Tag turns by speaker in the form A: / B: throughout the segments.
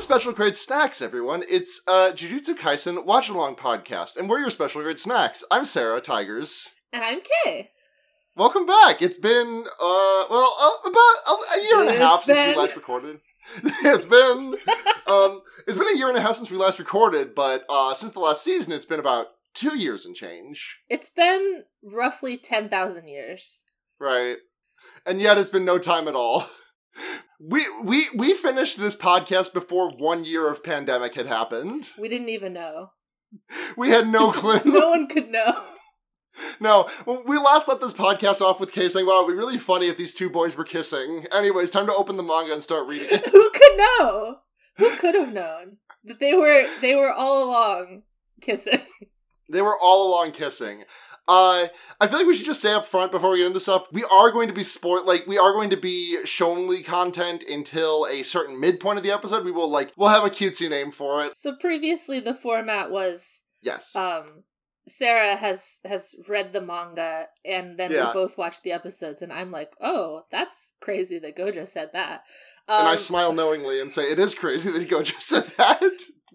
A: special grade snacks, everyone. It's uh, Jujutsu Kaisen Watch Along Podcast, and we're your special grade snacks. I'm Sarah Tigers.
B: And I'm Kay.
A: Welcome back. It's been uh, well, uh, about a, a year and a
B: It's
A: half since
B: been-
A: we last recorded. it's been um, it's been a year and a half since we last recorded, but uh, since the last season, it's been about two years and change,
B: It's been roughly 10,000 years.
A: right? And yet, it's been no time at all. We we we finished this podcast before one year of pandemic had happened.
B: We didn't even know.
A: We had no clue.
B: No one could know.
A: No, well, we last let this podcast off with Kay saying, "Wow, it'd be really funny if these two boys were kissing." Anyways, time to open the manga and start reading it.
B: Who could know? Who could have known that they were they were all along kissing?
A: they were all along kissing. Uh, I feel like we should just say up front before we get into stuff, we are going to be spoil like we are going to be shonly content until a certain midpoint of the episode. We will like we'll have a cutesy name for it.
B: So previously the format was
A: Yes,
B: um Sarah has has read the manga and then
A: Yeah.
B: we both watched the episodes and I'm like, "Oh, that's crazy that Gojo said that." Um,
A: and I smile knowingly and say, "It is crazy that Gojo said that."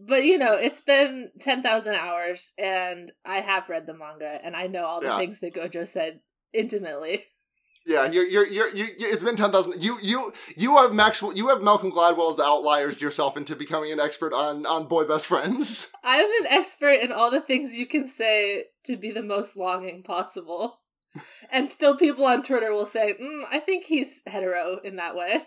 B: but you know, it's been 10,000 hours and I have read the manga and I know all the
A: Yeah.
B: things that Gojo said intimately.
A: Yeah, you're, you're, you're, you you- It's been ten thousand. You, you, you have Max. You have Malcolm Gladwell's The Outliers yourself into becoming an expert on on boy best friends.
B: I'm an expert in all the things you can say to be the most longing possible. And still, people on Twitter will say, mm, I think he's hetero in that way.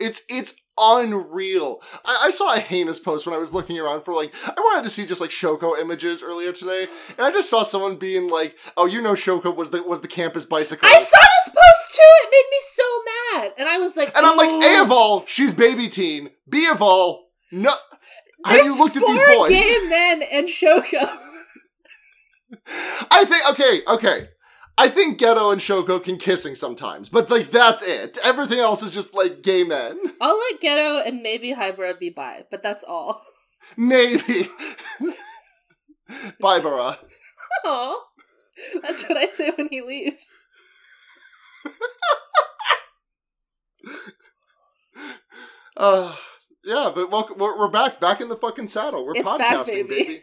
A: It's it's unreal. I, I saw a heinous post when I was looking around for like I wanted to see just like Shoko images earlier today, and I just saw someone being like, "Oh, you know, Shoko was the was the campus bicycle."
B: I saw this post too. It made me so mad. And I was like,
A: and I'm like, A
B: "Oh,
A: of all, she's baby teen. B of all, no. Have
B: there's
A: you looked at these
B: four
A: boys?
B: gay men and Shoko.
A: I think okay, okay. I think Ghetto and Shoko can kissing sometimes, but like that's it. Everything else is just like gay men.
B: I'll let Ghetto and maybe Hybrid be bi, but that's all.
A: Maybe. Bybara.
B: Aw. That's what I say when he leaves.
A: Uh yeah, but welcome, we're, we're back, back in the fucking saddle. We're
B: It's
A: podcasting,
B: back,
A: baby.
B: baby.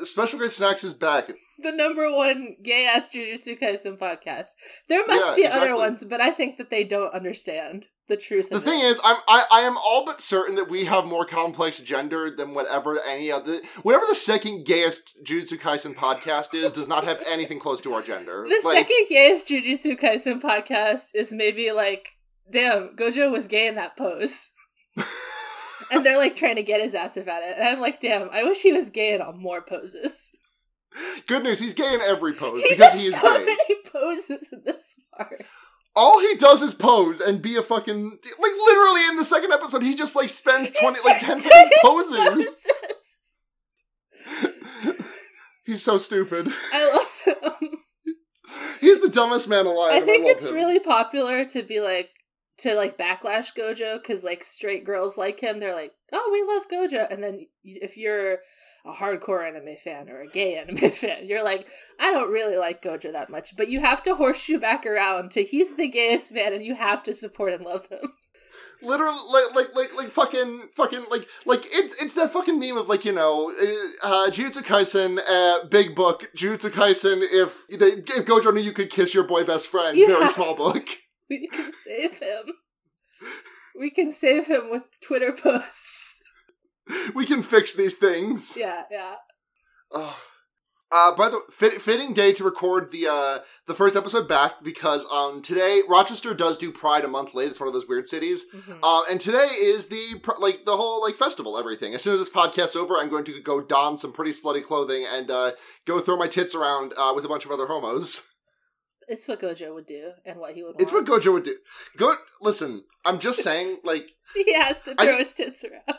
A: Uh, Special Grade Snacks is back.
B: The number one gay ass Jujutsu Kaisen podcast. There must
A: Yeah,
B: be
A: exactly.
B: other ones, but I think that they don't understand the truth
A: The
B: of
A: thing
B: it.
A: is, I'm I, I am all but certain that we have more complex gender than whatever any other whatever the second gayest Jujutsu Kaisen podcast is does not have anything close to our gender.
B: The second gayest Jujutsu Kaisen podcast is maybe like, damn, Gojo was gay in that pose. and they're like trying to get his ass about it. And I'm like, damn, I wish he was gay in all more poses.
A: Good news, he's gay in every pose
B: He
A: because
B: does
A: he is
B: so
A: gay.
B: many poses in this part.
A: All he does is pose and be a fucking like literally in the second episode he just like spends
B: He
A: twenty like ten
B: starts
A: seconds
B: doing
A: posing.
B: Poses.
A: He's so stupid.
B: I love him.
A: He's the dumbest man alive.
B: I
A: and
B: think
A: love
B: it's
A: him.
B: really popular to be like to like backlash Gojo because like straight girls like him. They're like, oh, we love Gojo. And then y- if you're a hardcore anime fan or a gay anime fan, you're like, I don't really like Gojo that much. But you have to horseshoe back around to he's the gayest man, and you have to support and love him.
A: literally like like like like fucking fucking like like it's it's that fucking meme of like you know uh, uh, Jujutsu Kaisen uh, big book Jujutsu Kaisen if they if Gojo knew you could kiss your boy best friend
B: Yeah.
A: very small book.
B: We can save him. We can save him with Twitter posts.
A: We can fix these things.
B: Yeah, yeah.
A: Ugh. Uh, by the fit, fitting day to record the uh, the first episode back because um today Rochester does do Pride a month late. It's one of those weird cities.
B: Mhm.
A: Um, and today is the pr- like the whole like festival everything. As soon as this podcast's over, I'm going to go don some pretty slutty clothing and uh, go throw my tits around uh, with a bunch of other homos.
B: It's what Gojo would do and what he would want.
A: It's what Gojo would do. Go listen. I'm just saying, like
B: he has to
A: I
B: throw
A: just-
B: his tits around.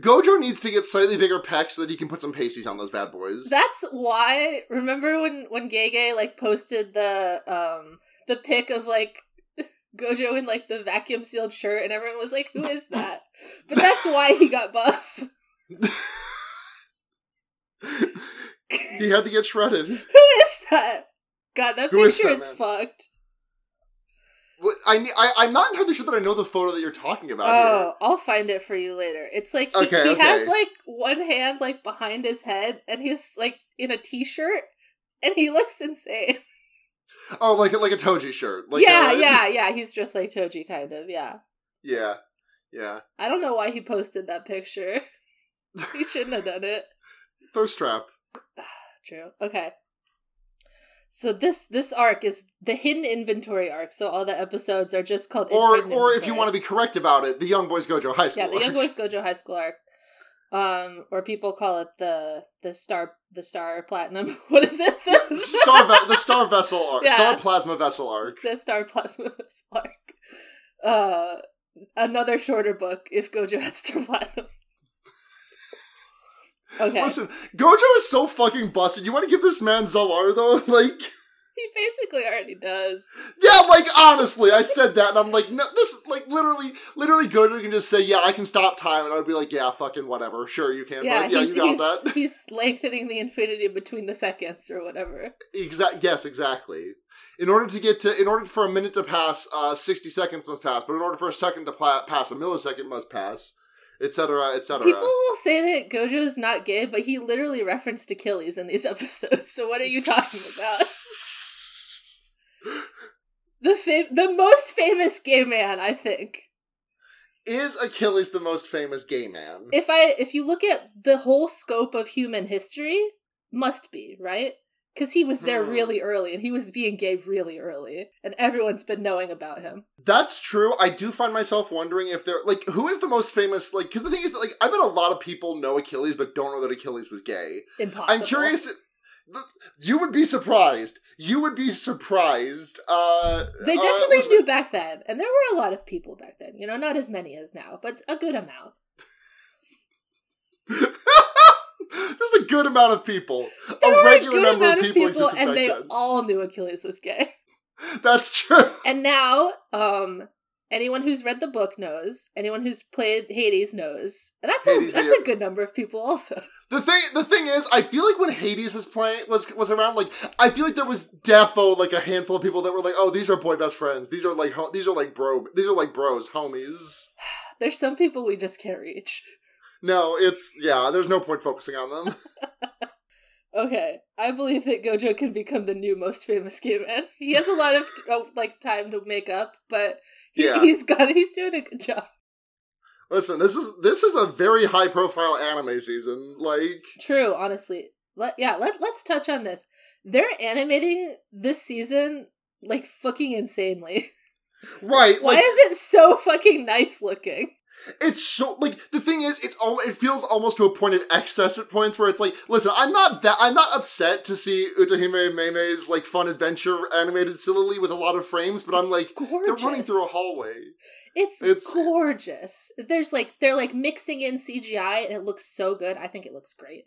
A: Gojo needs to get slightly bigger pecs so that he can put some pasties on those bad boys.
B: That's why. Remember when when Gay Gay like posted the um the pic of like Gojo in like the vacuum sealed shirt, and everyone was like, "Who is that?" but that's why he got buff.
A: he had to get shredded.
B: Who is that? God, that
A: Who is
B: picture
A: that
B: is
A: man?
B: fucked.
A: What- I, ne- I I'm not entirely sure that I know the photo that you're talking about.
B: Oh,
A: here.
B: I'll find it for you later. It's like he,
A: Okay,
B: he
A: okay.
B: has like one hand like behind his head, and he's like in a t-shirt, and he looks insane.
A: Oh, like like a Toji shirt. Like uh,
B: yeah,
A: a-
B: yeah, yeah. He's just like Toji, kind of. Yeah,
A: yeah, yeah.
B: I don't know why he posted that picture. he shouldn't have done it.
A: Thirst trap.
B: True. Okay. So this this arc is the hidden inventory arc. So all the episodes are just called
A: Or
B: hidden
A: or if you
B: inventory.
A: want to be correct about it, the Young Boys Gojo High School.
B: yeah, the
A: arc.
B: Young Boys Gojo High School arc, um, or people call it the the star the star platinum. What is it?
A: Yeah,
B: The,
A: star ve- the star vessel arc,
B: Yeah.
A: star plasma vessel arc.
B: the star plasma arc. Uh, another shorter book if Gojo had star platinum. Okay,
A: Listen, Gojo is so fucking busted. You want to give this man Zawar though? Like,
B: he basically already does.
A: yeah, like honestly, I said that, and I'm like, no, this, like, literally, literally, Gojo can just say, yeah, I can stop time, and I'd be like, yeah, fucking whatever, sure you can,
B: yeah,
A: bud. yeah,
B: he's,
A: you got
B: he's,
A: that.
B: he's lengthening the infinity between the seconds or whatever.
A: Exact, yes, exactly. In order to get to, in order for a minute to pass, uh, sixty seconds must pass, but in order for a second to pla- pass, a millisecond must pass, etc., etc.
B: People will say that Gojo's not gay, but he literally referenced Achilles in these episodes. So what are you talking about? The fam- the most famous gay man, I think.
A: Is Achilles the most famous gay man?
B: If I if you look at the whole scope of human history, must be, right? Cuz he was there
A: Hmm.
B: really early and he was being gay really early and everyone's been knowing about him.
A: That's true. I do find myself wondering if there, like, who is the most famous? Like, because the thing is that, like, I bet a lot of people know Achilles, but don't know that Achilles was gay.
B: Impossible.
A: I'm curious. th- You would be surprised. You would be surprised. Uh,
B: They
A: uh,
B: definitely
A: listen-
B: knew back then, and there were a lot of people back then. You know, not as many as now, but a good amount.
A: Just a good amount of people.
B: There
A: a
B: were
A: regular
B: a good
A: number
B: amount
A: of people, existed
B: and
A: back
B: they
A: then.
B: all knew Achilles was gay.
A: That's true.
B: And now, um, anyone who's read the book knows. Anyone who's played Hades knows. And that's
A: Hades,
B: a that's
A: yeah.
B: a good number of people, also.
A: The thing, the thing is, I feel like when Hades was playing was was around, like I feel like there was defo like a handful of people that were like, "Oh, these are boy best friends. These are like ho- these are like bro. These are like bros, homies."
B: There's some people we just can't reach.
A: No, it's yeah. There's no point focusing on them.
B: Okay, I believe that Gojo can become the new most famous gay man. He has a lot of uh, like time to make up, but he,
A: Yeah.
B: he's got he's doing a good job.
A: Listen, this is this is a very high profile anime season. Like,
B: True, honestly. Let yeah, let let's touch on this. They're animating this season like fucking insanely.
A: right?
B: Why
A: Like,
B: is it so fucking nice looking?
A: it's so like the thing is, it's all it feels almost to a point of excess at points where it's like, listen, I'm not that I'm not upset to see Utahime Meme's like fun adventure animated sillily with a lot of frames, but I'm
B: It's
A: like.
B: gorgeous.
A: They're running through a hallway.
B: It's,
A: it's-
B: gorgeous. There's like they're like mixing in CGI and it looks so good. I think it looks great.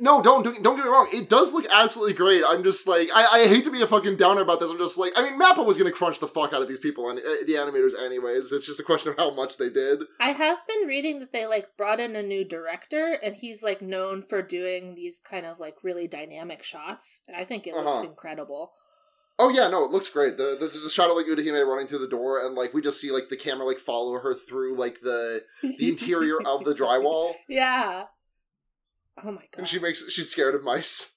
A: No, don't don't don't get me wrong. It does look absolutely great. I'm just like I, I hate to be a fucking downer about this. I'm just like I mean, Mappa was gonna crunch the fuck out of these people and uh, the animators anyways. It's just a question of how much they did.
B: I have been reading that they like brought in a new director and he's like known for doing these kind of like really dynamic shots. And I think it
A: Uh-huh.
B: looks incredible.
A: Oh yeah, no, it looks great. The, the there's a shot of like Udahime running through the door and like we just see like the camera like follow her through like the the interior of the drywall
B: Yeah. Oh my god.
A: and she makes she's scared of mice.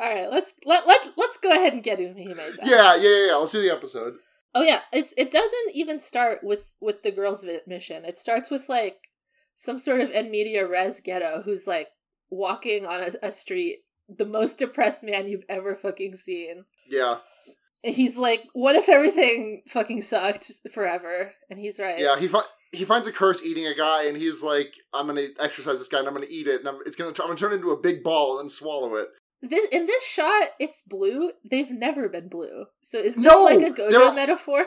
B: All right, let's let let let's go ahead and get Umihime's. out.
A: Yeah, yeah, yeah, yeah. Let's do the episode.
B: Oh yeah, it's it doesn't even start with with the girl's vi- mission. It starts with like some sort of en media res ghetto who's like walking on a, a street, the most depressed man you've ever fucking seen.
A: Yeah,
B: And he's like, "What if everything fucking sucked forever?" And he's right.
A: yeah. He fi- he finds a curse eating a guy and he's like, I'm gonna exercise this guy and I'm gonna eat it and I'm, it's gonna I'm gonna turn into a big ball and swallow it.
B: This, in this shot, it's blue. They've never been blue. So is this
A: No,
B: like a Gojo
A: they're-
B: metaphor?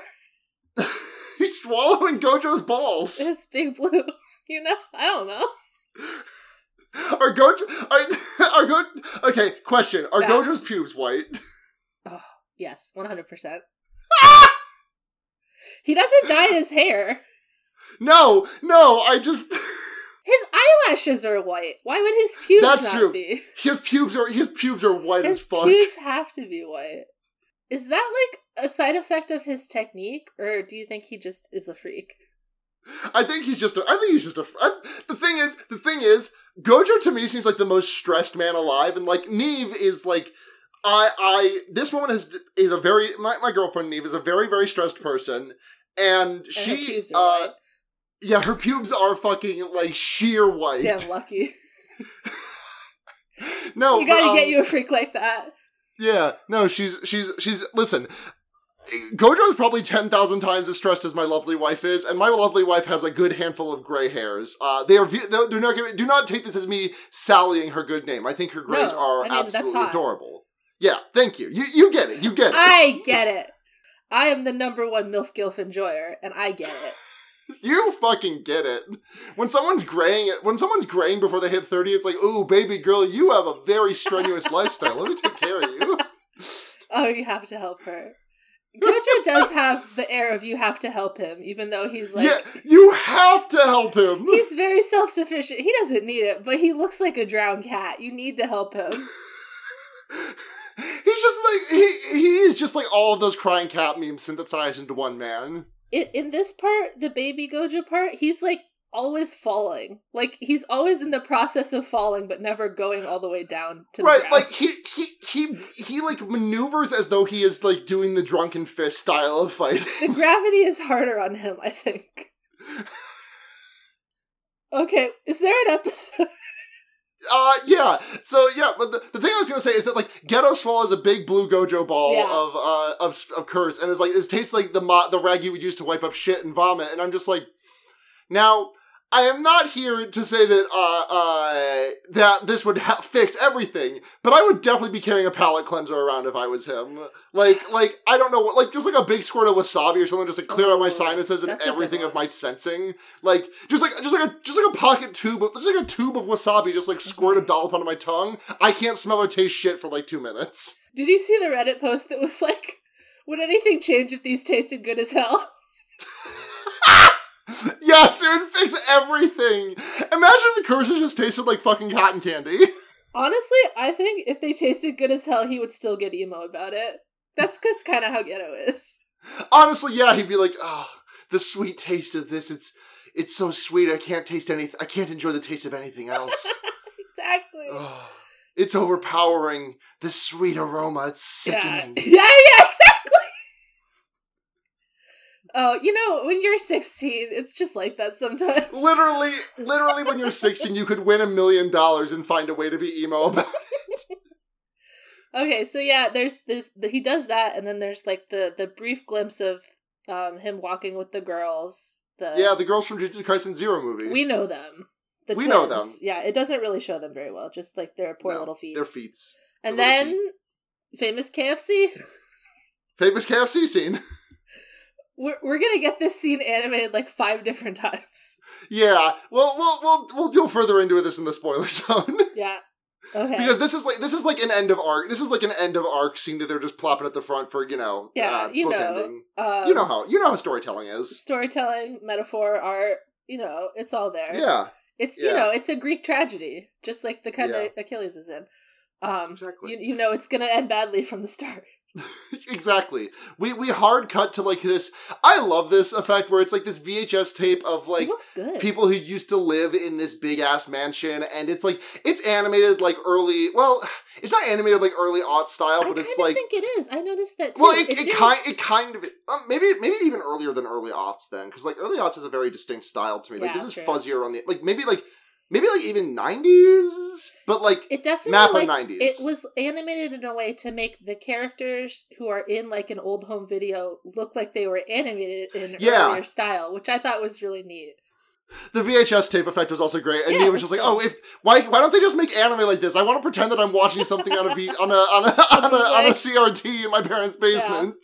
A: He's swallowing Gojo's balls.
B: It's big blue. You know, I don't know.
A: Are Gojo? Are, are Go? Okay, question: Are
B: Yeah.
A: Gojo's pubes white?
B: Yes, one hundred percent. He doesn't dye his hair.
A: No, no. I just
B: His eyelashes are white. Why would his pubes
A: That's
B: not
A: true.
B: be?
A: his pubes are his pubes are white
B: His
A: as fuck.
B: pubes have to be white. Is that a side effect of his technique, or do you think he just is a freak?
A: I think he's just. A, I think he's just a. I, the thing is, the thing is, Gojo to me seems like the most stressed man alive, and like Neve is like. I, I, this woman is is a very my, my girlfriend Neve is a very very stressed person, and,
B: And her
A: she,
B: pubes
A: uh,
B: are white.
A: yeah, her pubes are fucking like sheer white.
B: damn lucky.
A: No,
B: you gotta
A: but,
B: get
A: um,
B: you a freak like that.
A: Yeah, no, she's she's she's listen. Gojo's probably 10,000 times as stressed as my lovely wife is, and my lovely wife has a good handful of gray hairs. Uh, they are, ve- they're they're not, giving- do not take this as me sallying her good name. I think her grays
B: No,
A: are
B: I mean, that's
A: absolutely
B: hot.
A: adorable. Yeah, thank you. You, you get it. You get it.
B: I get it. I am the number one MILF Gilf enjoyer, and I get it.
A: You fucking get it. When someone's graying, when someone's graying before they hit 30, it's like, ooh, baby girl, you have a very strenuous lifestyle. Let me take care of you.
B: Oh, you have to help her. Gojo does have the air of you have to help him, even though he's like
A: yeah, you have to help him.
B: he's very self sufficient. He doesn't need it, but he looks like a drowned cat. You need to help him.
A: He's just like he he is just like all of those crying cat memes synthesized into one man.
B: In, in this part, the baby Gojo part, he's like always falling. Like he's always in the process of falling, but never going all the way down to
A: Right,
B: the ground.
A: like he he he he like maneuvers as though he is like doing the drunken fist style of
B: the
A: fighting.
B: gravity is harder on him, I think. Okay, is there an episode?
A: Uh yeah. So yeah, but the, the thing I was gonna say is that like Ghetto swallows a big blue gojo ball
B: Yeah.
A: of uh of s- of curse and is like it tastes like the mo- the rag you would use to wipe up shit and vomit, and I'm just like now I am not here to say that uh uh that this would ha- fix everything, but I would definitely be carrying a palate cleanser around if I was him. Like like I don't know what like just like a big squirt of wasabi or something just like clear out my
B: Ooh,
A: sinuses and
B: Oh, that's a good
A: everything of
B: one.
A: my sensing. Like just like just like a just like a pocket tube of just like a tube of wasabi just like squirt a
B: Mm-hmm.
A: dollop onto my tongue. I can't smell or taste shit for like two minutes.
B: Did you see the Reddit post that was like, would anything change if these tasted good as hell?
A: Yes, it would fix everything. Imagine if the curses just tasted like fucking cotton candy.
B: Honestly, I think if they tasted good as hell, he would still get emo about it. That's because kind of how ghetto is.
A: Honestly, yeah, he'd be like, oh, the sweet taste of this, it's it's so sweet, I can't taste anything I can't enjoy the taste of anything else.
B: Exactly.
A: Ugh. it's overpowering. The sweet aroma, it's
B: yeah.
A: sickening.
B: yeah, yeah, exactly. Oh, you know, when you're 16, it's just like that sometimes.
A: Literally, literally, when you're 16, you could win a million dollars and find a way to be emo about it.
B: Okay, so yeah, there's this. The, he does that, and then there's like the the brief glimpse of um him walking with the girls. The
A: Yeah, the girls from Jujutsu Kaisen Zero movie.
B: we know them. The
A: We know
B: twins. Yeah, it doesn't really show them very well. Just like their poor
A: No,
B: little feet.
A: Their feet.
B: And
A: their
B: then
A: little
B: famous KFC.
A: Famous KFC scene.
B: We're we're gonna get this scene animated like five different times.
A: yeah, well, we'll we'll we'll deal further into this in the spoiler zone.
B: Yeah. Okay.
A: Because this is like this is like an end of arc. This is like an end of arc scene that they're just plopping at the front for you know.
B: Yeah,
A: uh,
B: you know.
A: bookending.
B: um,
A: You know how you know how storytelling is.
B: storytelling, metaphor, art. You know, it's all there.
A: Yeah,
B: It's
A: Yeah.
B: you know, it's a Greek tragedy, just like the kind
A: Yeah.
B: that Achilles is in. Um,
A: Exactly.
B: You, you know, it's gonna end badly from the start.
A: exactly. We we hard cut to like this. I love this effect where it's like this VHS tape of
B: It
A: like
B: looks good.
A: people who used to live in this big ass mansion, and it's like it's animated like early. Well, it's not animated like early aught style,
B: I
A: but
B: kind
A: it's like.
B: of think it is. I noticed that. Too.
A: well, it, it,
B: did-
A: kind it kind of um, maybe maybe even earlier than early aughts then, because like early aughts has a very distinct style to me. Like
B: Yeah,
A: this is
B: true.
A: fuzzier on the like maybe like maybe like even nineties, but like
B: It definitely
A: map
B: like,
A: of nineties.
B: It was animated in a way to make the characters who are in like an old home video look like they were animated in
A: Yeah.
B: earlier style, which I thought was really neat.
A: the VHS tape effect was also great, and
B: Yeah,
A: Nia
B: it
A: was
B: was
A: just like,
B: fun.
A: "Oh, if why why don't they just make anime like this? I want to pretend that I'm watching something on a V on a on a on a, on a
B: Like-
A: CRT in my parents' basement."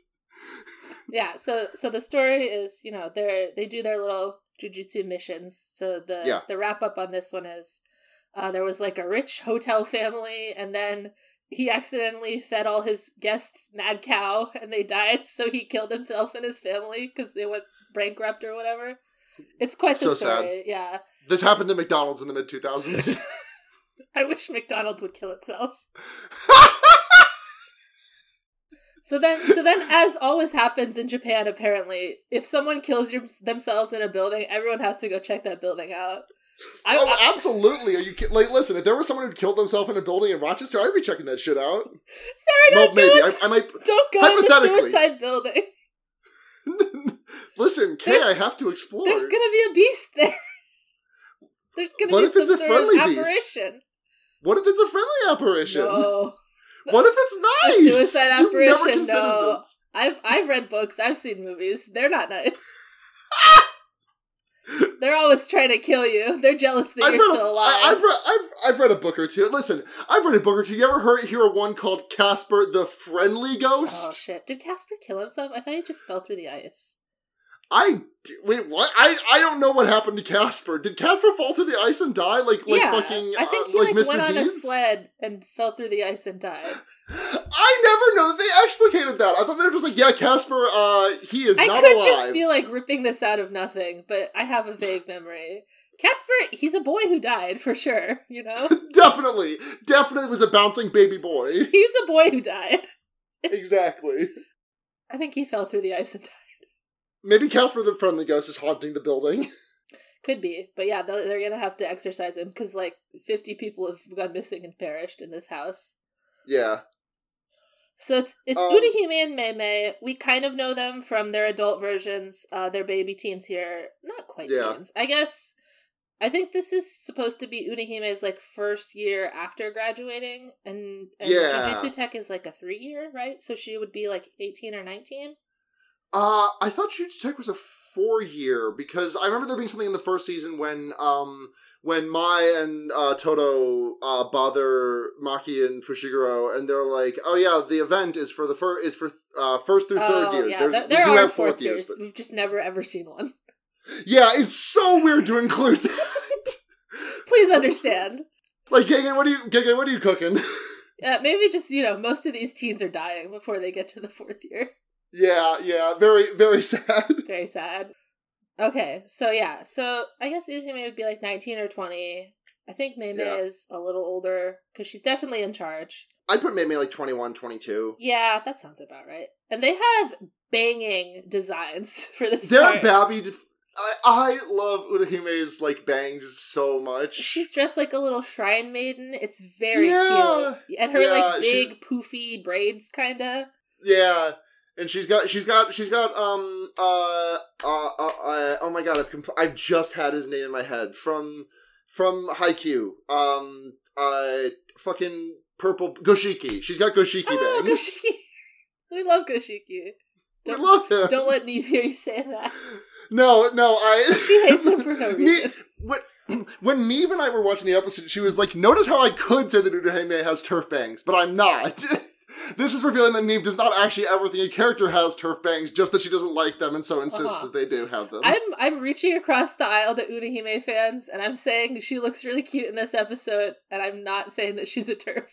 B: Yeah. So so the story is you know they they do their little jujutsu missions. So the
A: Yeah.
B: the wrap up on this one is uh, there was like a rich hotel family, and then he accidentally fed all his guests mad cow, and they died. So he killed himself and his family because they went bankrupt or whatever. It's quite the
A: So sad.
B: story. Yeah.
A: This happened to McDonald's in the mid 2000s.
B: I wish McDonald's would kill itself. So then, so then, as always happens in Japan, apparently, if someone kills your, themselves in a building, everyone has to go check that building out. I,
A: oh,
B: I-
A: absolutely. Are you ki- like? Listen, if there was someone who killed themselves in a building in Rochester, I'd be checking that shit out.
B: Sarah,
A: Well,
B: don't go.
A: maybe
B: in-
A: I, I might.
B: don't go in the
A: Hypothetically.
B: suicide building.
A: Listen, Kay,
B: There's-
A: I have to explore.
B: There's gonna be a beast there. There's gonna
A: What
B: be
A: if
B: some
A: it's a
B: sort
A: friendly
B: of
A: beast?
B: apparition.
A: What if it's a friendly apparition?
B: No,
A: What if it's nice?
B: suicide
A: You've never
B: apparition,
A: considered
B: no.
A: this.
B: I've I've read books. I've seen movies. They're not nice. They're always trying to kill you. They're jealous that
A: I've
B: you're
A: read, a,
B: still alive.
A: I, have read, I've, I've read a book or two. Listen, I've read a book or two. You ever heard hear of one called Casper the Friendly
B: oh
A: Ghost?
B: shit! Did Casper kill himself? I thought he just fell through the ice. Uh-huh.
A: I d- wait, what? I I don't know what happened to Casper. Did Casper fall through the ice and die like like
B: yeah,
A: fucking
B: I think
A: uh,
B: he
A: like,
B: like,
A: Mr.
B: went on a
A: Deeds?
B: sled and fell through the ice and died.
A: I never know that they explicated that. I thought they were just like, yeah, Casper, uh, he is
B: I
A: not
B: could
A: alive.
B: just be like ripping this out of nothing, but I have a vague memory. Casper, he's a boy who died for sure. You know,
A: definitely, definitely was a bouncing baby boy.
B: he's a boy who died.
A: exactly.
B: I think he fell through the ice and died.
A: Maybe Casper the Friendly Ghost is haunting the building.
B: Could be, but yeah, they're, they're gonna have to exercise him because like fifty people have gone missing and perished in this house.
A: yeah.
B: So it's it's
A: Um,
B: Udahime and Mei Mei. We kind of know them from their adult versions. Uh, they're baby teens here, not quite
A: Yeah.
B: teens, I guess. I think this is supposed to be Udahime's like first year after graduating, and, and
A: Yeah.
B: Jujutsu Tech is like a three year, right? So she would be like eighteen or nineteen.
A: Uh, I thought Jujutsu Tech was a four year because I remember there being something in the first season when um when Mai and uh, Toto uh, bother Maki and Fushiguro and they're like, oh yeah, the event is for the fir- is for uh, first through third years.
B: Oh, yeah,
A: There's-
B: there,
A: we
B: there
A: do
B: are
A: have
B: fourth years.
A: but-
B: We've just never ever seen one.
A: Yeah, it's so weird to include that.
B: Please understand.
A: like, Gigan, what are you Gigan, what are you cooking?
B: Uh, maybe just you know, most of these teens are dying before they get to the fourth year.
A: yeah, yeah, very very sad.
B: Very sad. Okay, so yeah, so I guess Uzume would be like nineteen or twenty. I think Mei Mei
A: Yeah.
B: is a little older because she's definitely in charge.
A: I'd put maybe like 21, 22.
B: Yeah, that sounds about right. And they have banging designs for this.
A: They're
B: part.
A: babby def- I, I love Udahime's like bangs so much.
B: She's dressed like a little shrine maiden. It's very
A: Yeah.
B: cute, and her
A: Yeah,
B: like
A: she's-
B: big poofy braids, kind of.
A: Yeah, and she's got she's got she's got um uh uh, uh, uh oh my god I've compl- I've just had his name in my head from from Haikyuu um uh fucking purple Goshiki she's got Goshiki
B: Oh,
A: bangs
B: Goshiki. we love Goshiki.
A: We
B: Don't-
A: love him.
B: Don't let Neve hear you say that.
A: no no I
B: She hates him for no
A: Ne-
B: reason.
A: what- when Neve and I were watching the episode, she was like, "Notice how I could say that Udahime has turf bangs, but I'm not." this is revealing that Neve does not actually ever think a character has turf bangs, just that she doesn't like them and so insists
B: Uh-huh.
A: that they do have them.
B: I'm I'm reaching across the aisle to Unahime fans, and I'm saying she looks really cute in this episode, and I'm not saying that she's a turf.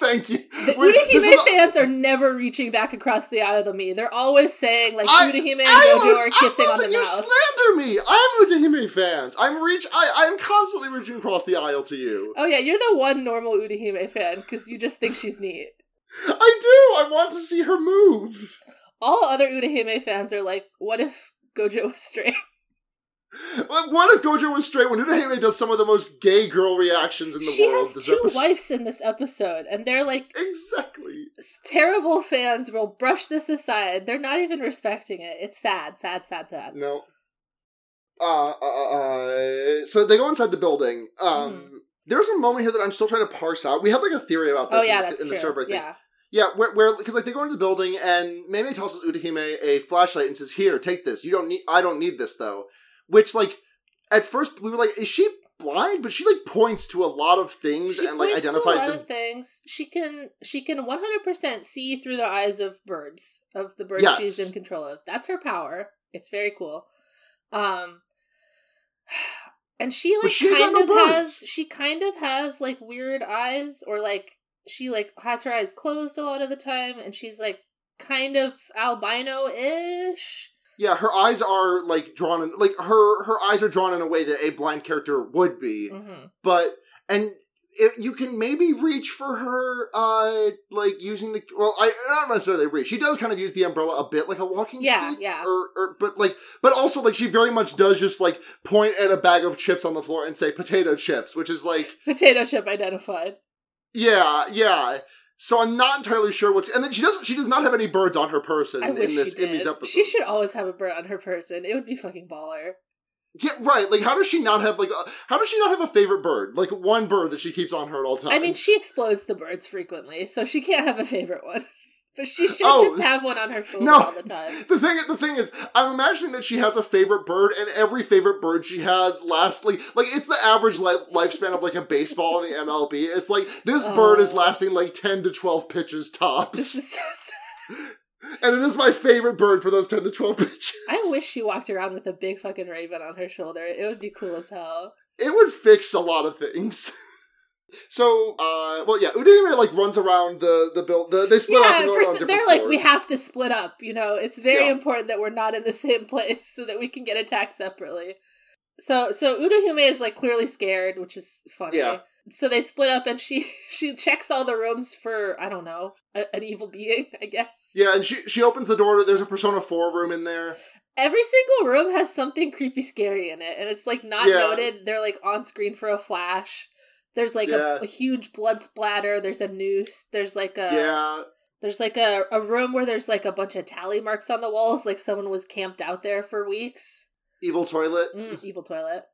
A: Thank you.
B: The
A: We're- this is-
B: Unahime fans are never reaching back across the aisle to me. They're always saying like
A: I-
B: Unahime and
A: I
B: Gojo
A: was-
B: are
A: I-
B: kissing on
A: listen,
B: the
A: you
B: mouth.
A: slander me. I'm Udahime fans. I'm reach. I I'm constantly reaching across the aisle to you.
B: oh yeah, you're the one normal Unahime fan because you just think she's neat.
A: I do. I want to see her move.
B: All other Unahime fans are like, what if Gojo was straight?
A: Like, What if Gojo was straight when Udahime does some of the most gay girl reactions in the
B: She
A: world?
B: has
A: this
B: two
A: episode?
B: wives in this episode, and they're like
A: Exactly.
B: s- terrible fans will brush this aside. They're not even respecting it. It's sad, sad, sad, sad.
A: No. Uh, uh, uh, so they go inside the building. Um, There's a moment here that I'm still trying to parse out. We had like a theory about this
B: Mm-hmm. Oh yeah,
A: in, the-
B: that's
A: in
B: true.
A: the server. I think.
B: yeah,
A: Yeah, where where because like they go into the building and Mei tosses Udahime a flashlight and says, "Here, take this. You don't need. I don't need this though." Which like at first we were like, "Is she blind?" But she like points to a lot of things
B: she
A: and like
B: points to a
A: identifies
B: lot
A: them.
B: of things. She can she can one hundred percent see through the eyes of birds of the birds
A: Yes.
B: she's in control of. That's her power. It's very cool. Um, and she
A: But
B: like
A: she ain't got
B: kind
A: no
B: of has
A: birds.
B: she kind of has like weird eyes or like she like has her eyes closed a lot of the time, and she's like kind of albino ish.
A: Yeah, her eyes are like drawn in like her her eyes are drawn in a way that a blind character would be.
B: Mm-hmm.
A: but and it, you can maybe reach for her, uh, like using the well, I not necessarily reach. She does kind of use the umbrella a bit, like a walking
B: Yeah,
A: stick,
B: yeah.
A: or, or but like, but also like she very much does just like point at a bag of chips on the floor and say potato chips, which is like
B: Potato chip identified.
A: yeah, yeah. So I'm not entirely sure what's and then she doesn't she does not have any birds on her person
B: I
A: in
B: wish
A: this
B: she did.
A: in these episodes.
B: She should always have a bird on her person. It would be fucking baller.
A: Yeah, right. Like, how does she not have like a, how does she not have a favorite bird? Like one bird that she keeps on her at all times.
B: I mean, she explodes the birds frequently, so she can't have a favorite one. But she should
A: Oh.
B: just have one on her shoulder
A: No.
B: all the time.
A: The thing, the thing is, I'm imagining that she has a favorite bird, and every favorite bird she has, lastly, like it's the average li- lifespan of like a baseball in the MLB. It's like this bird is
B: Oh.
A: lasting like ten to twelve pitches
B: This
A: tops,
B: is so sad.
A: and it is my favorite bird for those ten to twelve pitches.
B: I wish she walked around with a big fucking raven on her shoulder. It would be cool as hell.
A: it would fix a lot of things. So, uh, well, yeah, Udinime like runs around the the build. The, they split up.
B: yeah,
A: And go
B: for,
A: around
B: s-
A: different
B: they're like, we
A: floors.
B: have to split up. You know, it's very
A: Yeah.
B: important that we're not in the same place so that we can get attacked separately. So, so Udohume is like clearly scared, which is funny.
A: Yeah.
B: So they split up, and she she checks all the rooms for I don't know a, an evil being, I guess.
A: Yeah, and she she opens the door. to- There's a Persona Four room in there.
B: Every single room has something creepy, scary in it, and it's like not
A: Yeah.
B: noted. They're like on screen for a flash. There's like
A: Yeah.
B: a, a huge blood splatter. There's a noose. There's like a
A: yeah,
B: There's like a, a room where there's like a bunch of tally marks on the walls, like someone was camped out there for weeks.
A: evil toilet.
B: Mm, evil toilet.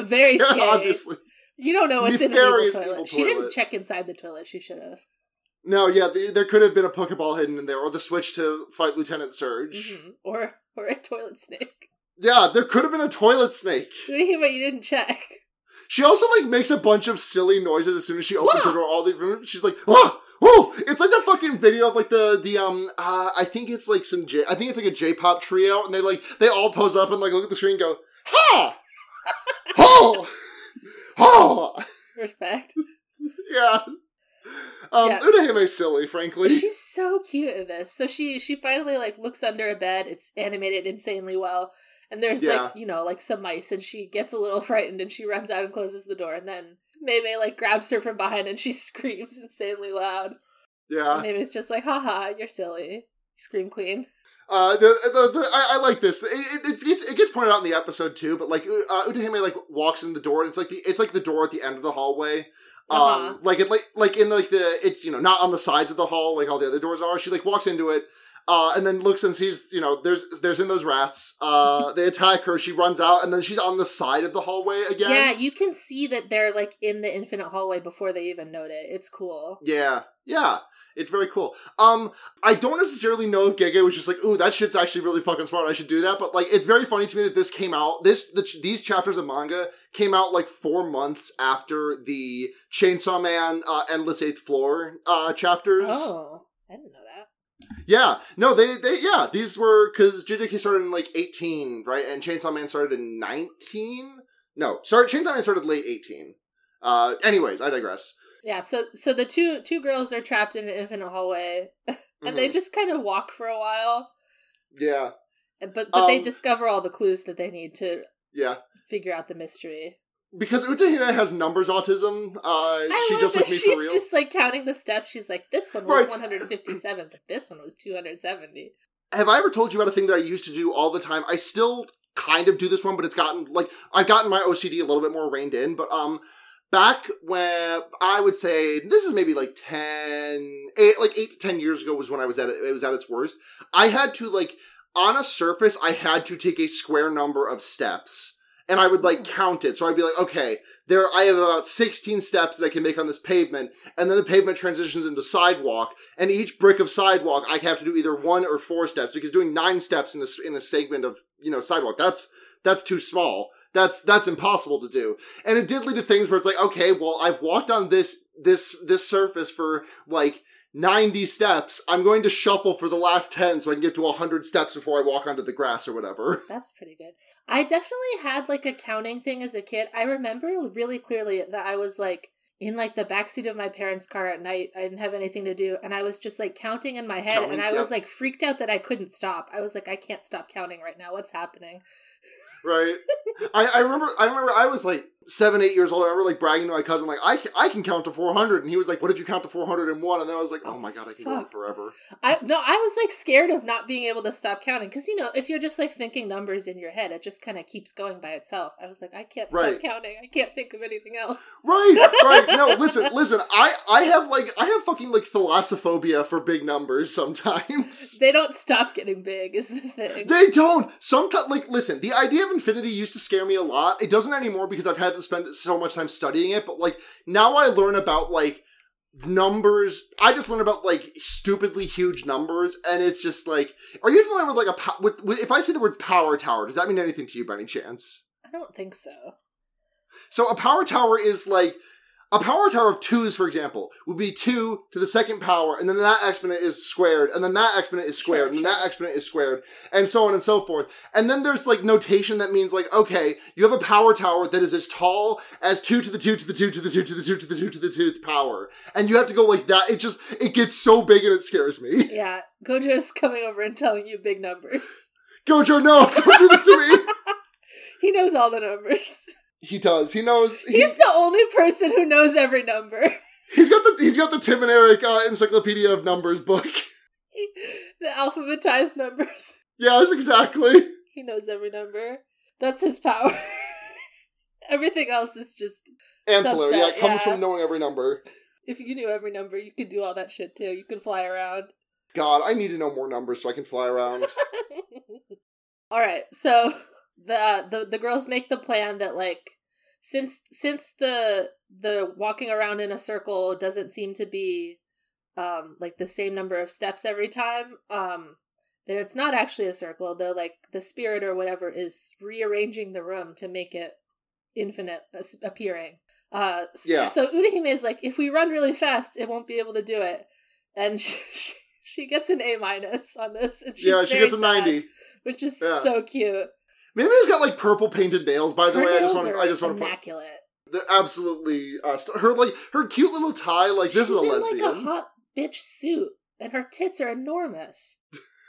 B: Very
A: Yeah,
B: scary.
A: obviously.
B: You don't know what's in the evil
A: Nefarious
B: toilet.
A: evil
B: She didn't
A: toilet.
B: check inside the toilet. She should have.
A: No, yeah, the, there could have been a Pokeball hidden in there, or the switch to fight Lieutenant Surge.
B: Mhm. Or or a toilet snake.
A: Yeah, there could have been a toilet snake.
B: What do you mean by you didn't check?
A: She also like makes a bunch of silly noises as soon as she opens
B: Wah!
A: the door. All the room, she's like, "Whoa, whoa!" It's like that fucking video of like the the um, uh, I think it's like some J, I think it's like a J-pop trio, and they like they all pose up and like look at the screen, and go, "Ha, ho, ho!"
B: Respect.
A: Yeah. Um,
B: Yeah.
A: Udahime's silly, frankly.
B: She's so cute in this. So she she finally like looks under a bed. It's animated insanely well. And there's
A: Yeah.
B: like, you know, like some mice and she gets a little frightened and she runs out and closes the door and then Mei Mei like grabs her from behind and she screams insanely loud.
A: yeah.
B: Mei Mei's just like, haha, you're silly. Scream queen.
A: Uh, the, the, the I, I like this. It, it, it, gets, it gets pointed out in the episode too, but like U- uh, Utahime like walks in the door, and it's like the it's like the door at the end of the hallway. Um,
B: Uh-huh.
A: like it like like in like the it's you know not on the sides of the hall like all the other doors are. She like walks into it, uh, and then looks and sees you know there's there's in those rats. Uh, they attack her. She runs out, and then she's on the side of the hallway
B: Yeah.
A: again.
B: you can see that they're like in the infinite hallway before they even note it. It's cool.
A: Yeah, yeah. It's very cool. Um, I don't necessarily know if Gege was just like, "Ooh, that shit's actually really fucking smart. I should do that." But like, it's very funny to me that this came out. This the, these chapters of manga came out like four months after the Chainsaw Man uh, Endless Eighth Floor uh, chapters.
B: Oh. I didn't know that.
A: Yeah, no, they they yeah, these were because JJK started in like eighteen, right, and Chainsaw Man started in nineteen. No, sorry, Chainsaw Man started late eighteen. Uh, anyways, I digress.
B: Yeah, so so the two two girls are trapped in an infinite hallway and they
A: Mhm.
B: just kind of walk for a while.
A: yeah,
B: But but they
A: Um,
B: discover all the clues that they need to
A: yeah.
B: figure out the mystery.
A: because Utahina has numbers autism, uh,
B: I
A: she
B: love
A: just
B: that
A: like me
B: she's
A: for real.
B: just like counting the steps. She's like, this one was
A: Right.
B: 157, but this one was 270.
A: Have I ever told you about a thing that I used to do all the time? I still kind of do this one, but it's gotten like I've gotten my OCD a little bit more reined in. But um, back when I would say this is maybe like ten, eight, like eight to ten years ago was when I was at it, it was at its worst. I had to like on a surface, I had to take a square number of steps, and I would like count it. So I'd be like, okay. There, I have about 16 steps that I can make on this pavement, and then the pavement transitions into sidewalk, and each brick of sidewalk I have to do either one or four steps because doing nine steps in a s- in a segment of you know sidewalk that's that's too small. That's that's impossible to do. And it did lead to things where it's like, okay, well, I've walked on this this this surface for like. 90 steps. I'm going to shuffle for the last 10 so I can get to 100 steps before I walk onto the grass or whatever.
B: That's pretty good. I definitely had like a counting thing as a kid. I remember really clearly that I was like in like the backseat of my parents' car at night. I didn't have anything to do, and I was just like counting in my head,
A: Counting,
B: and I
A: yep.
B: was like freaked out that I couldn't stop. I was like, I can't stop counting right now. What's happening?
A: Right? I, I remember I remember I was like seven, eight years old. I remember like bragging to my cousin, like, I can, I can count to 400. And he was like, what if you count to 401? And then I was like, oh my God, I can go on
B: Fuck.
A: forever.
B: I no, I was like scared of not being able to stop counting because you know if you're just like thinking numbers in your head, it just kind of keeps going by itself. I was like, I can't stop
A: Right.
B: counting. I can't think of anything else.
A: Right, right. No, listen, listen. I, I have like, I have fucking like thalassophobia for big numbers sometimes.
B: They don't stop getting big, is the thing.
A: They don't. Sometimes, like, listen, the idea of infinity used to scare me a lot. It doesn't anymore because I've had to spend so much time studying it. But like now, I learn about like numbers. I just learn about like stupidly huge numbers, and it's just like, are you familiar with like a po- with, with, if I say the words power tower, does that mean anything to you by any chance?
B: I don't think so.
A: So a power tower is like. A power tower of twos, for example, would be two to the second power, and then that exponent is squared, and then that exponent is squared, and
B: Sure, sure.
A: that exponent is squared, and so on and so forth. And then there's like notation that means like, okay, you have a power tower that is as tall as two to the two to the two to the two to the two to the two to the two power, and you have to go like that. It just it gets so big and it scares me.
B: Yeah, Gojo's coming over and telling you big numbers.
A: Gojo, no, don't do this to me.
B: He knows all the numbers.
A: He does. He knows. He,
B: He's
A: he's
B: the only person who knows every number.
A: he's got the he's got the Tim and Eric uh, Encyclopedia of Numbers book.
B: The alphabetized numbers.
A: Yes, exactly.
B: He knows every number. That's his power. Everything else is just
A: Ancillary. yeah,
B: Subset,
A: it comes
B: yeah.
A: from knowing every number.
B: if you knew every number, you could do all that shit too. You could fly around.
A: God, I need to know more numbers so I can fly around.
B: all right, so the uh, the the girls make the plan that like since since the the walking around in a circle doesn't seem to be um like the same number of steps every time um then it's not actually a circle though like the spirit or whatever is rearranging the room to make it infinite as- appearing uh s-
A: Yeah.
B: so Udahime is like if we run really fast it won't be able to do it and she, she, she gets an A minus on this and she's
A: yeah, she gets a
B: very
A: ninety.
B: sad, which is
A: Yeah.
B: so cute
A: Maybe he's got like purple painted nails. By the
B: Her
A: way, I just
B: nails
A: want to.
B: are
A: I just want to point.
B: immaculate
A: They're absolutely. Uh, st- her like her cute little tie. Like this
B: She's
A: is a
B: in
A: lesbian.
B: like a hot bitch suit and her tits are enormous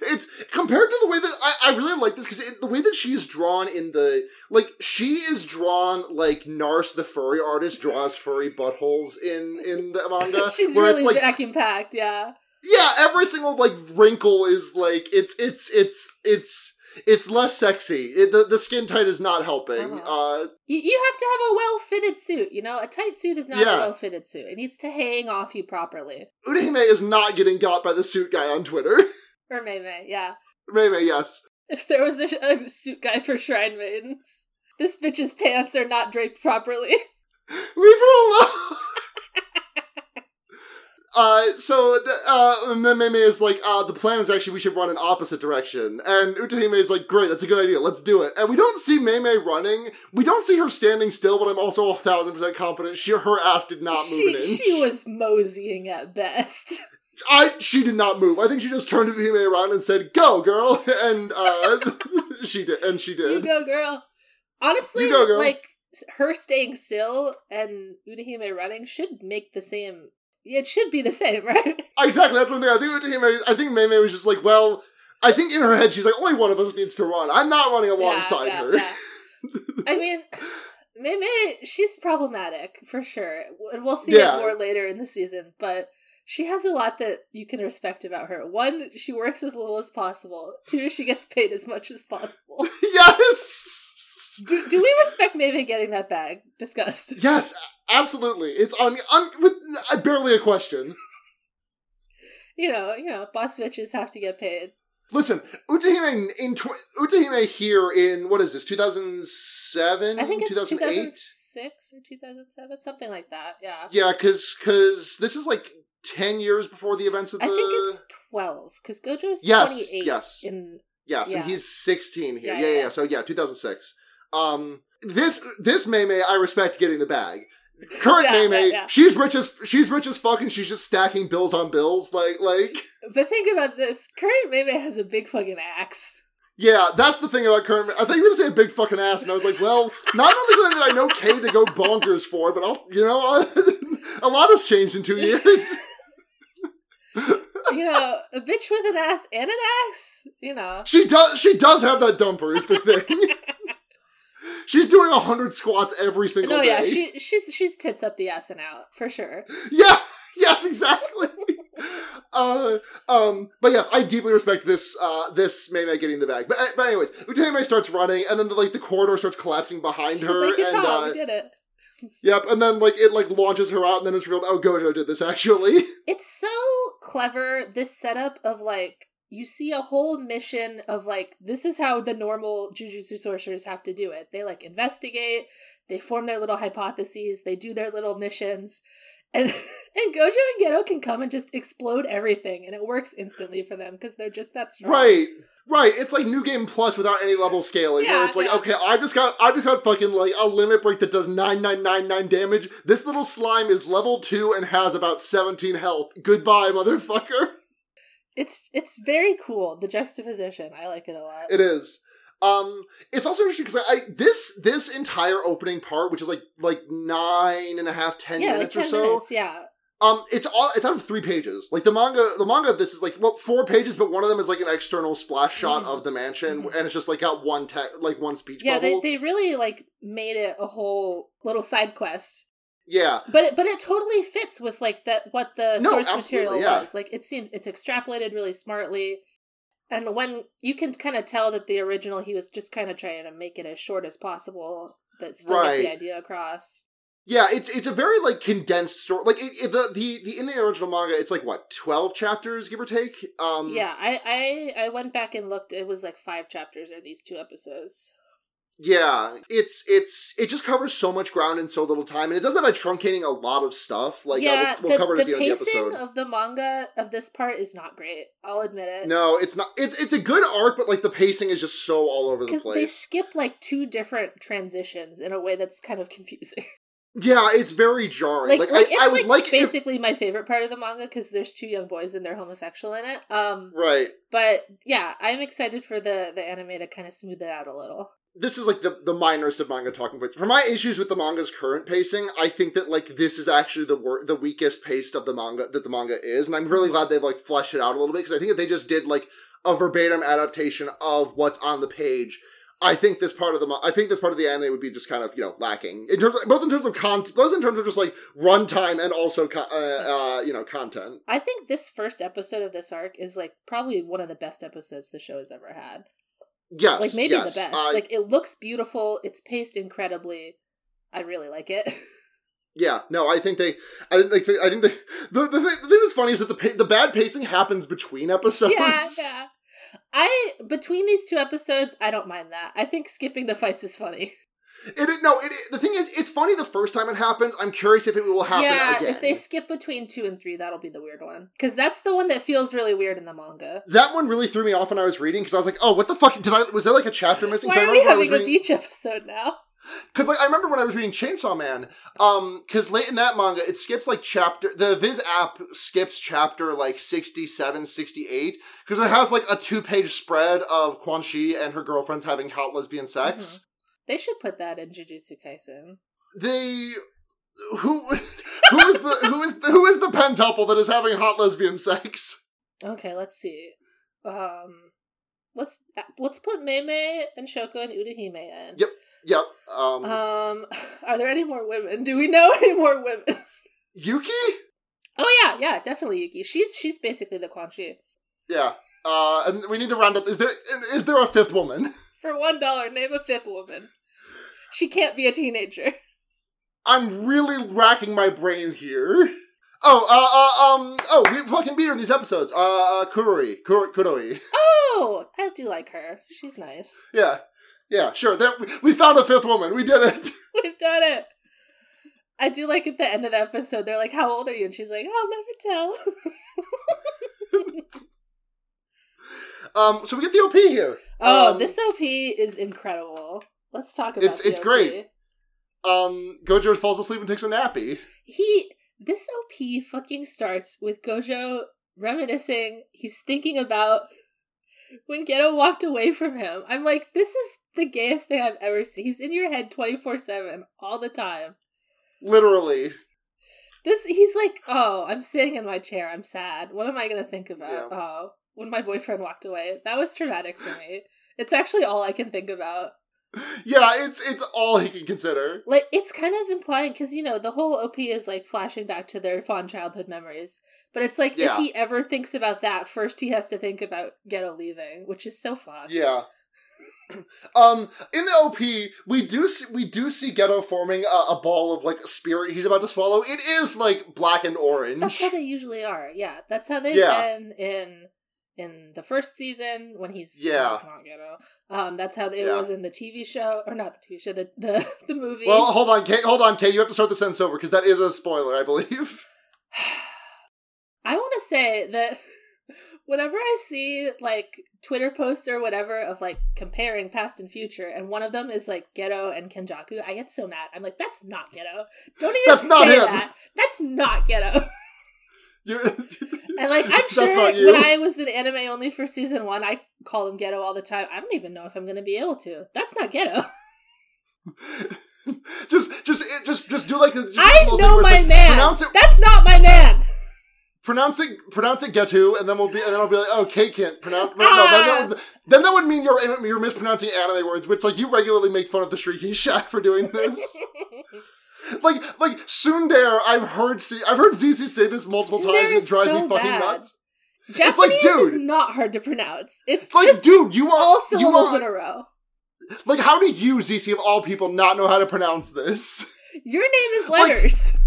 A: it's compared to the way that I, I really like this because the way that she's drawn in the like she is drawn like Nars the furry artist draws furry buttholes in in the manga.
B: she's
A: uh, where
B: really
A: it's like
B: vacuum packed yeah
A: yeah, every single like wrinkle is like it's it's it's it's it's less sexy. It, the the skin tight is not helping. uh
B: Uh-huh. You, you have to have a well fitted suit, you know? A tight suit is not
A: Yeah.
B: a well fitted suit. It needs to hang off you properly.
A: Udahime is not getting got by the suit guy on Twitter.
B: Or Maymay, yeah.
A: Maybe, yes.
B: If there was a, a suit guy for Shrine Maidens, this bitch's pants are not draped properly.
A: Leave her alone! uh, so, the, uh, Meme is like, uh, the plan is actually we should run in opposite direction. And Utahime is like, great, that's a good idea, let's do it. And we don't see Meme running. We don't see her standing still, but I'm also a thousand percent confident she, her ass did not move an
B: she,
A: inch.
B: she was moseying at best.
A: I, she did not move. I think she just turned Utahime around and said, go, girl! And, uh, she did, and she
B: you
A: did.
B: go, girl. Honestly,
A: You go, girl.
B: like, s- her staying still and Unahime running should make the same. It should be the same, right?
A: Exactly, that's one thing. I think it was him. I think May May was just like, well, I think in her head she's like, only one of us needs to run. I'm not running alongside
B: yeah,
A: her.
B: yeah. I mean, Mei she's problematic for sure, and we'll see
A: Yeah.
B: it more later in the season. But she has a lot that you can respect about her. One, she works as little as possible. Two, she gets paid as much as possible.
A: yes,
B: Do, do we respect Mei getting that bag? Discussed.
A: yes, absolutely. It's on un- with uh, barely a question.
B: You know, you know, boss bitches have to get paid.
A: Listen, Utahime in tw- Utahime here in what is this? 2007,
B: I think it's
A: 2008.
B: 2006 or 2007, something like that. Yeah.
A: Yeah, because because this is like ten years before the events of the.
B: I think it's 12 because Gojo's
A: Uh, yes,
B: 28
A: yes.
B: in
A: Yes,
B: Yeah.
A: and he's 16 here.
B: Yeah,
A: Yeah, yeah,
B: yeah,
A: yeah. So yeah, 2006. Um, this this May May, I respect getting the bag. Current
B: Yeah,
A: May May,
B: yeah, yeah.
A: she's rich as she's rich as fuck, and she's just stacking bills on bills. Like like
B: But think about this. Current Meme has a big fucking axe.
A: yeah, that's the thing about current. May- I thought you were gonna say a big fucking ass, and I was like, well, not only something that I know Kay to go bonkers for, but I'll you know a lot has changed in two years.
B: You know, a bitch with an ass and an axe? You know.
A: She does she does have that dumper is the thing. She's doing a hundred squats every single
B: No,
A: day.
B: yeah, she she's she's tits up the ass and out for sure.
A: Yeah, yes, exactly. uh, um, but yes, I deeply respect this uh, this May May getting the bag. But, uh, but anyways, Utene May starts running, and then the, like the corridor starts collapsing behind
B: She's
A: her,
B: like, "Good
A: and
B: job,
A: uh,
B: you did it."
A: yep, and then like it like launches her out, and then it's revealed, oh, Gojo did this actually.
B: It's so clever this setup of like you see a whole mission of like this is how the normal jujutsu sorcerers have to do it. They like investigate, they form their little hypotheses, they do their little missions. And and Gojo and Geto can come and just explode everything and it works instantly for them because they're just that strong.
A: Right. Right, it's like New Game Plus without any level scaling. where
B: Yeah,
A: it's like,
B: yeah.
A: okay, I just got, I just got fucking like a limit break that does nine nine nine nine damage. This little slime is level two and has about seventeen health. Goodbye, motherfucker.
B: It's it's very cool, the juxtaposition. I like it a lot.
A: It is. Um, it's also interesting because I, I this this entire opening part, which is like like nine and a half, ten
B: yeah, like
A: minutes
B: ten
A: or so.
B: minutes, yeah.
A: Um, it's all it's out of three pages. Like the manga, the manga of this is like well four pages, but one of them is like an external splash shot
B: Mhm.
A: of the mansion,
B: Mhm.
A: and it's just like got one te- like one speech
B: Yeah, they,
A: bubble.
B: they really like made it a whole little side quest
A: yeah,
B: But it, but it totally fits with like that what the
A: No,
B: source
A: absolutely,
B: material
A: yeah.
B: was. Like it seemed it's extrapolated really smartly. And when you can kind of tell that the original he was just kind of trying to make it as short as possible, but still get
A: Right.
B: the idea across.
A: Yeah, it's it's a very like condensed story. Like it, it- the the the in the original manga, it's like what twelve chapters, give or take. Um,
B: yeah, I, I I went back and looked. It was like five chapters or these two episodes.
A: yeah. It's it's it just covers so much ground in so little time, and it does that by truncating a lot of stuff. Like
B: yeah,
A: uh, we'll, we'll
B: the,
A: cover it
B: the
A: at the end of the
B: pacing
A: episode.
B: of the manga of this part is not great. I'll admit it.
A: no, it's not. It's it's a good arc, but like the pacing is just so all over the
B: 'Cause they
A: place.
B: skip like two different transitions in a way that's kind of confusing.
A: yeah, it's very jarring. Like, I,
B: it's
A: I would like, if,
B: basically my favorite part of the manga because there's two young boys and they're homosexual in it. Um,
A: right.
B: but yeah, I'm excited for the the anime to kind of smooth it out a little.
A: this is like the the minorest of manga talking points. For my issues with the manga's current pacing, I think that like this is actually the wor- the weakest paced of the manga that the manga is, and I'm really glad they've like fleshed it out a little bit because I think if they just did like a verbatim adaptation of what's on the page, I think this part of the mo- I think this part of the anime would be just kind of you know lacking in terms of, both in terms of content, both in terms of just like runtime and also co- uh, uh, you know content.
B: I think this first episode of this arc is like probably one of the best episodes the show has ever had.
A: Yes,
B: Like maybe
A: yes,
B: the best.
A: I-
B: like it looks beautiful. It's paced incredibly. I really like it.
A: Yeah, no, I think they, I think, like, I think the the, the, thing, the thing that's funny is that the pa- the bad pacing happens between episodes.
B: yeah, yeah. I between these two episodes, I don't mind that. I think skipping the fights is funny.
A: It, it- no, it, it- the thing is, it's funny the first time it happens. I'm curious if it will happen
B: yeah,
A: again.
B: if they skip between two and three, that'll be the weird one because that's the one that feels really weird in the manga.
A: that one really threw me off when I was reading because I was like, "Oh, what the fuck did I? Was there like a chapter missing?"
B: Why
A: 'Cause I
B: are we
A: remember when I was
B: having a
A: reading-
B: beach episode now?
A: Because like I remember when I was reading Chainsaw Man, um, because late in that manga it skips like chapter the Viz app skips chapter like 67, 68, because it has like a two page spread of Quan Chi and her girlfriends having hot lesbian
B: Mm-hmm.
A: sex.
B: They should put that in Jujutsu Kaisen.
A: They who who is the who is the, who is the pentuple that is having hot lesbian sex?
B: Okay, let's see. Um, let's uh, let's put Meimei and Shoko and Udahime in.
A: Yep. Yep. Um,
B: Um, are there any more women? Do we know any more women?
A: Yuki.
B: Oh yeah, yeah, definitely Yuki. She's she's basically the Quan Chi.
A: Yeah. Uh, and we need to round up. Is there is there a fifth woman?
B: For one dollar, name a fifth woman. She can't be a teenager.
A: I'm really racking my brain here. Oh, uh, uh, um, oh, we fucking beat her in these episodes. Uh, uh Kuroi, Kur- Kuroi.
B: Oh, I do like her. She's nice.
A: Yeah, yeah, sure. That we found a fifth woman. We did it.
B: We've done it. I do like at the end of the episode, they're like, How old are you? And she's like, I'll never tell.
A: Um, so we get the OP here.
B: Oh,
A: Um,
B: this OP is incredible. Let's talk about
A: It's-
B: the
A: it's
B: OP.
A: great. Um, Gojo falls asleep and takes a nappy.
B: He this OP fucking starts with Gojo reminiscing, he's thinking about when Geto walked away from him. I'm like, this is the gayest thing I've ever seen. He's in your head 24-7 all the time.
A: Literally.
B: This he's like, oh, I'm sitting in my chair. I'm sad. What am I gonna think about?
A: Yeah.
B: Oh, when my boyfriend walked away, that was traumatic for me. It's actually all I can think about.
A: yeah, it's it's all he can consider.
B: Like it's kind of implying because you know the whole OP is like flashing back to their fond childhood memories, but it's like
A: Yeah.
B: if he ever thinks about that, first he has to think about Ghetto leaving, which is so fucked.
A: Yeah. Um, in the OP, we do see, we do see Ghetto forming a, a ball of like spirit he's about to swallow. It is like black and
B: that's
A: orange.
B: how they usually are. Yeah, that's how they've
A: Yeah.
B: been in in the first season when he's when
A: Yeah.
B: he's not Ghetto. Um, that's how it
A: Yeah.
B: was in the TV show or not the TV show the the, the movie.
A: Well, hold on, Kate. Hold on, Kate. You have to start the sentence over because that is a spoiler, I believe.
B: I want to say that whenever I see like Twitter posts or whatever of like comparing past and future, and one of them is like ghetto and Kenjaku, I get so mad. I'm like, that's not ghetto. Don't even
A: That's
B: say
A: not him."
B: that. That's not ghetto.
A: You-
B: And like, I'm
A: That's not
B: sure
A: you.
B: when I was in anime only for season one, I call him ghetto all the time. I don't even know if I'm gonna be able to. That's not ghetto.
A: just, just, it- just, just do like. a- Just a
B: I
A: little thing
B: know
A: where it's
B: my
A: like,
B: man.
A: Pronounce it.
B: That's not my man.
A: Pronounce it. Pronounce it. Getu, and then we'll be. And then I'll be like, oh, Kate can't pronounce. No,
B: Ah.
A: no, no, then that would mean you're you're mispronouncing anime words, which like you regularly make fun of the shrieking shack for doing this. like like Sundare, I've heard see, I've heard ZZ say this multiple
B: Tsundere
A: times, and it
B: is
A: drives
B: so
A: me fucking
B: bad.
A: nuts.
B: Japanese
A: like,
B: is
A: dude.
B: not hard to pronounce. It's
A: It's like,
B: just
A: dude, you are
B: all
A: you
B: syllables in
A: are
B: a row.
A: like, how do you ZZ of all people not know how to pronounce this?
B: Your name is
A: Like-
B: letters.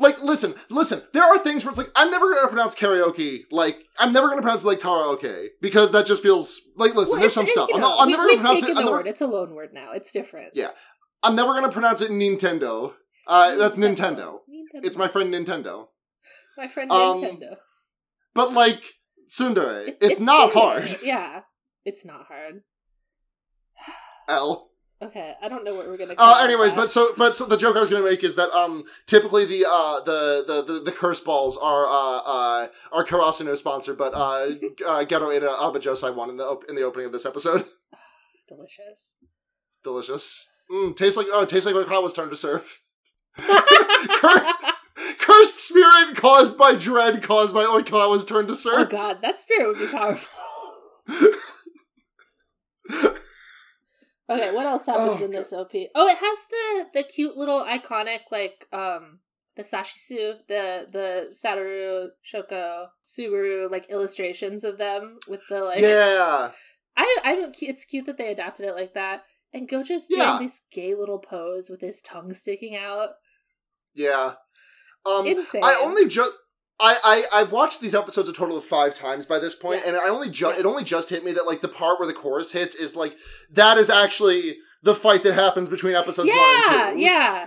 A: Like, listen, listen. There are things where it's like I'm never gonna pronounce karaoke. Like, I'm never gonna pronounce like karaoke because that just feels like. Listen,
B: Well,
A: there's
B: it's-
A: some
B: it-
A: stuff
B: you
A: I'm,
B: know,
A: not, I'm
B: we-
A: never
B: we've
A: gonna pronounce it.
B: taken
A: I'm
B: the
A: never,
B: word. It's a loan word now. It's different.
A: Yeah. I'm never gonna pronounce it Nintendo. Uh, that's Nintendo.
B: Nintendo.
A: It's my friend Nintendo.
B: my friend
A: um,
B: Nintendo.
A: But like Sundare,
B: It-
A: it's, not
B: similar.
A: hard.
B: Yeah, it's not hard.
A: L.
B: Okay, I don't know what we're gonna. call
A: Uh, anyways,
B: that.
A: but so but so the joke I was gonna make is that um typically the uh the the the, the curse balls are uh uh are Karasuno sponsored, but uh, uh Ghetto Ada Abajosai won in the op- in the opening of this episode.
B: delicious.
A: Delicious. Mm, tastes like oh, tastes like what Kyle was turned to serve. Cursed spirit caused by dread caused by Oikawa's turn to
B: oh
A: serve.
B: God, that spirit would be powerful. okay, what else happens
A: Oh,
B: in this OP? Oh, it has the the cute little iconic like um the sashisu, the the Satoru, Shoko, Subaru like illustrations of them with the like
A: yeah.
B: I I don't. It's cute that they adapted it like that. And Gojo's doing
A: Yeah.
B: this gay little pose with his tongue sticking out.
A: Yeah. Um
B: Insane.
A: I only just I, I I've watched these episodes a total of five times by this point,
B: Yeah.
A: and I only ju-
B: Yeah.
A: it only just hit me that like the part where the chorus hits is like that is actually the fight that happens between episodes one
B: yeah,
A: and two.
B: yeah,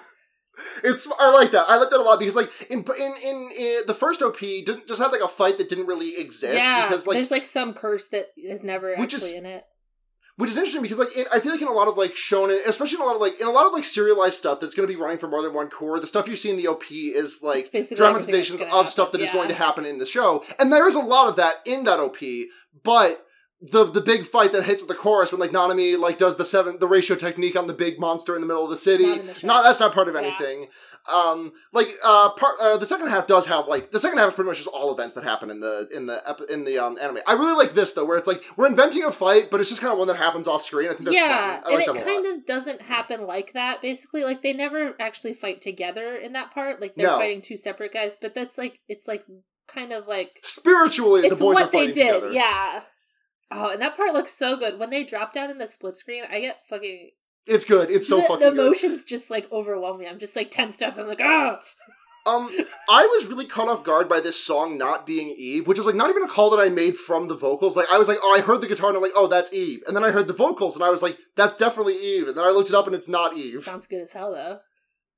A: It's I like that. I like that a lot because like in in in, in the first OP didn't just have like a fight that didn't really exist
B: yeah.
A: because like
B: There's like some curse that is never
A: Which
B: actually
A: is-
B: in it.
A: which is interesting because like in, I feel like in a lot of like shonen, especially in a lot of like in a lot of like serialized stuff that's going to be running for more than one core. The stuff you see in the OP is like
B: It's basically everything
A: dramatizations
B: that's
A: of
B: gonna
A: stuff that
B: happen.
A: is going to
B: Yeah.
A: happen in the show, and there is a lot of that in that OP. But the the big fight that hits at the chorus when like Nanami like does the seven the ratio technique on the big monster in the middle of the city.
B: Not in the show.
A: No, that's not part of
B: Yeah.
A: anything. Um, like uh, part uh, the second half does have like the second half is pretty much just all events that happen in the in the ep- in the um anime. I really like this though, where it's like we're inventing a fight, but it's just kind of one that happens off screen. I think that's
B: yeah,
A: fun. I like
B: and
A: that
B: it
A: a lot.
B: kind of doesn't happen like that. Basically, like they never actually fight together in that part. Like they're
A: No.
B: fighting two separate guys, but that's like it's like kind of like
A: Spiritually,
B: it's
A: the boys are
B: what they
A: fighting
B: did.
A: together.
B: Yeah. Oh, and that part looks so good when they drop down in the split screen. I get fucking
A: It's good. It's so
B: the,
A: fucking
B: the
A: good.
B: emotions just like overwhelm me. I'm just like tensed up. I'm like, oh,
A: Um, I was really caught off guard by this song not being Eve, which is like not even a call that I made from the vocals. Like I was like, oh, I heard the guitar and I'm like, oh, that's Eve, and then I heard the vocals and I was like, that's definitely Eve, and then I looked it up and it's not Eve.
B: sounds good as hell though.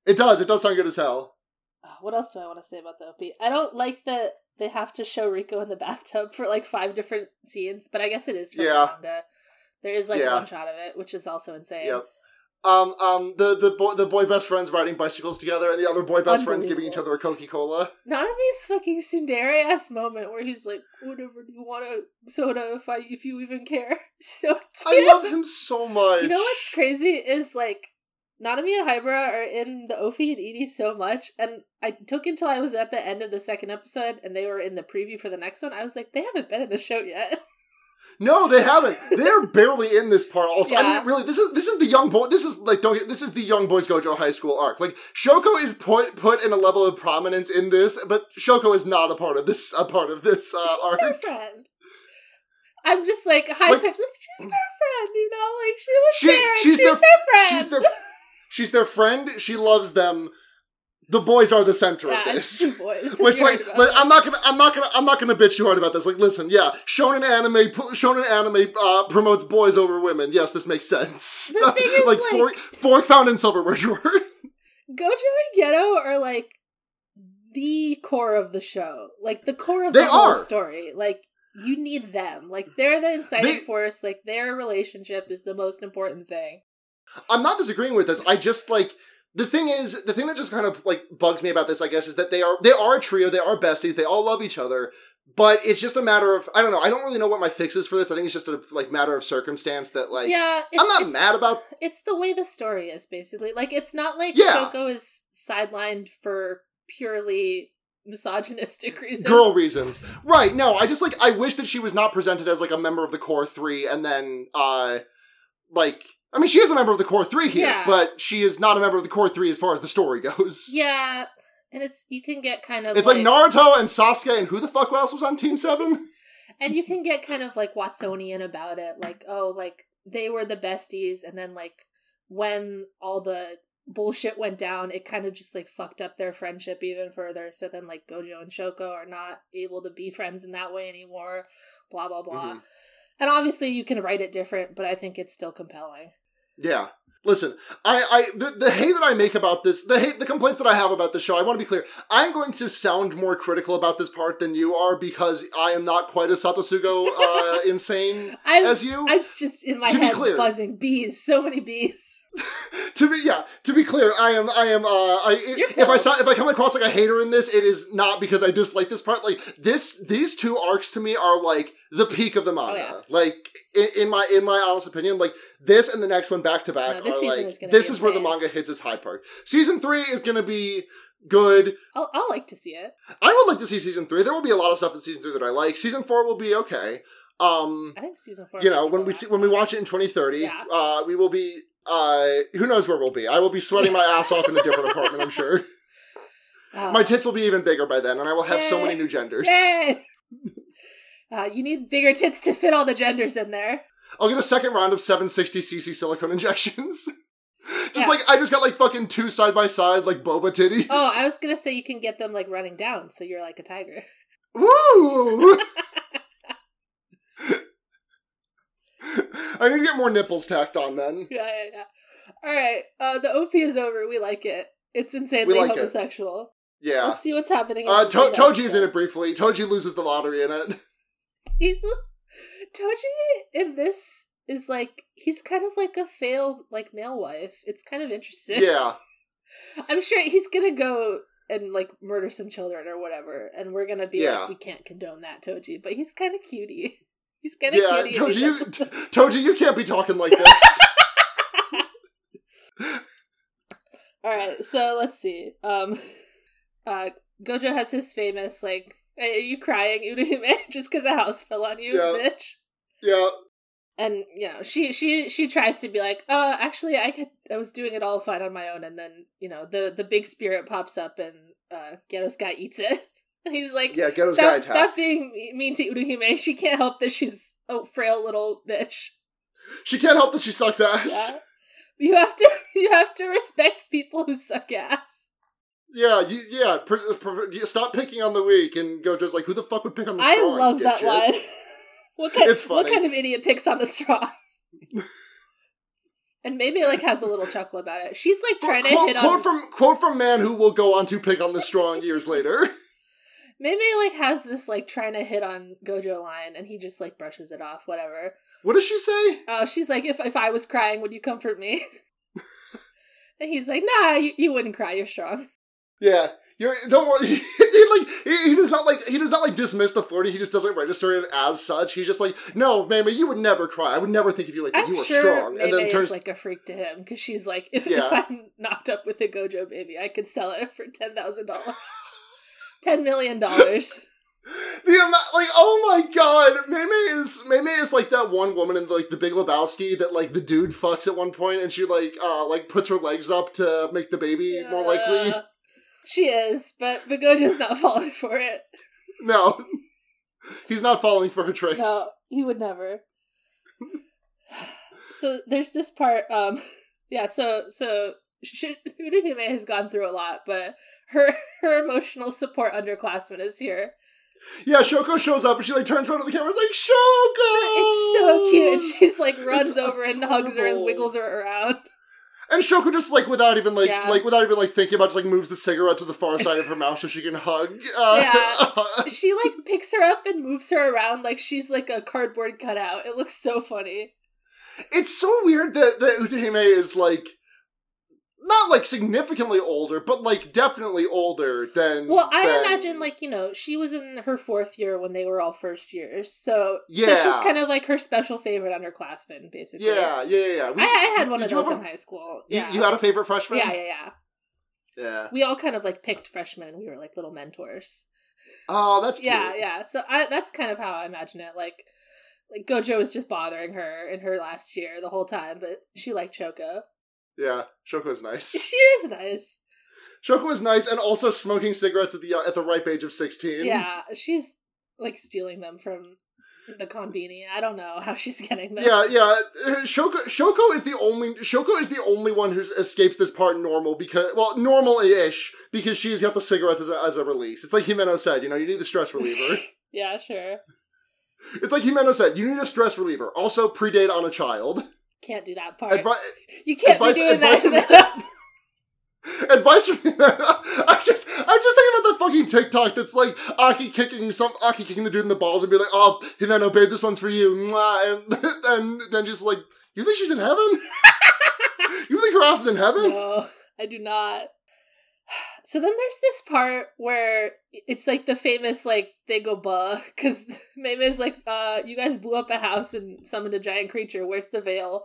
A: It does. It does sound good as hell.
B: Oh, What else do I want to say about the OP? I don't like that they have to show Rico in the bathtub for like five different scenes, but I guess it is for
A: Yeah.
B: the manga. There is like
A: Yeah.
B: one shot of it, which is also insane.
A: Yep. Um, um, the the boy the boy best friends riding bicycles together, and the other boy best friends giving each other a Coca Cola.
B: Nanami's fucking tsundere ass moment where he's like, "Whatever you want a soda, if I if you even care." So
A: I
B: cute.
A: love him so much.
B: You know what's crazy is like Nanami and Hybra are in the OP and Edie so much, and I took until I was at the end of the second episode and they were in the preview for the next one. I was like, they haven't been in the show yet.
A: No, they haven't. They're barely in this part. Also, I
B: Yeah.
A: mean, really, this is this is the young boy. This is like don't get- this is the young boys Gojo High School arc. Like Shoko is put put in a level of prominence in this, but Shoko is not a part of this a part of this uh,
B: she's
A: arc.
B: their friend. I'm just like high
A: Like-
B: pitched, like she's their friend, you know, like she was
A: She-
B: there. and
A: she's
B: She's,
A: their-
B: their, friend.
A: She's their she's their friend. She loves them. The boys are the center
B: yeah,
A: of
B: it's
A: this.
B: two boys.
A: Which
B: You're "Oh."
A: like,
B: right about
A: like,
B: that.
A: I'm not gonna I'm not gonna I'm not gonna bitch you hard about this. Like listen, yeah, shonen anime pu- shonen anime uh, promotes boys over women. Yes, this makes sense.
B: The thing is,
A: like,
B: like-
A: fork fork found in silverware drawer.
B: Gojo and Ghetto are like the core of the show, like the core of
A: They
B: the whole
A: are.
B: story. Like you need them. Like they're the inciting
A: They-
B: force. Like their relationship is the most important thing.
A: I'm not disagreeing with this. I just like the thing is the thing that just kind of like bugs me about this, I guess, is that they are they are a trio, they are besties, they all love each other. But it's just a matter of I don't know. I don't really know what my fix is for this. I think it's just a like matter of circumstance that like
B: yeah, it's,
A: I'm not
B: it's,
A: mad about.
B: It's the way the story is basically. Like it's not like
A: Yeah.
B: Shoko is sidelined for purely misogynistic reasons.
A: Girl reasons, right? No, I just like I wish that she was not presented as like a member of the core three, and then uh, like I mean, she is a member of the core three here,
B: Yeah.
A: but she is not a member of the core three as far as the story goes.
B: Yeah, and it's you can get kind of
A: It's like Naruto and Sasuke, and who the fuck else was on Team Seven?
B: And you can get kind of like Watsonian about it, like, oh, like they were the besties, and then like when all the bullshit went down, it kind of just like fucked up their friendship even further. So then like Gojo and Shoko are not able to be friends in that way anymore. Blah blah blah.
A: Mhm.
B: And obviously you can write it different, but I think it's still compelling.
A: Yeah. Listen, I, I, the, the hate that I make about this, the hate, the complaints that I have about this show, I want to be clear. I'm going to sound more critical about this part than you are because I am not quite as Satosugo uh, insane
B: I
A: as you.
B: it's just in my
A: To be
B: head
A: clear-
B: buzzing bees, so many bees.
A: to be, yeah, to be clear, I am, I am, uh, I,
B: You're
A: if I
B: close.
A: sound, if I come across like a hater in this, it is not because I dislike this part. Like this, these two arcs to me are like the peak of the manga.
B: Oh, yeah.
A: Like in, in my, in my honest opinion, like this and the next one back to back
B: No, this
A: are
B: season
A: like
B: is gonna
A: this
B: be
A: is where the
B: insane.
A: manga hits its high part. Season three is going to be good.
B: I'll I'll like to see it.
A: I would like to see season three. There will be a lot of stuff in season three that I like. Season four will be okay. Um,
B: I think season four.
A: you
B: might
A: know
B: be
A: when
B: the
A: we see,
B: last
A: when we
B: one.
A: watch it in 2030
B: Yeah.
A: uh we will be uh who knows where we'll be i will be sweating my ass off in a different apartment i'm sure
B: Uh,
A: my tits will be even bigger by then and i will have so
B: Yay.
A: many new genders
B: Yay! Uh, you need bigger tits to fit all the genders in there.
A: i'll get a second round of 760cc silicone injections just
B: Yeah.
A: like i just got like fucking two side by side like boba titties
B: Oh, I was gonna say you can get them like running down, so you're like a tiger.
A: Woo! I need to get more nipples tacked on then.
B: Yeah, yeah, yeah. All right, uh, the OP is over. We like it. It's insanely
A: We like it.
B: homosexual.
A: Yeah.
B: Let's see what's happening.
A: Uh, to-
B: the
A: Toji is in
B: episode.
A: it briefly. Toji loses the lottery in it.
B: He's Toji in this is like he's kind of like a fail like male wife. It's kind of interesting.
A: yeah.
B: I'm sure he's gonna go and like murder some children or whatever, and we're gonna be
A: Yeah.
B: like, we can't condone that, Toji. But he's kind of cutie. He's kind of
A: Yeah,
B: cutie. in
A: Toji,
B: these
A: you,
B: episodes.
A: Toji, you can't be talking like this.
B: All right, so let's see. Um, uh, Gojo has his famous like, "Hey, "Are you crying, Udahime? Just because a house fell on you,
A: Yeah.
B: bitch."
A: yeah,
B: And you know, she she she tries to be like, "Uh, actually, I could, I was doing it all fine on my own." And then you know, the the big spirit pops up and uh, Ghetto Sky eats it. He's like,
A: yeah, Ghetto's guy
B: stop,
A: attack.
B: stop being me- mean to Uruhime. She can't help that she's a frail little bitch.
A: She can't help that she sucks ass.
B: Yeah. You have to you have to respect people who suck ass.
A: Yeah, you, yeah. Pr- pr- you stop picking on the weak and go just like, who the fuck would pick on the
B: I
A: strong?
B: love that
A: dipshit?
B: line. what kind
A: It's
B: what
A: funny.
B: kind of idiot picks on the straw? and maybe like has a little chuckle about it. She's like trying to
A: quote,
B: hit
A: quote
B: on
A: from quote from man who will go on to pick on the strong years later.
B: maybe like has this like trying to hit on Gojo line and he just like brushes it off, whatever.
A: What does she say?
B: Oh, she's like, if if I was crying, would you comfort me? and he's like, nah, you, you wouldn't cry, you're strong.
A: Yeah. You're, don't worry. He, like he, he does not like he does not like dismiss the flirting. He just doesn't register it as such. He's just like, no, Mamma, you would never cry. I would never think of you like that.
B: I'm
A: you are
B: sure
A: strong.
B: Mei
A: And then
B: Mei
A: turns
B: is like a freak to him because she's like, if,
A: Yeah.
B: if I'm knocked up with a Gojo baby, I could sell it for ten thousand dollars, ten million dollars.
A: The amount, like, oh my god, Maymay is Maymay is like that one woman in like the Big Lebowski that like the dude fucks at one point, and she like uh like puts her legs up to make the baby more likely.
B: Uh, She is, but Bagoja's not falling for it.
A: No, he's not falling for her tricks.
B: No, he would never. so there's this part. Um, yeah. So so Sh- Udihime has gone through a lot, but her her emotional support underclassman is here.
A: Yeah, Shoko shows up and she like turns around to the camera, and is like Shoko.
B: It's so cute. And She's like
A: Oh.
B: runs
A: It's
B: over and hugs her and
A: adorable.
B: wiggles her around.
A: And Shoko just like without even like
B: Yeah.
A: like without even like thinking about, it, just like moves the cigarette to the far side of her mouth so she can hug. Uh,
B: Yeah. She like picks her up and moves her around like she's like a cardboard cutout. It looks so funny.
A: it's so weird that that Utahime is like not like significantly older, but like definitely older than.
B: Well, I
A: than-
B: imagine like you know she was in her fourth year when they were all first years, so so she's
A: Yeah.
B: kind of like her special favorite underclassman, basically.
A: Yeah, yeah, yeah. yeah.
B: I,
A: We-
B: I had one
A: did
B: of
A: you
B: those
A: have a-
B: in high school.
A: you-
B: Yeah.
A: You, had a favorite freshman?
B: yeah, yeah, yeah.
A: Yeah.
B: We all kind of like picked freshmen, and we were like little mentors.
A: Oh, that's cute.
B: yeah, yeah. So I, that's kind of how I imagine it. Like, like Gojo was just bothering her in her last year the whole time, but she liked Choco.
A: Yeah, Shoko's nice.
B: She is nice.
A: Shoko is nice, and also smoking cigarettes at the uh, at the ripe age of sixteen.
B: Yeah, she's like stealing them from the conbini. I don't know how she's getting them.
A: Yeah, yeah. uh, Shoko Shoko is the only Shoko is the only one who escapes this part normal because well normal ish because she's got the cigarettes as a, as a release. It's like Himeno said, you know, you need the stress reliever.
B: yeah, sure.
A: it's like Himeno said, you need a stress reliever. Also predate on a child.
B: Can't do that part.
A: Advi-
B: you can't
A: advice-
B: be doing
A: advice
B: that.
A: advice from I just I'm just thinking about that fucking TikTok that's like Aki kicking some Aki kicking the dude in the balls and be like, oh Himeno, babe, this one's for you, Mwah. and and then just like, you think she's in heaven? you think her ass is in heaven?
B: no, I do not. So then there's this part where it's like the famous like they go buh because Maymay's like, uh, you guys blew up a house and summoned a giant creature. Where's the veil?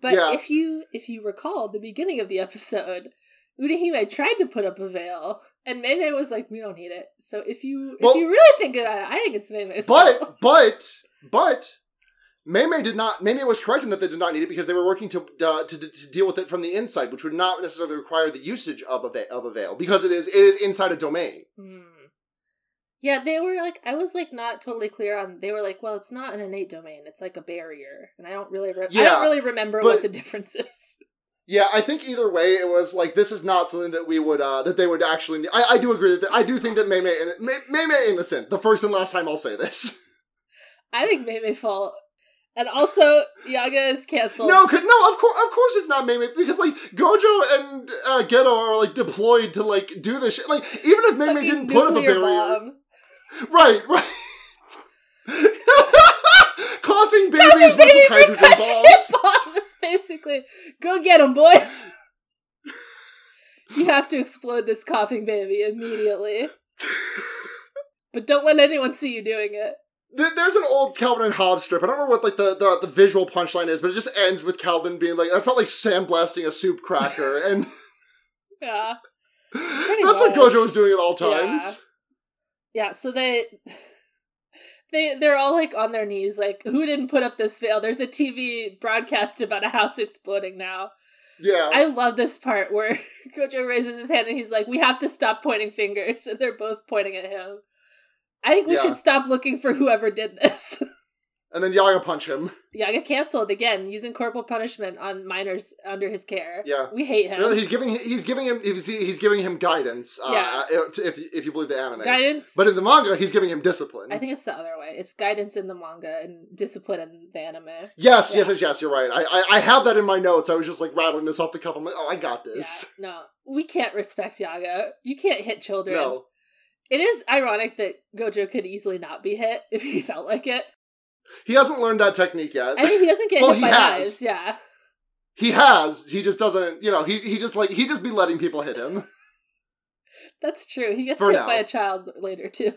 B: But
A: Yeah.
B: if you if you recall the beginning of the episode, Udahime tried to put up a veil, and Maymay was like, "We don't need it." So if you
A: Well-
B: if you really think about it, I think it's Maymay's. fault.
A: But but but Maymay did not. Maymay was correct in that they did not need it because they were working to uh, to, to deal with it from the inside, which would not necessarily require the usage of a va- of a veil because it is it is inside a domain.
B: Hmm. Yeah, they were like, I was like not totally clear on. They were like, well, it's not an innate domain; it's like a barrier, and I don't really, re- I don't
A: Yeah,
B: really remember
A: but-
B: what the difference is.
A: Yeah, I think either way, it was like this is not something that we would uh that they would actually. Need. I I do agree that I do think that Maymay in, May, Maymay innocent. The first and last time I'll say this.
B: I think Maymay fault, and also Yaga is canceled.
A: No, could, no, of course, of course, it's not Maymay because like Gojo and uh, Geto are like deployed to like do this shit. Like even if Maymay
B: Fucking
A: didn't put up a
B: nuclear
A: barrier,
B: bomb.
A: Right, right. Coughing babies
B: Fucking
A: versus
B: baby
A: hydrogen
B: hydrogen
A: bombs.
B: bomb is basically go get them, boys. you have to explode this coughing baby immediately, but don't let anyone see you doing it.
A: Th- There's an old Calvin and Hobbes strip. I don't remember what like the, the, the visual punchline is, but it just ends with Calvin being like, "I felt like sandblasting a soup cracker," and
B: Yeah.
A: that's what
B: much.
A: Gojo was doing at all times.
B: Yeah, so they they they're all like on their knees, like, who didn't put up this veil? There's a TV broadcast about a house exploding now.
A: Yeah,
B: I love this part where Gojo raises his hand and he's like, We have to stop pointing fingers, and they're both pointing at him. I think we
A: Yeah.
B: should stop looking for whoever did this.
A: and then Yaga punch him.
B: Yaga canceled again, using corporal punishment on minors under his care.
A: Yeah.
B: We hate him.
A: Really, He's giving he's giving him he's, he's giving him guidance. Uh, if if you believe the anime,
B: Guidance
A: but in the manga, he's giving him discipline.
B: I think it's the other way. It's guidance in the manga and discipline in the anime.
A: Yes, yes,
B: Yeah.
A: yes, yes. You're right. I, I I have that in my notes. I was just like rattling this off the cuff. I'm like, oh, I got this.
B: Yeah, no, we can't respect Yaga. You can't hit children.
A: no,
B: It is ironic that Gojo could easily not be hit if he felt like it.
A: he hasn't learned that technique yet.
B: I mean, he doesn't get
A: Well,
B: hit
A: he
B: by
A: has.
B: knives. Yeah,
A: he has. He just doesn't. You know, he he just like he just be letting people hit him.
B: that's true. He gets
A: For
B: hit
A: now.
B: by a child later too.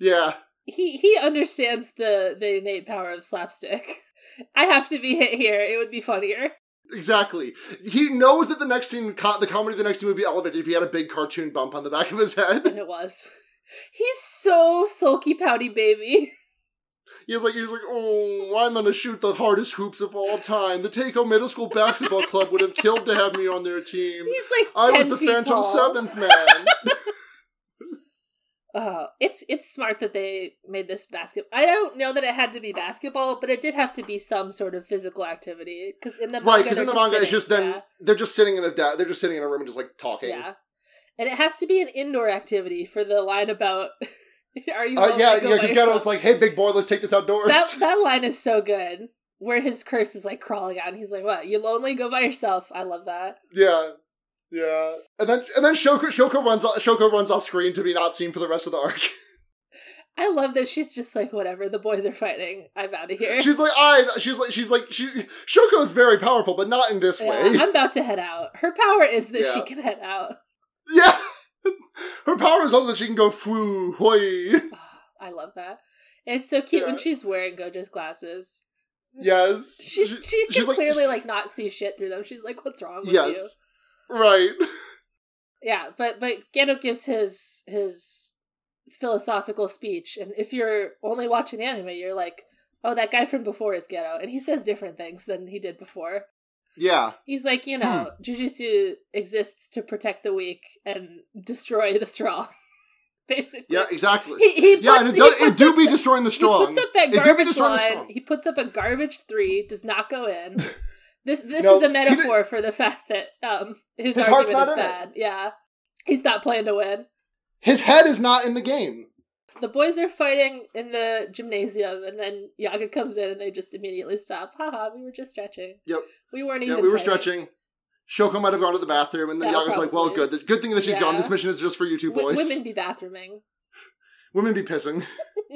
A: Yeah,
B: He he understands the the innate power of slapstick. I have to be hit here. It would be funnier.
A: exactly. He knows that the next scene, co- the comedy of the next scene, would be elevated if he had a big cartoon bump on the back of his head.
B: And it was. He's so sulky pouty baby.
A: He's like, he's like, oh, I'm gonna shoot the hardest hoops of all time. The Takeo Middle School Basketball Club would have killed to have me on their team.
B: He's like
A: I
B: 10
A: was the
B: feet
A: Phantom
B: tall.
A: Seventh Man.
B: Oh, it's it's smart that they made this basket. I don't know that it had to be basketball, but it did have to be some sort of physical activity because in the manga,
A: right, because in the
B: they're
A: manga, it's
B: sitting,
A: just them.
B: yeah,
A: They're just sitting in a da- they're just sitting in a room and just like talking. Uh,
B: yeah, and it has to be an indoor activity for the line about are you
A: Uh,
B: willing
A: yeah,
B: to go
A: yeah.
B: by
A: Because Gato
B: yourself?
A: was like, "Hey, big boy, let's take this outdoors."
B: that that line is so good where his curse is like crawling out and he's like what you lonely go by yourself I love that
A: yeah, yeah. And then and then Shoko Shoko runs off, Shoko runs off screen to be not seen for the rest of the arc.
B: I love that she's just like whatever the boys are fighting I'm out of here
A: she's like, I. She's like, she's like, she. Shoko is very powerful, but not in this
B: Yeah,
A: way.
B: I'm about to head out her power is that she
A: Yeah.
B: can head out
A: yeah. Her power is also that she can go foo hoi.
B: I love that. It's so cute when
A: Yeah.
B: she's wearing Gojo's glasses.
A: Yes.
B: She's
A: She-
B: she can
A: she's like-
B: clearly like not see shit through them. She's like, "What's wrong with you?"
A: yes. Right.
B: Yeah, but but Gendo gives his his philosophical speech, and if you're only watching anime, you're like, "Oh, that guy from before is Gendo," and he says different things than he did before.
A: Yeah.
B: He's like, you know,
A: Hmm.
B: jujutsu exists to protect the weak and destroy the strong, basically.
A: Yeah. Exactly.
B: He, he puts,
A: yeah, and it,
B: he
A: does, it
B: puts
A: do
B: up
A: be destroying the strong.
B: He puts up that
A: It did
B: garbage
A: destroy the
B: line.
A: strong.
B: He puts up a garbage three. Does not go in. This this
A: No,
B: is a
A: he
B: metaphor for the fact that um his,
A: His heart's not in
B: argument is
A: it.
B: bad. Yeah, he's not playing to win.
A: His head is not in the game.
B: The boys are fighting in the gymnasium, and then Yaga comes in, and they just immediately stop. Haha, we were just stretching.
A: Yep.
B: We weren't
A: Yeah,
B: even.
A: we were
B: fighting.
A: stretching. Shoko might have gone to the bathroom, and then
B: Yeah,
A: Yaga's like, "Well,
B: probably.
A: good. The good thing that she's
B: Yeah.
A: gone. This mission is just for you two
B: W-
A: boys.
B: women be bathrooming.
A: Women be pissing."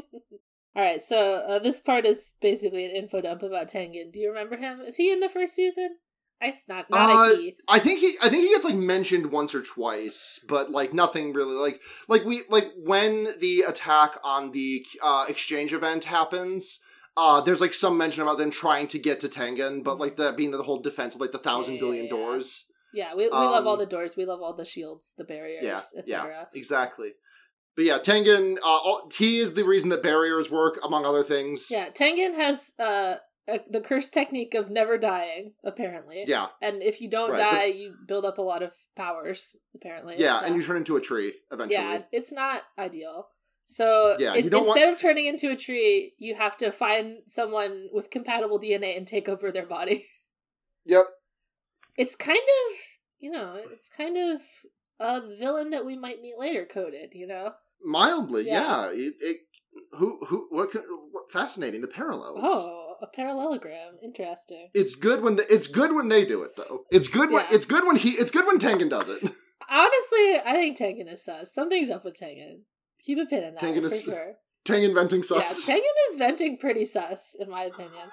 B: All right, so uh, this part is basically an info dump about Tengen. Do you remember him? Is he in the first season? I s- not not
A: Uh,
B: a he.
A: I think he, I think he gets like mentioned once or twice, but like nothing really. Like, like we, like when the attack on the uh, exchange event happens, uh, there's like some mention about them trying to get to Tengen, but like that being the whole defense of like the thousand
B: Yeah,
A: billion
B: yeah, yeah.
A: doors.
B: Yeah, we, we love all
A: Um,
B: the doors. We love all the shields, the barriers,
A: Yeah,
B: etc.
A: Exactly. But yeah, Tengen, uh, all, he is the reason that barriers work, among other things.
B: Yeah. Tengen has uh a, the curse technique of never dying, apparently.
A: Yeah.
B: And if you don't
A: Right,
B: die, you build up a lot of powers, apparently.
A: Yeah, and you turn into a tree eventually.
B: yeah, it's not ideal. So
A: Yeah,
B: in-
A: you don't want-
B: instead of turning into a tree, you have to find someone with compatible DNA and take over their body.
A: Yep.
B: It's kind of you know, it's kind of a villain that we might meet later coded, you know?
A: Mildly, yeah.
B: Yeah.
A: It, it, who, who, what, can, what? Fascinating the parallels.
B: Oh, a parallelogram. Interesting.
A: It's good when the, it's good when they do it though. It's good when
B: Yeah.
A: it's good when he it's good when Tengen does it.
B: Honestly, I think Tengen is sus. Something's up with Tengen. Keep a pin in that
A: Tengen
B: for
A: is-
B: sure.
A: Tengen venting sucks.
B: Yeah, Tengen is venting pretty sus, in my opinion.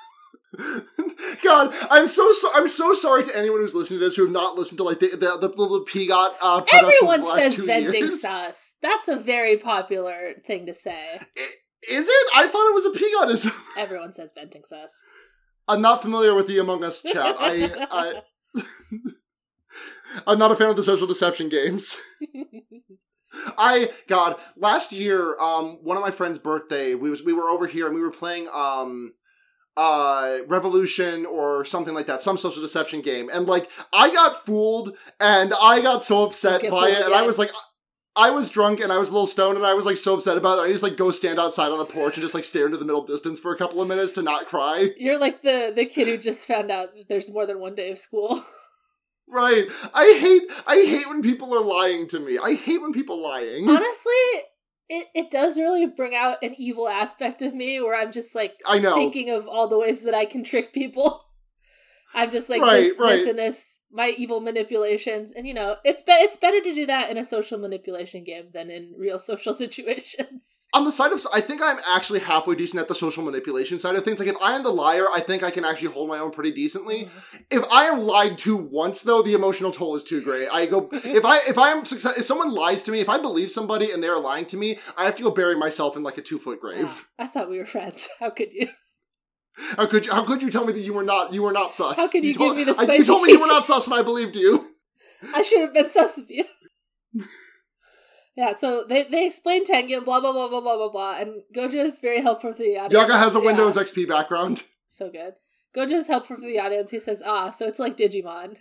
A: God, I'm so, so I'm so sorry to anyone who's listening to this who have not listened to like the the, the, the Pigot uh, productions
B: Everyone
A: of the last
B: says
A: two
B: venting
A: years.
B: sus. That's a very popular thing to say.
A: Is it? I thought it was a Pigotism.
B: Everyone says venting sus.
A: I'm not familiar with the Among Us chat. I, I I'm not a fan of the social deception games. I God, last year, um, one of my friend's birthday, we was we were over here and we were playing um uh Revolution or something like that, some social deception game. And like I got fooled and I got so upset
B: Get
A: by it,
B: fooled,
A: and I
B: yeah.
A: was like I was drunk and I was a little stoned and I was like so upset about it. I just like go stand outside on the porch and just like stare into the middle distance for a couple of minutes to not cry.
B: You're like the the kid who just found out that there's more than one day of school.
A: Right. I hate I hate when people are lying to me. I hate when people lying.
B: Honestly, it, it does really bring out an evil aspect of me where I'm just like
A: I know.
B: thinking of all the ways that I can trick people. I'm just like
A: Right,
B: this, this,
A: right.
B: and this. My evil manipulations, and you know, it's be- it's better to do that in a social manipulation game than in real social situations.
A: On the side of I think I'm actually halfway decent at the social manipulation side of things. Like if I am the liar, I think I can actually hold my own pretty decently.
B: Mm-hmm.
A: If I am lied to once though, the emotional toll is too great. I go if I if I am success if someone lies to me, if I believe somebody and they are lying to me, I have to go bury myself in like a two foot grave.
B: Ah, I thought we were friends. How could you?
A: How could you how could you tell me that you were not you were not sus?
B: How could you
A: told,
B: give me the
A: I- You
B: spicy
A: told me you were
B: kitchen?
A: not sus and I believed you.
B: I should have been sus of you. Yeah, so they, they explain Tengen, blah, blah, blah, blah, blah, blah, blah, and Gojo is very helpful for the audience.
A: Yaga has a
B: Yeah,
A: Windows XP background.
B: so good. Gojo is helpful for the audience. He says, ah, so it's like Digimon.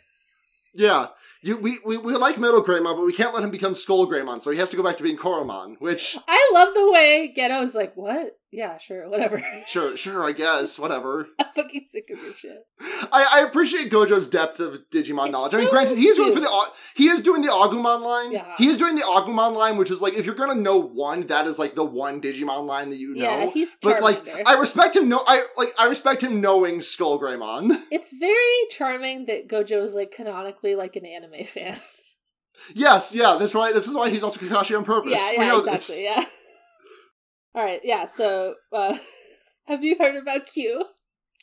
A: Yeah, you, we, we we like Metal Greymon, but we can't let him become Skull Greymon, so he has to go back to being Koromon. Which,
B: I love the way Ghetto's like, what? Yeah, sure, whatever.
A: sure, sure, I guess, whatever.
B: I'm fucking sick of this shit.
A: I, I appreciate Gojo's depth of Digimon
B: It's
A: knowledge. I
B: so
A: mean, granted, he's going for the
B: cute.
A: au- he is doing the Agumon line.
B: Yeah.
A: He is doing the Agumon line, which is like if you're gonna know one, that is like the one Digimon line that you know.
B: yeah, he's
A: but like,
B: Charmander.
A: I respect him. No, I like I respect him knowing Skull Greymon.
B: It's very charming that Gojo is like canonically like an anime fan.
A: yes, yeah. That's why. This is why he's also Kakashi on purpose.
B: yeah,
A: We
B: yeah,
A: know
B: exactly.
A: this.
B: Yeah. All right. Yeah. So, uh, have you heard about Q?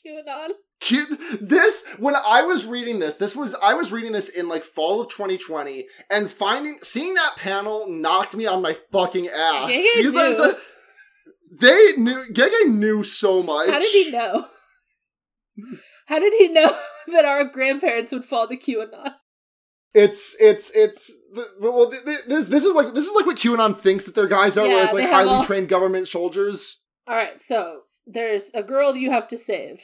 B: QAnon.
A: Cute. This when I was reading this, this was I was reading this in like fall of 2020, and finding seeing that panel knocked me on my fucking ass.
B: Giga
A: like,
B: knew.
A: the- they knew Gege knew so much.
B: How did he know? How did he know that our grandparents would fall to QAnon?
A: It's it's it's the- well th- th- this this is like this is like what QAnon thinks that their guys are, where
B: Yeah,
A: it's like
B: they have
A: highly
B: all-
A: trained government soldiers.
B: All right. So there's a girl you have to save.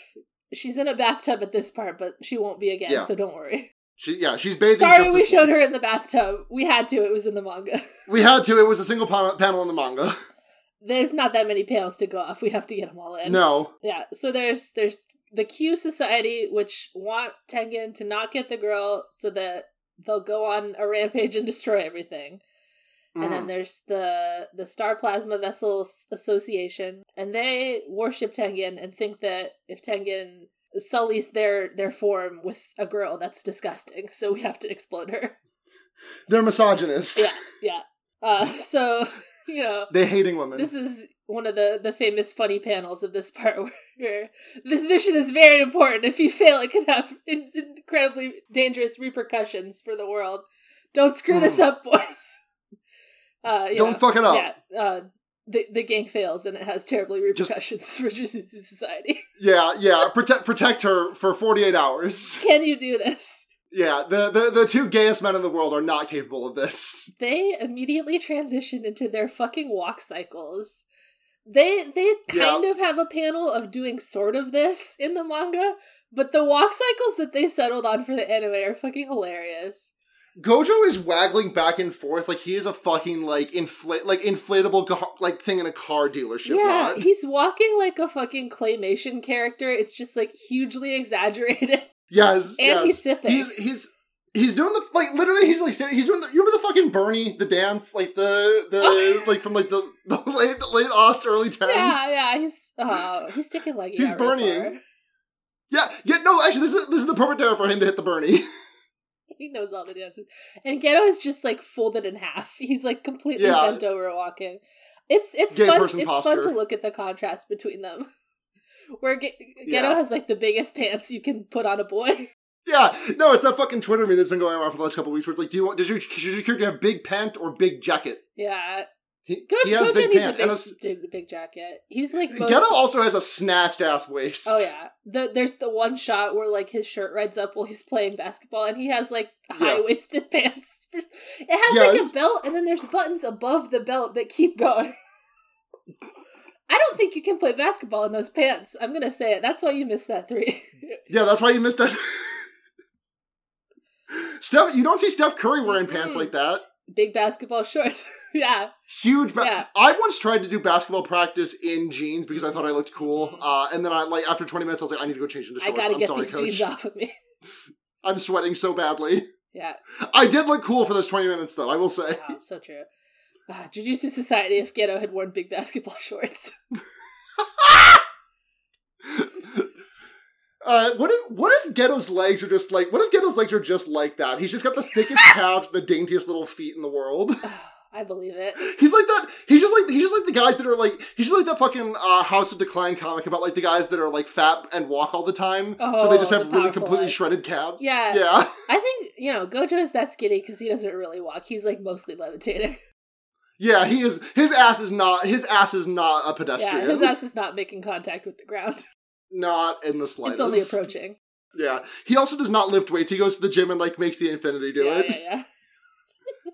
B: She's in a bathtub at this part, but she won't be again.
A: Yeah.
B: So don't worry.
A: She, yeah, she's bathing.
B: Sorry,
A: just
B: we
A: this
B: showed her
A: once.
B: in the bathtub. We had to. It was in the manga.
A: We had to. It was a single pan- panel in the manga.
B: There's not that many panels to go off. We have to get them all in.
A: No.
B: Yeah, so there's there's the Q Society, which want Tengen to not get the girl so that they'll go on a rampage and destroy everything.
A: Mhm.
B: And then there's the the Star Plasma Vessels Association, and they worship Tengen and think that if Tengen sullies their their form with a girl, that's disgusting. So we have to explode her.
A: They're misogynist.
B: Yeah, yeah. Uh, so you know,
A: They hating women.
B: this is one of the the famous funny panels of this part where this mission is very important if you fail it could have in- incredibly dangerous repercussions for the world don't screw this up boys uh yeah,
A: Don't fuck it up.
B: yeah uh the, the gang fails and it has terribly
A: Just-
B: repercussions for Jujutsu society
A: Yeah, yeah. Protect protect her for 48 hours.
B: can you do this
A: Yeah, the, the the two gayest men in the world are not capable of this.
B: they immediately transition into their fucking walk cycles. They they kind of have a panel of doing sort of this in the manga, but the walk cycles that they settled on for the anime are fucking hilarious.
A: Gojo is waggling back and forth like he is a fucking like inflate like inflatable ga- like thing in a car dealership
B: yeah,
A: lot.
B: he's walking like a fucking claymation character. It's just like hugely exaggerated,
A: Yes,
B: and
A: yes.
B: he's sipping.
A: he's he's he's doing the like literally he's like standing, he's doing the you remember the fucking Bernie the dance like the the like from like the, the late late aughts early tens
B: yeah, yeah, he's uh, he's taking like
A: He's burning. yeah yeah no actually this is this is the perfect time for him to hit the Bernie
B: He knows all the dances. And Ghetto is just like folded in half. He's like completely
A: Yeah.
B: bent over walking. It's it's
A: Gay
B: fun. It's
A: person
B: fun
A: posture.
B: to look at the contrast between them. Where Ge- Ghetto
A: Yeah.
B: has like the biggest pants you can put on a boy.
A: Yeah, no, it's that fucking Twitter meme that's been going around for the last couple of weeks. Where it's like, do you want does your, does your character have big pant or big jacket?
B: Yeah,
A: He,
B: Go-
A: he has
B: Gojo
A: big
B: needs a
A: pant, and a s-
B: big, big, big jacket. He's like both-
A: Ghetto also has a snatched ass waist.
B: Oh yeah, the, there's the one shot where like his shirt rides up while he's playing basketball, and he has like high waisted pants. It has like
A: Yes.
B: a belt, and then there's buttons above the belt that keep going. I don't think you can play basketball in those pants. I'm gonna say it. That's why you missed that three.
A: yeah, that's why you missed that. Steph, you don't see Steph Curry wearing pants
B: Mm-mm.
A: like that.
B: Big basketball shorts. yeah,
A: Huge. Ba-
B: Yeah.
A: I once tried to do basketball practice in jeans because I thought I looked cool, uh, and then I like after 20 minutes I was like, I need to go change into
B: I
A: shorts.
B: gotta
A: I'm
B: get
A: sorry,
B: these jeans
A: coach.
B: off of me.
A: I'm sweating so badly.
B: Yeah,
A: I did look cool for those 20 minutes though. I will say.
B: wow, so true. Uh, Jujutsu Society if Ghetto had worn big basketball shorts.
A: Uh, what if what if Ghetto's legs are just like what if Ghetto's legs are just like that? He's just got the thickest calves, the daintiest little feet in the world.
B: I believe it.
A: He's like that. He's just like he's just like the guys that are like he's just like that fucking uh, House of Decline comic about like the guys that are like fat and walk all the time, so they
B: Oh,
A: just
B: the
A: have really
B: powerful
A: completely
B: legs.
A: shredded calves.
B: Yeah.
A: yeah.
B: I think you know Gojo is that skinny because he doesn't really walk. He's like mostly levitating.
A: Yeah, he is. His ass is not. His ass is not a pedestrian.
B: yeah, his ass is not making contact with the ground.
A: not in the slightest.
B: It's only approaching.
A: Yeah, he also does not lift weights. He goes to the gym and like makes the infinity do
B: yeah,
A: it.
B: yeah, yeah.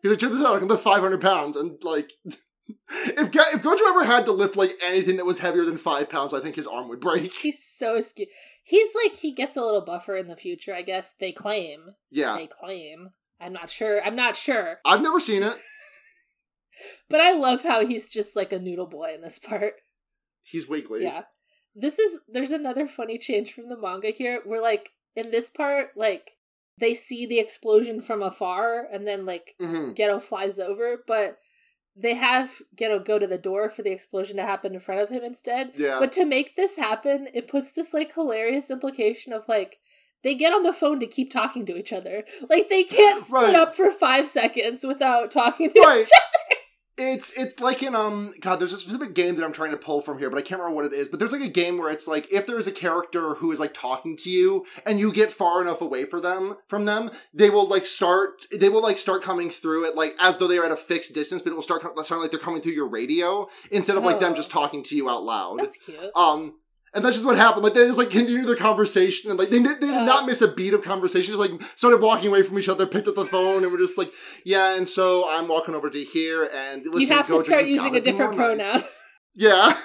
A: He's like, check this out. I can lift 500 pounds. And like, if Ga- if Gojo ever had to lift like anything that was heavier than five pounds, I think his arm would break.
B: He's so skinny. He's like he gets a little buffer in the future, I guess. They claim.
A: Yeah,
B: They claim. I'm not sure. I'm not sure.
A: I've never seen it.
B: But I love how he's just like a noodle boy in this part.
A: He's wiggly.
B: Yeah. This is there's another funny change from the manga here where like in this part, like they see the explosion from afar and then like
A: hmm
B: Ghetto flies over, but they have Ghetto go to the door for the explosion to happen in front of him instead.
A: Yeah.
B: But to make this happen, it puts this like hilarious implication of like they get on the phone to keep talking to each other. Like they can't split
A: Right.
B: up for five seconds without talking to
A: right. It's it's like in um God, there's a specific game that I'm trying to pull from here, but I can't remember what it is. But there's like a game where it's like if there is a character who is like talking to you and you get far enough away for them from them, they will like start they will like start coming through it like as though they are at a fixed distance, but it will start com- sound like they're coming through your radio instead of like them
B: Oh.
A: just talking to you out loud.
B: That's cute.
A: Um, and that's just what happened. Like they just like continued their conversation, and like they did, they did
B: Uh.
A: not miss a beat of conversation. Just like started walking away from each other, picked up the phone, and were just like, "Yeah." And so I'm walking over to here, and listen,
B: you have to
A: Gojo,
B: start
A: you
B: using
A: gotta
B: a
A: be
B: different
A: more nice."
B: pronoun.
A: Yeah,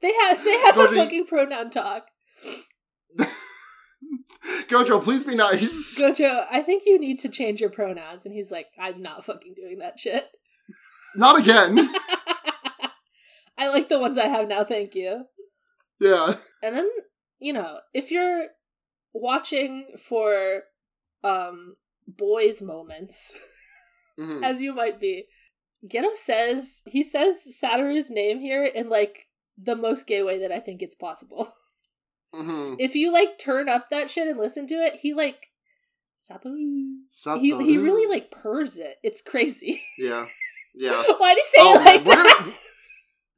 B: they have they have a
A: Goji-
B: fucking pronoun talk.
A: Gojo, please be nice.
B: Gojo, I think you need to change your pronouns. And he's like, I'm not fucking doing that shit.
A: Not again.
B: I like the ones I have now, thank you.
A: yeah,
B: And then, you know, if you're watching for um boys moments,
A: Mhm.
B: as you might be, Ghetto says he says Satoru's name here in like the most gay way that I think it's possible.
A: Mhm.
B: If you like turn up that shit and listen to it, he like Satoru he he
A: Satoru.
B: really like purrs it. It's crazy.
A: yeah, yeah.
B: Why'd he say
A: Oh,
B: it like
A: we're
B: that?
A: gonna-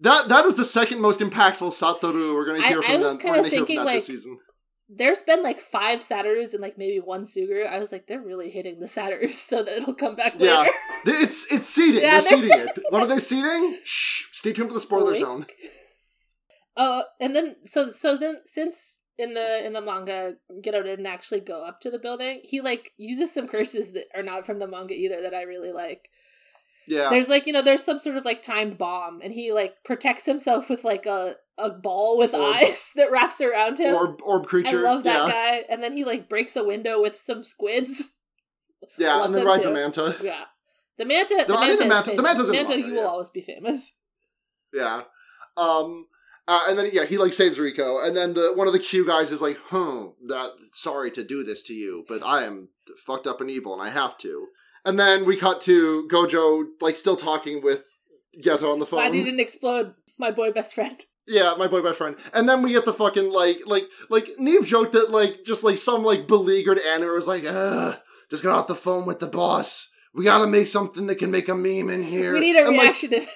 A: that that is the second most impactful Satoru we're gonna
B: I-
A: hear
B: I
A: from them.
B: was
A: We're
B: kinda
A: gonna hear
B: thinking,
A: from that
B: like,
A: this season.
B: There's been like five Saturus and like maybe one Suguru. I was like, they're really hitting the Saturus so that it'll come back
A: Yeah.
B: later.
A: They- It's it's seeding.
B: Yeah,
A: They're
B: they're
A: seeding it. What are they seeding? Shh. Stay tuned for the spoiler
B: Wink.
A: zone.
B: Oh, and then so so then since in the in the manga Geto didn't actually go up to the building, he like uses some curses that are not from the manga either that I really like.
A: Yeah.
B: There's like you know there's some sort of like timed bomb, and he like protects himself with like a a ball with
A: Orb.
B: eyes that wraps around him.
A: orb orb creature.
B: I love that
A: yeah.
B: guy. And then he like breaks a window with some squids.
A: Yeah,
B: Love
A: and then
B: them
A: rides a
B: too.
A: manta.
B: Yeah. The Manta, the,
A: No, I think the Manta-
B: manta, is
A: the
B: famous.
A: Manta's in the
B: Manta,
A: manga,
B: you will
A: yeah.
B: always be famous.
A: Yeah. Um uh, and then yeah, he like saves Rico, and then the one of the Q guys is like, "Hmm, that sorry to do this to you, but I am fucked up and evil, and I have to." And then we cut to Gojo like still talking with Geto on the phone.
B: Glad you didn't explode, my boy best friend.
A: Yeah, my boy best friend. And then we get the fucking like like like Neve joked that like just like some like beleaguered animator was like, Ugh, just got off the phone with the boss. We gotta make something that can make a meme in here.
B: We need a
A: and, like,
B: reaction image.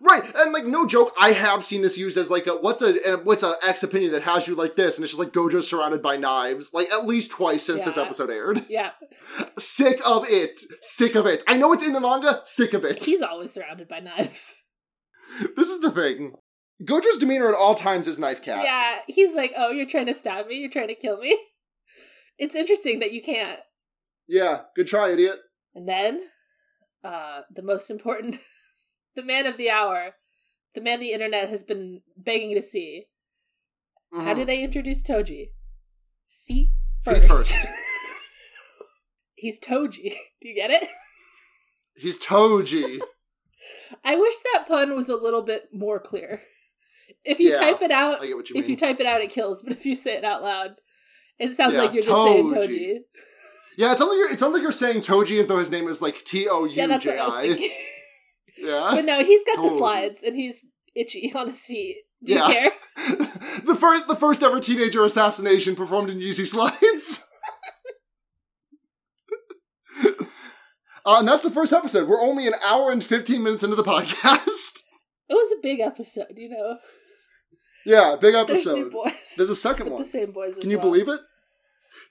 A: right, and like no joke, I have seen this used as like a what's a what's a ex opinion that has you like this, and it's just like Gojo surrounded by knives, like at least twice since this
B: Yeah.
A: episode aired.
B: yeah.
A: Sick of it, sick of it. I know it's in the manga, sick of it.
B: He's always surrounded by knives.
A: this is the thing. Gojo's demeanor at all times is knife cat.
B: Yeah. He's like, oh, you're trying to stab me. You're trying to kill me. It's interesting that you can't.
A: Yeah, good try, idiot.
B: And then, uh, the most important, the man of the hour, the man the internet has been begging to see. How
A: Mhm.
B: do they introduce Toji? Feet first.
A: Feet first.
B: He's Toji. Do you get it?
A: He's Toji.
B: I wish that pun was a little bit more clear. If you
A: Yeah,
B: type it out,
A: I get what you
B: if
A: mean.
B: you type it out, it kills. But if you say it out loud, it sounds
A: Yeah,
B: like you're just saying
A: Toji.
B: Toji.
A: yeah, it sounds like you're, it sounds like you're saying Toji as though his name is like T O
B: Yeah,
A: U
B: that's what
A: J
B: I was
A: I.
B: thinking.
A: Yeah.
B: but no, he's got the
A: Toji.
B: slides and he's itchy on his feet. Do
A: Yeah.
B: you care?
A: the first the first ever teenager assassination performed in Yeezy slides. uh, and that's the first episode. We're only an hour and fifteen minutes into the podcast.
B: It was a big episode, you know.
A: yeah, big
B: There's new
A: episode.
B: boys.
A: There's a second
B: With
A: one.
B: the same boys.
A: Can you believe it?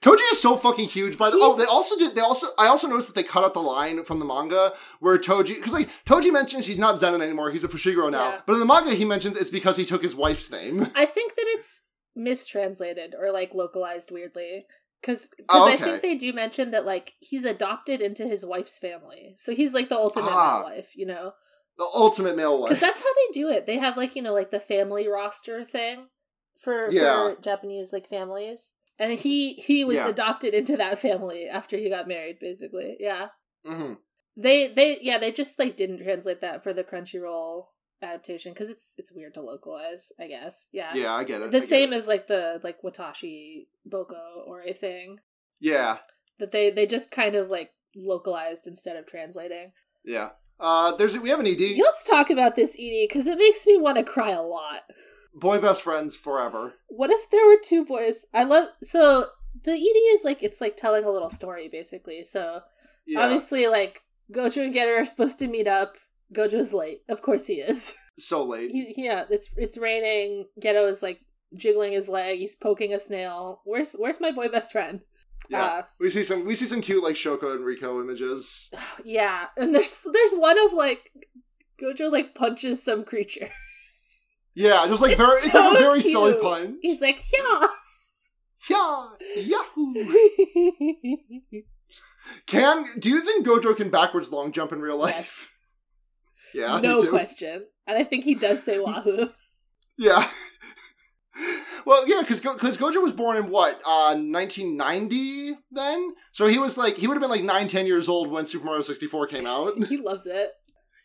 A: Toji is so fucking huge. By the oh,
B: He's-
A: they also did. They also I also noticed that they cut out the line from the manga where Toji because like Toji mentions he's not Zenon anymore. He's a Fushiguro now.
B: Yeah.
A: But in the manga, he mentions it's because he took his wife's name.
B: I think that it's mistranslated or like localized weirdly Because
A: Oh,
B: I
A: okay.
B: think they do mention that like he's adopted into his wife's family, so he's like the ultimate
A: Ah.
B: male wife, you know.
A: The ultimate male
B: Because
A: life.
B: that's how they do it. They have like you know like the family roster thing for
A: Yeah.
B: for Japanese like families, and he he was
A: Yeah.
B: adopted into that family after he got married, basically. Yeah,
A: Mhm.
B: they they yeah they just like didn't translate that for the Crunchyroll adaptation because it's it's weird to localize, I guess. Yeah,
A: Yeah, I get it. I
B: the
A: get
B: same
A: it.
B: as like the like Watashi Boko or a thing
A: Yeah,
B: that they they just kind of like localized instead of translating.
A: yeah. Uh, there's we have an ED.
B: Let's talk about this Edie because it makes me want to cry a lot.
A: Boy best friends forever.
B: What if there were two boys? I love so the Edie is like it's like telling a little story basically. So
A: Yeah.
B: obviously like Gojo and Getter are supposed to meet up. Gojo's late. Of course he is.
A: So late.
B: He, he- yeah, it's it's raining. Ghetto is like jiggling his leg. He's poking a snail. Where's where's my boy best friend?
A: yeah.
B: Uh,
A: we see some we see some cute like Shoko and Rico images.
B: Yeah, and there's there's one of like Gojo like punches some creature.
A: Yeah, just like
B: It's
A: very it's like
B: so
A: a very silly
B: cute.
A: pun.
B: He's like, yeah.
A: Yeah. Yahoo. Can do you think Gojo can backwards long jump in real life? Yeah,
B: no
A: me too.
B: question. And I think he does say Wahoo.
A: Yeah. Well, yeah, because because Gojo was born in what uh, 1990 then, so he was like he would have been like nine ten years old when Super Mario 64 came out.
B: he loves it.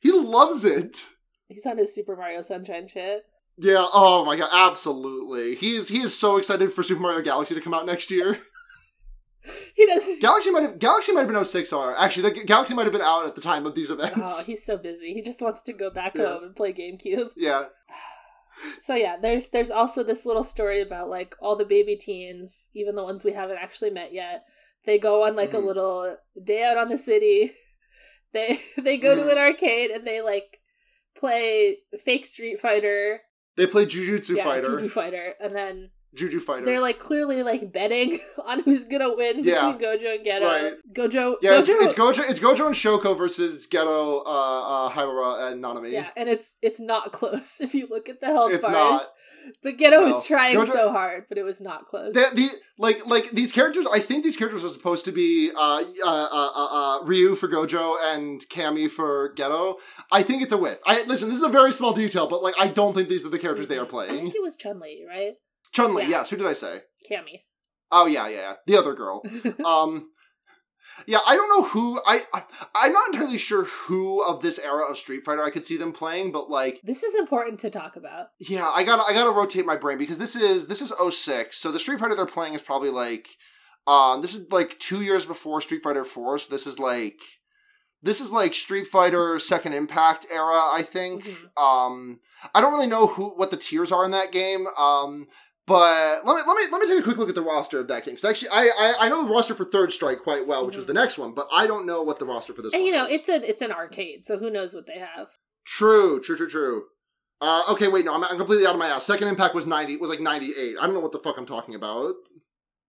A: He loves it.
B: He's on his Super Mario Sunshine shit.
A: Yeah. Oh my god. Absolutely. He is. He is so excited for Super Mario Galaxy to come out next year.
B: He doesn't.
A: Galaxy might have. Galaxy might have been 06 or actually, the Galaxy might have been out at the time of these
B: Oh,
A: events.
B: he's so busy. He just wants to go back
A: Yeah.
B: home and play GameCube.
A: yeah.
B: So yeah, there's there's also this little story about like all the baby teens, even the ones we haven't actually met yet. They go on like
A: Mhm.
B: a little day out on the city. They they go to
A: Mhm.
B: an arcade and they like play fake Street Fighter,
A: They play Jujutsu
B: yeah,
A: Fighter.
B: Juju Fighter, and then
A: Juju Fighter.
B: they're like clearly like betting on who's gonna win
A: Yeah.
B: between Gojo and Ghetto.
A: Right.
B: Gojo,
A: yeah. It's,
B: Gojo,
A: it's Gojo. It's Gojo and Shoko versus Ghetto, uh, uh, Hyra and Nanami.
B: yeah, and it's it's not close if you look at the health
A: It's
B: bars.
A: not.
B: But Ghetto
A: No.
B: was trying
A: Gojo-
B: so hard, but it was not close.
A: The, the like like these characters. I think these characters are supposed to be uh, uh, uh, uh, uh, Ryu for Gojo and Kami for Ghetto. I think it's a whiff. I listen. This is a very small detail, but like I don't think these are the characters they are
B: I
A: playing.
B: think it was Chun Li, right?
A: Chun Li.
B: Yeah.
A: Yes. Who did I say?
B: Cammy.
A: Oh yeah, yeah, yeah. The other girl. um yeah i don't know who I, I i'm not entirely sure who of this era of street fighter i could see them playing but like
B: this is important to talk about.
A: yeah i gotta i gotta rotate my brain because this is this is 06 so the street fighter they're playing is probably like um this is like two years before street fighter 4 so this is like this is like street fighter second impact era i think
B: Mhm.
A: um, I don't really know who what the tiers are in that game. Um, but let me let me let me take a quick look at the roster of that game because actually I, I I know the roster for Third Strike quite well, which was the next one, but I don't know what the roster for this.
B: Mm-hmm. And
A: one
B: you know,
A: is.
B: it's an it's an arcade, so who knows what they have?
A: true, true, true, true. Uh, okay, wait, no, I'm, I'm completely out of my ass. Second Impact was ninety was like ninety eight. I don't know what the fuck I'm talking about.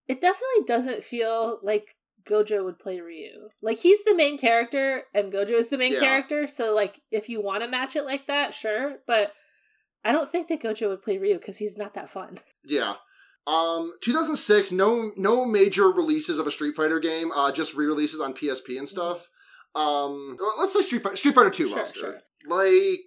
B: It definitely doesn't feel like Gojo would play Ryu. Like he's the main character and Gojo is the main
A: Yeah.
B: character, so like if you want to match it like that, sure, but I don't think that Gojo would play Ryu cuz he's not that fun.
A: Yeah. Um, 2006, no no major releases of a Street Fighter game, uh, just re-releases on PSP and stuff. Um, well, let's say Street Fighter, Street Fighter 2
B: Mm-hmm. Sure,
A: roster.
B: sure.
A: Like,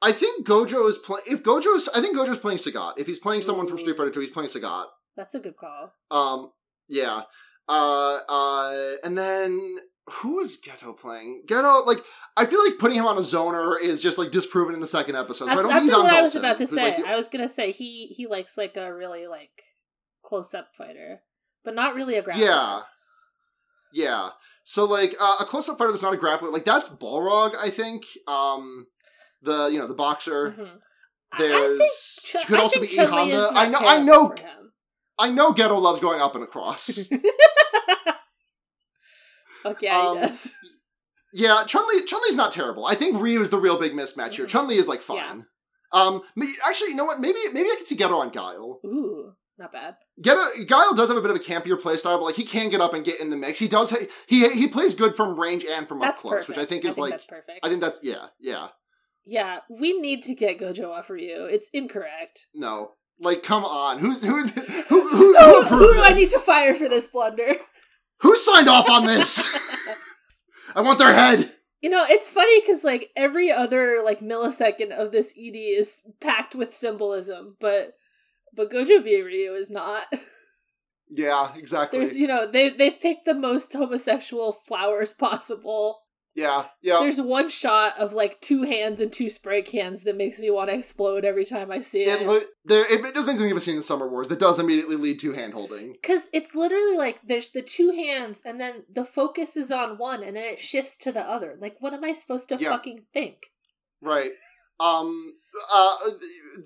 A: I think Gojo is playing, if Gojo's, I think Gojo's playing Sagat. If he's playing someone from
B: Ooh.
A: Street Fighter 2, he's playing Sagat.
B: That's a good call.
A: Um, yeah. Uh, uh, and then who is Ghetto playing? Ghetto, like, I feel like putting him on a zoner is just, like, disproven in the second episode. so
B: That's,
A: I don't
B: that's
A: think he's on
B: what I was
A: Dulcin,
B: about to
A: who's,
B: say.
A: like, the-
B: I was going to say he he likes like a really like close-up fighter, but not really a grappler.
A: Yeah. Yeah. So like uh, a close up fighter that's not a grappler, like that's Balrog, I think. Um the you know, the boxer.
B: Mhm. I- I
A: There's
B: think Ch-
A: could
B: I
A: also
B: think
A: be E
B: Chun-Li
A: Honda.
B: is not
A: I know I
B: terrible
A: know
B: for him.
A: I know Ghetto loves going up and across.
B: Okay, yeah,
A: Um,
B: he does.
A: yeah, Chun Li Chun Li's not terrible. I think Ryu is the real big mismatch here.
B: Mhm.
A: Chun Li is like fine.
B: Yeah.
A: Um ma- actually, you know what? Maybe maybe I can see Ghetto on Guile.
B: Ooh, not bad.
A: Ghetto Guile does have a bit of a campier playstyle, but like he can get up and get in the mix. He does ha- he he plays good from range and from
B: That's
A: up close,
B: perfect.
A: which I think is like
B: that's perfect.
A: I think that's yeah, yeah.
B: yeah, we need to get Gojo off Ryu. It's incorrect.
A: No. Like, come on, who's who? Who who, who,
B: Oh,
A: approved
B: who do I
A: this?
B: need to fire for this blunder?
A: Who signed off on this? I want their head.
B: You know, it's funny because like every other like millisecond of this ED is packed with symbolism, but but Gojo Ryu is not.
A: Yeah, exactly.
B: There's you know they they've picked the most homosexual flowers possible.
A: yeah, yeah.
B: There's one shot of like two hands and two spray cans that makes me want to explode every time I see
A: It,
B: it.
A: li- there, it, it does make me think of a scene in Summer Wars that does immediately lead to hand holding.
B: Because it's literally like there's the two hands and then the focus is on one and then it shifts to the other. Like, what am I supposed to
A: Yeah.
B: fucking think?
A: Right. Um. Uh.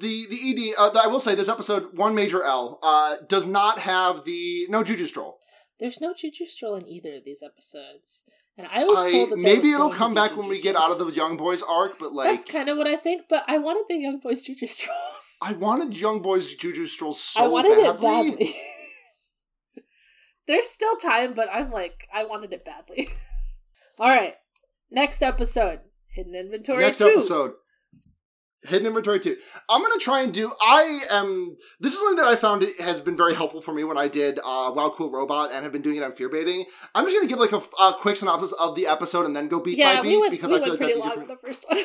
A: The the ed. Uh, I will say this episode one major L. Uh. Does not have the no Juju stroll.
B: There's no Juju Stroll in either of these episodes. And I was
A: I
B: told that there
A: maybe
B: was
A: it'll
B: going to
A: come
B: be
A: back
B: Juju
A: when we get
B: Strolls.
A: out of the Young Boys arc, but like
B: That's kind of what I think, but I wanted the Young Boys Juju Strolls.
A: I wanted Young Boys Juju stroll so
B: I wanted
A: badly.
B: it badly. There's still time, but I'm like, I wanted it badly. All right. Next episode Hidden Inventory
A: Next
B: 2.
A: episode. Hidden Inventory 2. I'm going to try and do. I am. This is something that I found it has been very helpful for me when I did uh, Wow Cool Robot and have been doing it on Fear Baiting. I'm just going to give like a, a quick synopsis of the episode and then go beat
B: yeah,
A: by beat
B: we went,
A: because
B: we
A: I feel like
B: went
A: that's
B: pretty
A: easier
B: long
A: for
B: in
A: me.
B: the first one.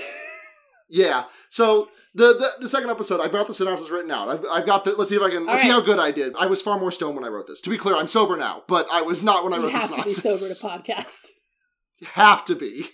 A: Yeah. So the, the the second episode, I've got the synopsis written out. I've, I've got the. Let's see if I can.
B: All
A: let's see
B: right.
A: how good I did. I was far more stoned when I wrote this. To be clear, I'm sober now, but I was not when I
B: you
A: wrote the
B: have to be
A: synopsis.
B: sober to podcast.
A: Have to be.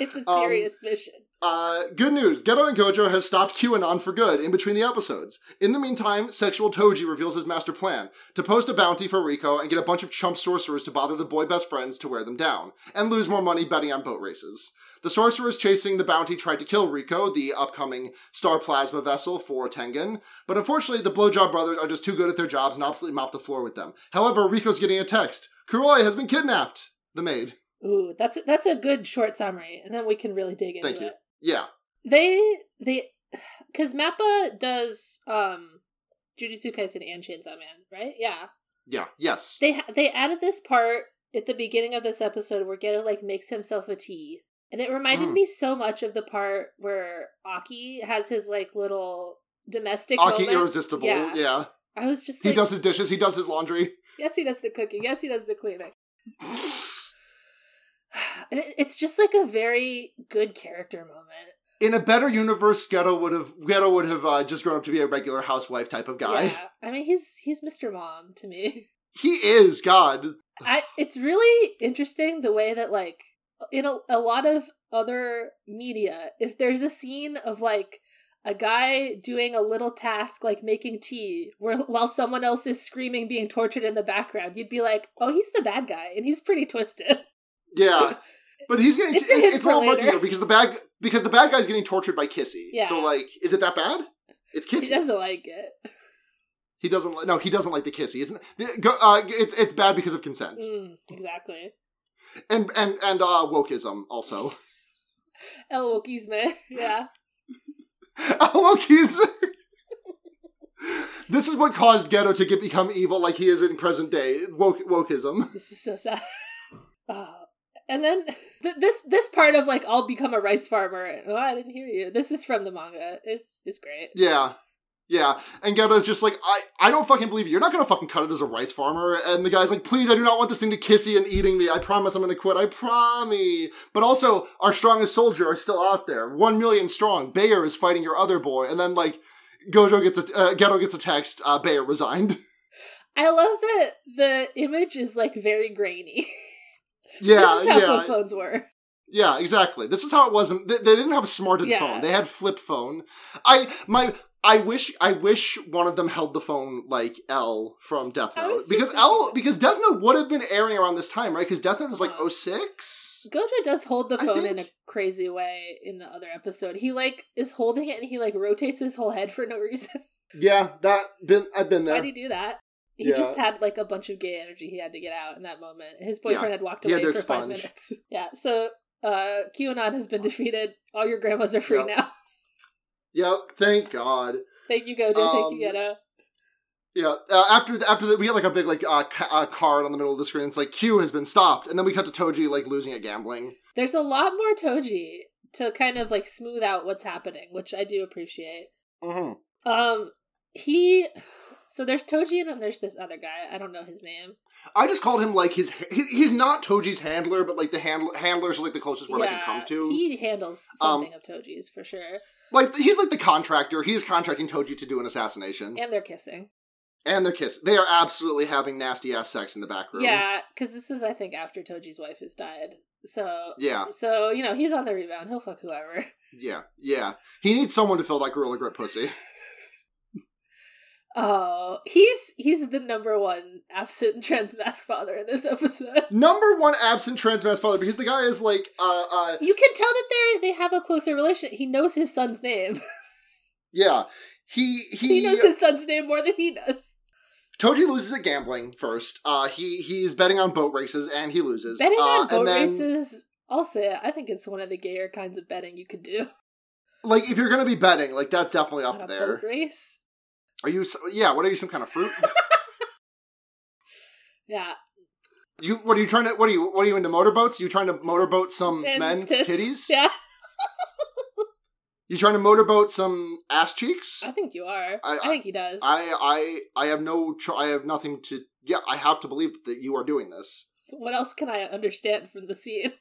B: It's a
A: Um,
B: serious mission.
A: Uh, good news. Geto and Gojo have stopped QAnon for good in between the episodes. In the meantime, sexual Toji reveals his master plan to post a bounty for Rico and get a bunch of chump sorcerers to bother the boy best friends to wear them down, and lose more money betting on boat races. The sorcerers chasing the bounty tried to kill Rico, the upcoming star plasma vessel for Tengen, but unfortunately the Blowjob brothers are just too good at their jobs and obviously mop the floor with them. However, Rico's getting a text. Kuroi has been kidnapped! The maid.
B: Ooh, that's a, that's a good short summary, and then we can really dig into
A: Thank you.
B: it.
A: Yeah.
B: They they because Mappa does um Jujutsu Kaisen and Chainsaw Man, right? Yeah,
A: Yeah. Yes.
B: they ha- they added this part at the beginning of this episode where Geto like makes himself a tea, and it reminded
A: Mm.
B: me so much of the part where Aki has his like little domestic
A: Aki
B: moment.
A: Irresistible.
B: Yeah.
A: yeah.
B: I was just
A: He
B: like,
A: does his dishes. He does his laundry.
B: yes, he does the cooking, yes, he does the cleaning. And it, it's just like a very good character moment.
A: In a better universe, Ghetto would have Ghetto would have uh, just grown up to be a regular housewife type of guy.
B: Yeah, I mean he's he's Mr. Mom to me.
A: He is God.
B: I it's really interesting the way that like in a, a lot of other media, if there's a scene of like a guy doing a little task like making tea where while someone else is screaming being tortured in the background, you'd be like, "Oh, he's the bad guy and he's pretty twisted."
A: Yeah, but he's getting
B: It's
A: it's,
B: a hint
A: it's, a little
B: for
A: murky
B: later.
A: here because the bad because the bad guy's getting tortured by Kissy.
B: Yeah.
A: So like, is it that bad? It's Kissy.
B: He doesn't like it.
A: He doesn't. li- No, he doesn't like the Kissy. It's the- go- uh, it's it's bad because of consent
B: Mm, exactly.
A: and and and uh, wokeism also.
B: El Wokisme. Yeah.
A: Oh, look, he's. this is what caused Ghetto to get become evil, like he is in present day woke, wokeism.
B: This is so sad. Oh. And then th- this this part of like I'll become a rice farmer. Oh, I didn't hear you. This is from the manga. It's it's great.
A: Yeah. Yeah. And Ghetto's just like, I, I don't fucking believe you. You're not gonna fucking cut it as a rice farmer. And the guy's like, please, I do not want this thing to kissy and eating me. I promise I'm gonna quit. I promise. But also, our strongest soldier are still out there. One million strong. Bayer is fighting your other boy. And then, like, Gojo gets a, uh, Ghetto gets a text, uh, Bayer resigned.
B: I love that the image is like very grainy.
A: yeah,
B: this is how flip
A: yeah.
B: phones were.
A: Yeah, exactly. This is how it was. in- They, they didn't have a smarted
B: Yeah.
A: phone. They had flip phone. I my I wish I wish one of them held the phone like L from Death
B: I
A: Note
B: was just
A: because
B: thinking
A: L
B: that.
A: because Death Note would have been airing around this time, right? Because Death Note was like
B: Uh-huh.
A: 06?
B: Gojo does hold the
A: I
B: phone
A: think-
B: in a crazy way in the other episode. He like is holding it and he like rotates his whole head for no reason.
A: Yeah, that been I've been
B: Why'd
A: there.
B: he do that? He
A: Yeah.
B: just had like a bunch of gay energy he had to get out in that moment. His boyfriend had walked
A: He had
B: away for
A: to
B: five
A: expunge.
B: minutes. Yeah, so uh QAnon has been defeated. All your grandmas are free
A: Yep.
B: now.
A: Yep. Thank God.
B: Thank you, Gojo. Thank you,
A: Um,
B: Geto.
A: Yeah. Uh, after the, after the, we get like a big like uh, ca- uh, card on the middle of the screen. It's like Q has been stopped, and then we cut to Toji like losing at gambling.
B: There's a lot more Toji to kind of like smooth out what's happening, which I do appreciate.
A: Mm-hmm.
B: Um, he so there's Toji and then there's this other guy. I don't know his name.
A: I just called him like his. he- He's not Toji's handler, but like the handl- handlers are like the closest word I can come to.
B: He handles
A: Um,
B: something of Toji's for sure.
A: like he's like the contractor. He is contracting Toji to do an assassination,
B: And they're kissing.
A: and they're kissing. They are absolutely having nasty ass sex in the back room.
B: Yeah, because this is I think after Toji's wife has died. So
A: yeah,
B: so, you know, he's on the rebound. He'll fuck whoever.
A: yeah, yeah. He needs someone to fill that gorilla grip pussy.
B: Oh, he's he's the number one absent trans mask father in this episode.
A: Number one absent trans mask father because the guy is like, uh, uh,
B: You can tell that they they have a closer relation. He knows his son's name.
A: yeah. He
B: He,
A: he,
B: knows his son's name more than he does.
A: Toji loses at gambling first. Uh, he he's betting on boat races and he loses.
B: Betting
A: uh,
B: on
A: and
B: boat
A: then-
B: races, I'll say it, I think it's one of the gayer kinds of betting you could do.
A: like if you're gonna be betting, like that's definitely
B: on
A: up
B: a
A: there.
B: boat race.
A: Are you? s- Yeah. What are you? Some kind of fruit?
B: Yeah.
A: you? What are you trying to? What are you? What are you into motorboats? You trying to motorboat some
B: And
A: Um, men's
B: tits.
A: titties?
B: Yeah,
A: You trying to motorboat some ass cheeks?
B: I think you are.
A: I-
B: I,
A: I-
B: think he does.
A: I I I have no. Tr- I have nothing to. Yeah. I have to believe that you are doing this.
B: what else can I understand from the scene?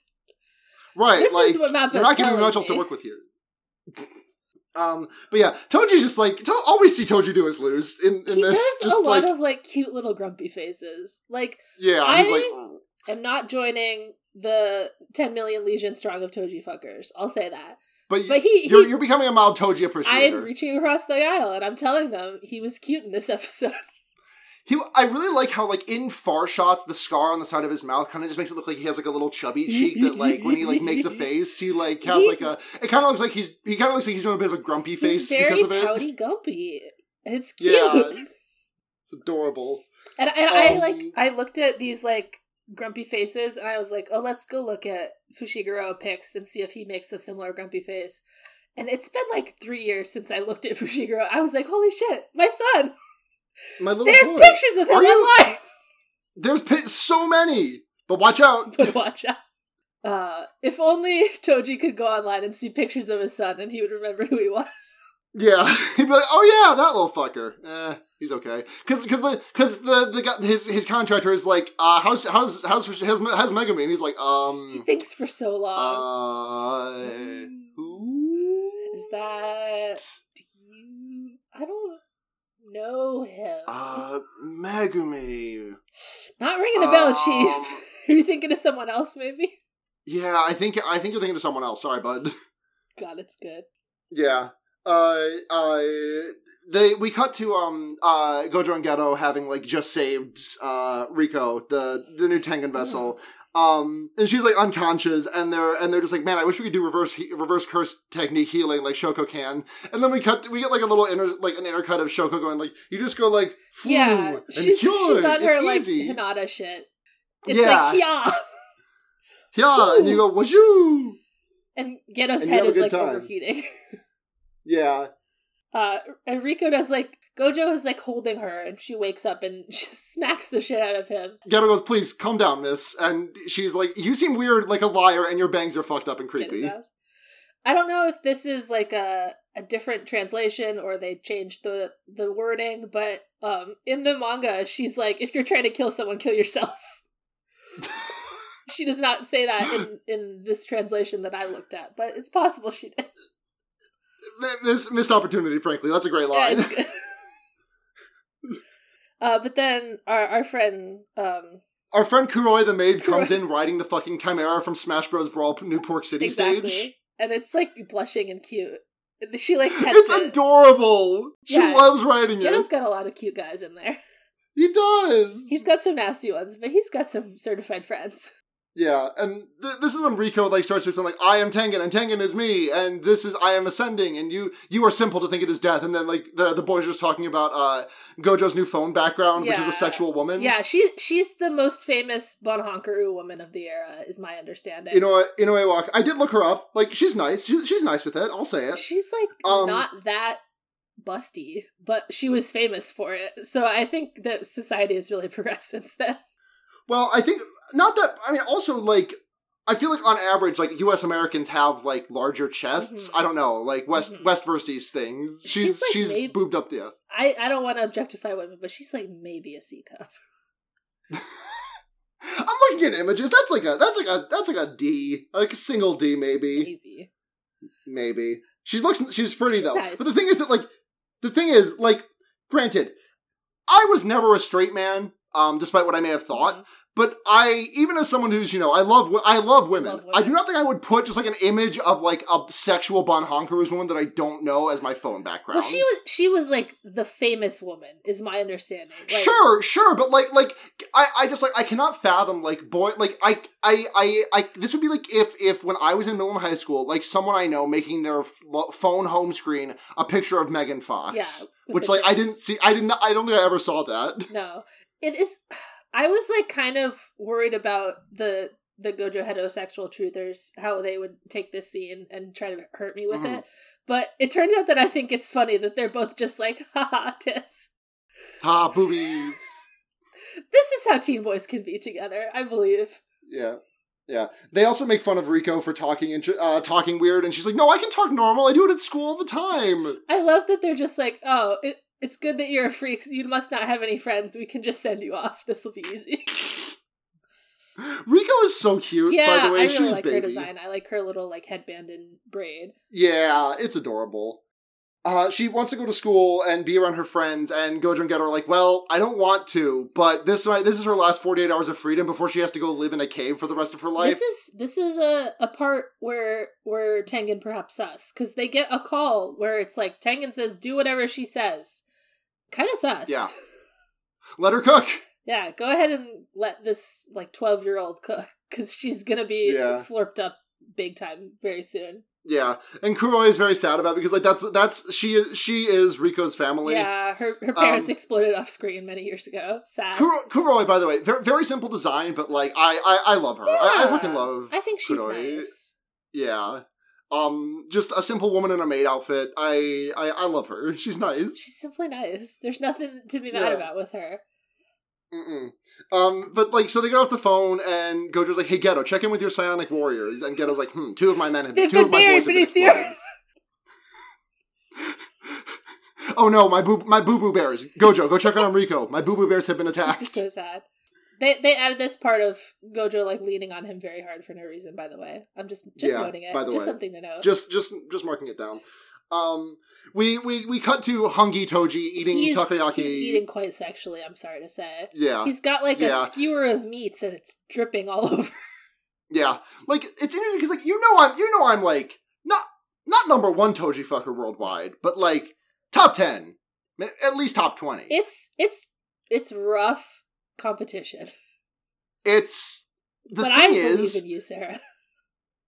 A: Right.
B: this
A: like
B: is what Mappa's
A: you're not giving me much else to work with here. Um, but yeah, Toji's just like to- all we see Toji do is lose in, in
B: he
A: this.
B: does
A: just
B: a lot
A: like
B: of like cute little grumpy faces. Like,
A: yeah, he's
B: I-
A: like "Mm."
B: I'm not joining the 10 million legion strong of Toji fuckers. I'll say that.
A: but,
B: But he,
A: you're
B: he
A: you're becoming a mild Toji
B: I
A: appreciator.
B: am reaching across the aisle and I'm telling them he was cute in this episode.
A: He, I really like how like in far shots, the scar on the side of his mouth kind of just makes it look like he has like a little chubby cheek that like when he like makes a face, he like has like a. It kind of looks like he's he kind of looks like he's doing a bit of a grumpy face
B: He's very
A: because of it.
B: pouty gumpy. It's cute.
A: Yeah. Adorable.
B: And, and I
A: Um,
B: like I looked at these like grumpy faces and I was like, oh, let's go look at Fushiguro pics and see if he makes a similar grumpy face. And it's been like three years since I looked at Fushiguro. I was like, holy shit, my son!
A: My little
B: There's
A: Oh, boy.
B: pictures of him
A: Are you-
B: online.
A: There's pi- so many, but watch out.
B: But watch out. Uh, if only Toji could go online and see pictures of his son and he would remember who he was.
A: Yeah, he'd be like, "Oh yeah, that little fucker." Eh, he's okay. Because because the because the the guy, his his contractor is like, uh, "How's how's how's how's, how's Megami?" And he's like,
B: He
A: "Um,
B: thinks for so long.
A: uh,
B: Is
A: who
B: that do you I don't know him.
A: Uh, Megumi.
B: Not ringing a bell,
A: Um,
B: Chief. Are you thinking of someone else, maybe?
A: Yeah, I think I think you're thinking of someone else. Sorry, bud.
B: God, it's good.
A: Yeah. Uh, uh, they we cut to um uh Gojo and Geto having like just saved uh Rico the the new Tengen vessel. Um, and she's like unconscious, and they're and they're just like, man, I wish we could do reverse he- reverse curse technique healing like Shoko can. And then we cut, we get like a little inner like an intercut of Shoko going like, you just go like, "Foo,"
B: yeah,
A: and
B: she's,
A: cure.
B: she's on
A: it's
B: her
A: easy.
B: like Hinata shit. It's
A: Yeah.
B: like yeah,
A: Yeah, and you go, wazoo!
B: and
A: And
B: Geto's
A: you have
B: head
A: a
B: is
A: good
B: like
A: time.
B: overheating.
A: Yeah.
B: Uh, and Rico does like Gojo is like holding her, and she wakes up and she smacks the shit out of him.
A: Gato goes, please, calm down, miss. And she's like, you seem weird like a liar and your bangs are fucked up and
B: Get his
A: creepy.
B: ass. I don't know if this is like a a different translation or they changed the the wording, but um, in the manga, she's like, if you're trying to kill someone, kill yourself. she does not say that in in this translation that I looked at, but it's possible she did.
A: M- Miss, missed opportunity, frankly. That's a great
B: Yeah,
A: line.
B: it's good. uh, but then our our friend um
A: Our friend Kuroi the maid comes
B: Kuroi.
A: in riding the fucking Chimera from Smash Bros. Brawl New Pork City
B: exactly,
A: stage.
B: and it's like blushing and cute. And She like pets
A: It's
B: it.
A: adorable. She
B: Yeah.
A: loves riding it.
B: Geto's got a lot of cute guys in there.
A: He does.
B: He's got some nasty ones, but he's got some certified friends.
A: yeah, and th- this is when Rico like starts to something like I am Tengen and Tengen is me, and this is I am ascending, and you you are simple to think it is death, and then like the the boys are just talking about uh Gojo's new phone background, which is
B: Yeah.
A: a sexual woman.
B: yeah, she she's the most famous Bonhonkaru woman of the era, is my understanding.
A: You know, Inoue Walk. I did look her up. Like she's nice. She, she's nice with it. I'll say it.
B: she's like
A: Um,
B: not that busty, but she was famous for it. So I think that society has really progressed since then.
A: Well, I think not that. I mean, also like I feel like on average, like U.S. Americans have like larger chests.
B: Mhm.
A: I don't know, like West
B: Mhm.
A: West versus things.
B: She's,
A: She's she's,
B: like, made-
A: boobed up the ass.
B: I, I don't want to objectify women, but she's like maybe a C cup.
A: I'm looking at images. That's like a that's like a that's like a D, like a single D maybe
B: Maybe.
A: maybe. She looks she's pretty
B: She's
A: though.
B: nice.
A: But the thing is that like the thing is like granted, I was never a straight man. Um, despite what I may have thought,
B: Mm-hmm.
A: but I, even as someone who's, you know, I love, wo- I love women.
B: Love women.
A: I do not think I would put just like an image of like a sexual bonhonker who's woman that I don't know as my phone background.
B: Well, she was she was like the famous woman, is my understanding. Like,
A: sure, sure, but like, like I, I just like I cannot fathom like boy, like I, I, I, I. This would be like if, if when I was in middle and high school, like someone I know making their f- lo- phone home screen a picture of Megan Fox.
B: Yeah. with
A: Which
B: the
A: like I
B: tits.
A: didn't see, I didn't, I don't think I ever saw that.
B: No, it is. I was like kind of worried about the the Gojo heterosexual truthers how they would take this scene and try to hurt me with
A: Mhm.
B: it, but it turns out that I think it's funny that they're both just like haha tits.
A: Ha, boobies.
B: This is how teen boys can be together, I believe.
A: Yeah. Yeah. They also make fun of Rico for talking intr- uh, talking weird, and she's like, "No, I can talk normal. I do it at school all the time."
B: I love that they're just like, oh, it, it's good that you're a freak. You must not have any friends. We can just send you off. This will be easy.
A: Rico is so cute.
B: yeah,
A: by the way,
B: I really
A: she's
B: like
A: baby.
B: her design. I like her little like headband and braid.
A: Yeah, it's adorable. Uh, she wants to go to school and be around her friends, and Gojo and Geto are like, "Well, I don't want to, but this might, this is her last forty eight hours of freedom before she has to go live in a cave for the rest of her life."
B: This is this is a, a part where where Tengen perhaps sus because they get a call where it's like Tengen says do whatever she says, kind of sus.
A: Yeah. Let her cook.
B: yeah. Go ahead and let this like twelve year old cook because she's gonna be
A: Yeah.
B: slurped up big time very soon.
A: Yeah, and Kuroi is very sad about it because like that's that's she is she is Rico's family.
B: Yeah, her her parents
A: Um,
B: exploded off screen many years ago. Sad.
A: Kuro- Kuroi, by the way, very, very simple design, but like I, I, I love her. I, I fucking love.
B: I think she's
A: Kuroi.
B: nice.
A: Yeah, um, just a simple woman in a maid outfit. I, I, I love her. She's nice.
B: She's simply nice. There's nothing to be mad
A: Yeah.
B: about with her.
A: Mm-mm. Um, but like, so they get off the phone, and Gojo's like, "Hey, Geto, check in with your psionic warriors." And Geto's like, "Hmm, two of my men have
B: They've
A: two
B: been
A: of my
B: buried
A: boys have been
B: beneath the
A: exploded." oh no, my boo, my boo boo bears. Gojo, go check on Rico. My boo boo bears have been attacked.
B: This is so sad. They they added this part of Gojo like leaning on him very hard for no reason. By the way, I'm just just
A: Yeah,
B: noting it.
A: by the
B: just
A: way.
B: something to know.
A: just just just marking it down. Um, we we we cut to Hungi Toji eating
B: he's,
A: takoyaki.
B: He's eating quite sexually. I'm sorry to say.
A: Yeah,
B: He's got like
A: Yeah.
B: a skewer of meats and it's dripping all over.
A: yeah. Like it's interesting because like you know I'm you know I'm like not not number one Toji fucker worldwide, but like top ten, Ma- at least top twenty.
B: It's it's it's rough competition.
A: it's the
B: but
A: thing
B: I
A: is
B: believe in you, Sarah.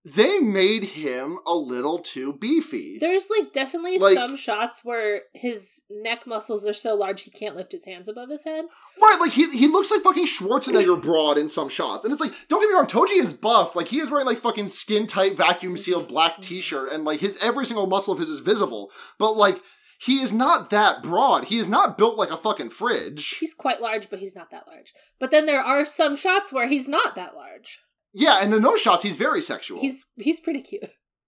A: they made him a little too beefy.
B: There's like definitely
A: Like-
B: some shots where his neck muscles are so large he can't lift his hands above his head.
A: Right, like he he looks like fucking Schwarzenegger broad in some shots, and it's like don't get me wrong, Toji is buffed. Like he is wearing like fucking skin tight vacuum sealed black
B: Mm-hmm.
A: t shirt, and like his every single muscle of his is visible. But like he is not that broad. He is not built like a fucking fridge.
B: He's quite large, but he's not that large. But then there are some shots where he's not that large.
A: Yeah, and in those shots, he's very sexual.
B: He's he's pretty cute.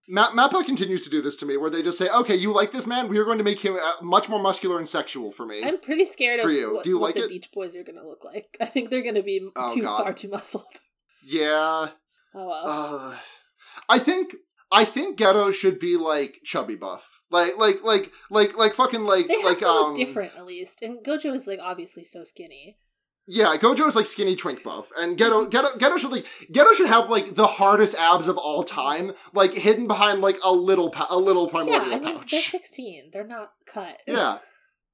A: Ma- Mappa continues to do this to me, where they just say, "Okay, you like this man? We are going to make him uh, much more muscular and sexual for me."
B: I'm pretty scared
A: For
B: of
A: you.
B: what,
A: Do you
B: what
A: like
B: the
A: it?
B: Beach Boys are gonna look like. I think they're gonna be
A: Oh,
B: too
A: God.
B: far too muscled.
A: yeah,
B: Oh well.
A: Uh, I think I think Ghetto should be like chubby buff, like like like like like fucking like
B: they have
A: like
B: to look
A: um
B: different at least. And Gojo is like obviously so skinny.
A: yeah. Gojo is like skinny twink buff, and Ghetto
B: Mm-hmm.
A: Ghetto Ghetto should like Ghetto should have like the hardest abs of all time, like hidden behind like a little pa- a little
B: yeah,
A: primordial
B: I mean they're
A: pouch.
B: sixteen. They're not cut.
A: Yeah,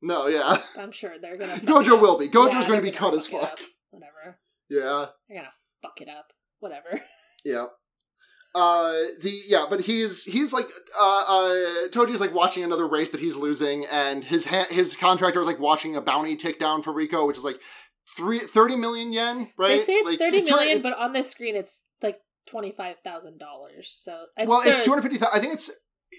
A: no, yeah.
B: I'm sure they're gonna fuck it
A: Gojo
B: up.
A: will be. Gojo's
B: Yeah,
A: going to
B: they're
A: be cut as
B: fuck it
A: fuck.
B: up. Whatever.
A: Yeah.
B: They're gonna fuck it up. Whatever.
A: Yeah. Uh the yeah, but he's he's like uh uh Toji's like watching another race that he's losing and his ha- his contractor is like watching a bounty tick down for Rico, which is like three, 30 million yen, right?
B: They say it's
A: Like,
B: thirty million,
A: it's- it's-
B: but on this screen it's like twenty five thousand dollars. So
A: well, it's
B: their-
A: 250,000 I think it's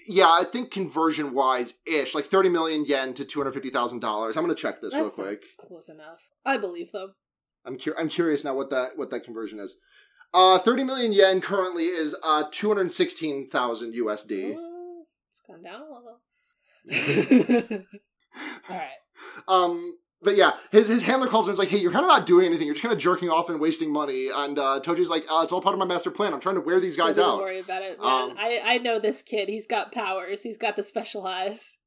A: yeah, I think conversion wise ish, like 30 million yen to $250,000. I'm going to check this
B: that
A: real quick.
B: sounds Close enough. I believe them.
A: I'm cu- I'm curious now what that what that conversion is. Uh, 30 million yen currently is uh, 216,000 USD.
B: Mm, It's gone down a little. All right.
A: Um, but yeah, his, his handler calls him and is like, hey, you're kind of not doing anything. You're just kind of jerking off and wasting money. And uh, Toji's like, uh, it's all part of my master plan. I'm trying to wear these guys
B: Don't
A: out.
B: worry about it, man.
A: Um,
B: I I know this kid. He's got powers. He's got the special eyes.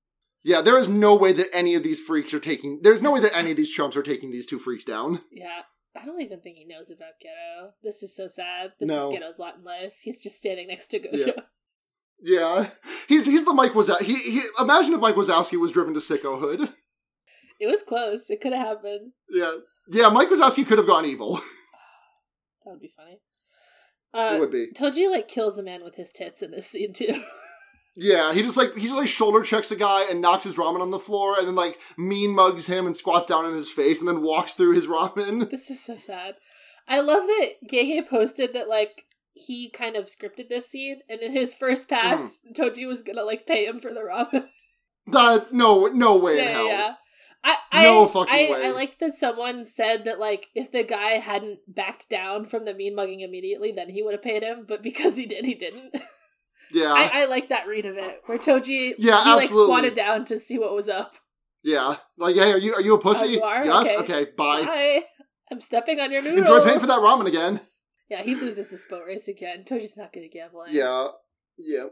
A: Yeah, there is no way that any of these freaks are taking. There's no way that any of these chumps are taking these two freaks down.
B: Yeah. I don't even think he knows about Ghetto. This is so sad. This
A: No.
B: is Ghetto's lot in life. He's just standing next to Gojo.
A: Yeah, he's he's the Mike Wazowski. He, he imagine if Mike Wazowski was driven to sicko hood.
B: It was close. It could have happened.
A: Yeah, yeah, Mike Wazowski could have gone evil.
B: That would be funny.
A: it
B: Uh,
A: would be.
B: Toji like kills a man with his tits in this scene too.
A: Yeah, he just like he just like shoulder checks a guy and knocks his ramen on the floor, and then like mean mugs him and squats down in his face, and then walks through his ramen.
B: this is so sad. I love that Gege posted that like he kind of scripted this scene, and in his first
A: Mm-hmm.
B: pass, Toji was gonna like pay him for the ramen.
A: That's no no way in
B: yeah,
A: hell.
B: yeah. I, I,
A: No fucking
B: I,
A: way.
B: I like that someone said that like if the guy hadn't backed down from the mean mugging immediately, then he would have paid him. But because he did, he didn't.
A: Yeah,
B: I, I like that read of it where Toji
A: Ah. Yeah,
B: he like
A: absolutely.
B: squatted down to see what was up.
A: yeah. Like, hey, are you are you a pussy?
B: Oh, you are?
A: Yes.
B: Okay.
A: Okay. bye.
B: Hi, I'm stepping on your noodles.
A: Enjoy paying for that ramen again.
B: Yeah, he loses this boat race again. Toji's not gonna gamble. in.
A: Yeah, yeah.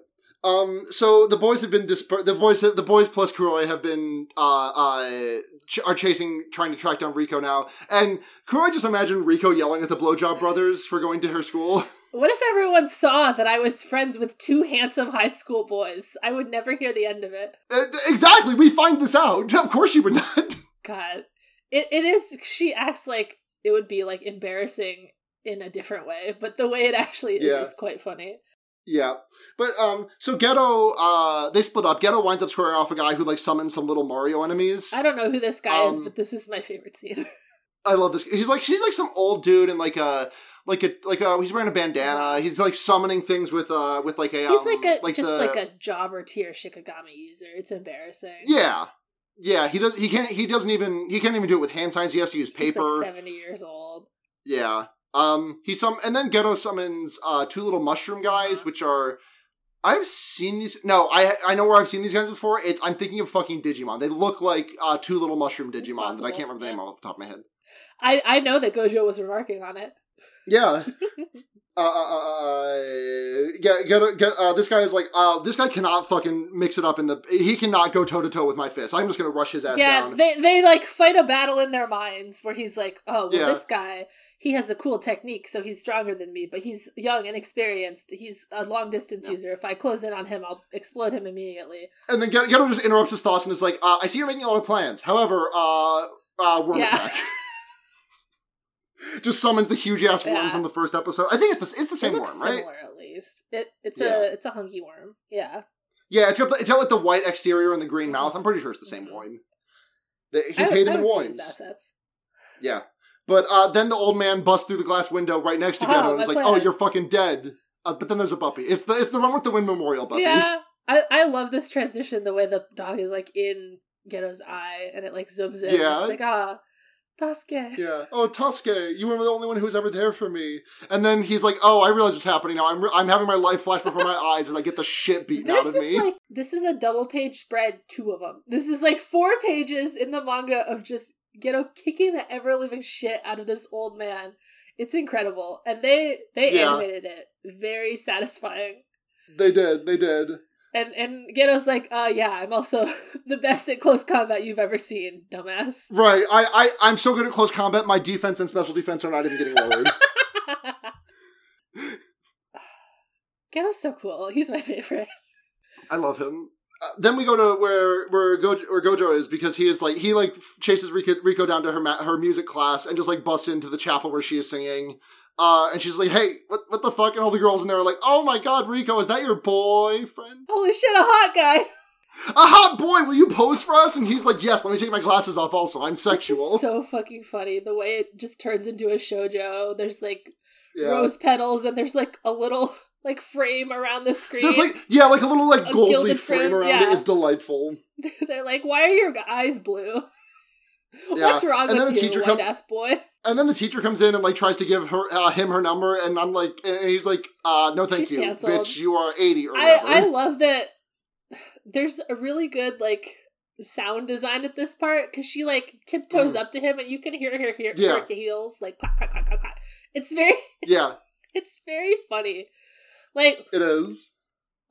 A: Um, so the boys have been dispersed. The boys, the boys plus Kuroi have been uh, uh ch- are chasing, trying to track down Rico now. And Kuroi just imagined Rico yelling at the Blowjob Brothers for going to her school.
B: What if everyone saw that I was friends with two handsome high school boys? I would never hear the end of it.
A: Uh, exactly, we find this out. Of course, she would not.
B: God, it it is. She acts like it would be like embarrassing in a different way, but the way it actually is
A: Yeah.
B: is quite funny.
A: yeah, but um, so Ghetto, uh, they split up. Ghetto winds up squaring off a guy who like summons some little Mario enemies.
B: I don't know who this guy is,
A: Um,
B: but this is my favorite scene.
A: I love this. He's like he's like some old dude in like a like a like a he's wearing a bandana. He's like summoning things with uh with like a
B: He's
A: um,
B: like a just
A: the-
B: like a jobber tier Shikigami user. It's embarrassing.
A: yeah yeah he does he can't he doesn't even he can't even do it with hand signs. He has to use
B: He's
A: paper.
B: like seventy years old.
A: yeah. Um. He some and then Ghetto summons uh two little mushroom guys,
B: Uh-huh.
A: which are. I've seen these. No, I I know where I've seen these guys before. It's I'm thinking of fucking Digimon. They look like uh, two little mushroom Digimon that I
B: possible,
A: can't remember the name
B: yeah.
A: off the top of my head.
B: I I know that Gojo was remarking on it.
A: Yeah. Uh, uh, uh, get, get, get, uh, this guy is like, uh, this guy cannot fucking mix it up in the. He cannot go toe to toe with my fist. I'm just gonna rush his ass
B: yeah,
A: down.
B: they they like fight a battle in their minds where he's like, oh, well,
A: Yeah.
B: this guy he has a cool technique, so he's stronger than me, but he's young and experienced. He's a long distance
A: Yeah.
B: user. If I close in on him, I'll explode him immediately.
A: and then Get- Geto just interrupts his thoughts and is like, uh, I see you're making a lot of plans. However, uh, uh, worm
B: Yeah.
A: attack. just summons the huge ass worm
B: Yeah.
A: from the first episode. I think it's the, it's the
B: It
A: same worm,
B: looks
A: right?
B: similar at least. It, it's
A: Yeah.
B: a it's a hungy worm. Yeah,
A: Yeah, it's got the, it's got like the white exterior and the green mouth. I'm pretty sure it's the same
B: Mhm.
A: worm. They- He
B: I would-
A: paid
B: I
A: him in
B: would keep
A: woins.
B: his assets.
A: Yeah. But uh, then the old man busts through the glass window right next to
B: Ah,
A: Ghetto and
B: my
A: is like,
B: plan.
A: "Oh, you're fucking dead." Uh, but then there's a puppy. It's the it's the one with the wind memorial puppy.
B: Yeah, I I love this transition. The way the dog is like in Ghetto's eye, and it like zooms in.
A: Yeah.
B: it's like ah, Tasuke.
A: Yeah. Oh, Tuske, you were the only one who was ever there for me. And then he's like, "Oh, I realize what's happening now. I'm re- I'm having my life flash before my eyes as I get the shit beaten
B: this
A: out of
B: is
A: me."
B: like this is a double page spread two of them this is like four pages in the manga of just ghetto kicking the ever living shit out of this old man it's incredible and they they
A: Yeah.
B: animated it very satisfying
A: they did. They did.
B: and and ghetto's like uh yeah i'm also the best at close combat you've ever seen dumbass
A: Right. I I I'm so good at close combat. My defense and special defense are not even getting lowered.
B: ghetto's so cool he's my favorite
A: I love him. Uh, then we go to where where Gojo, where Gojo is because he is like he like chases Rico, Rico down to her ma- her music class and just like busts into the chapel where she is singing. Uh, and she's like, "Hey, what what the fuck?" And all the girls in there are like, "Oh my god, Rico, is that your boyfriend?
B: holy shit a hot guy
A: A hot boy? Will you pose for us?" And he's like, "Yes, let me take my glasses off. Also, I'm
B: This
A: sexual."
B: is so fucking funny. The way it just turns into a shojo. There's like
A: yeah.
B: rose petals and there's like a little like frame around the screen.
A: There's like yeah, like a little like
B: A
A: gold
B: gilded
A: leaf frame
B: frame,
A: around
B: yeah.
A: it. It's delightful.
B: They're like, why are your eyes blue?
A: Yeah.
B: What's wrong
A: And then
B: with
A: the
B: you,
A: teacher
B: white
A: come-
B: ass boy?
A: And then the teacher comes in and like tries to give her uh, him her number, and I'm like, and he's like, uh, no, thank
B: She's
A: you,
B: canceled.
A: bitch. You are eighty or
B: I,
A: whatever.
B: I love that there's a really good like sound design at this part because she like tiptoes
A: Mhm.
B: up to him and you can hear her hear
A: Yeah.
B: her heels like clack clack clack clack clack. It's very
A: yeah,
B: it's very funny. Like
A: it is.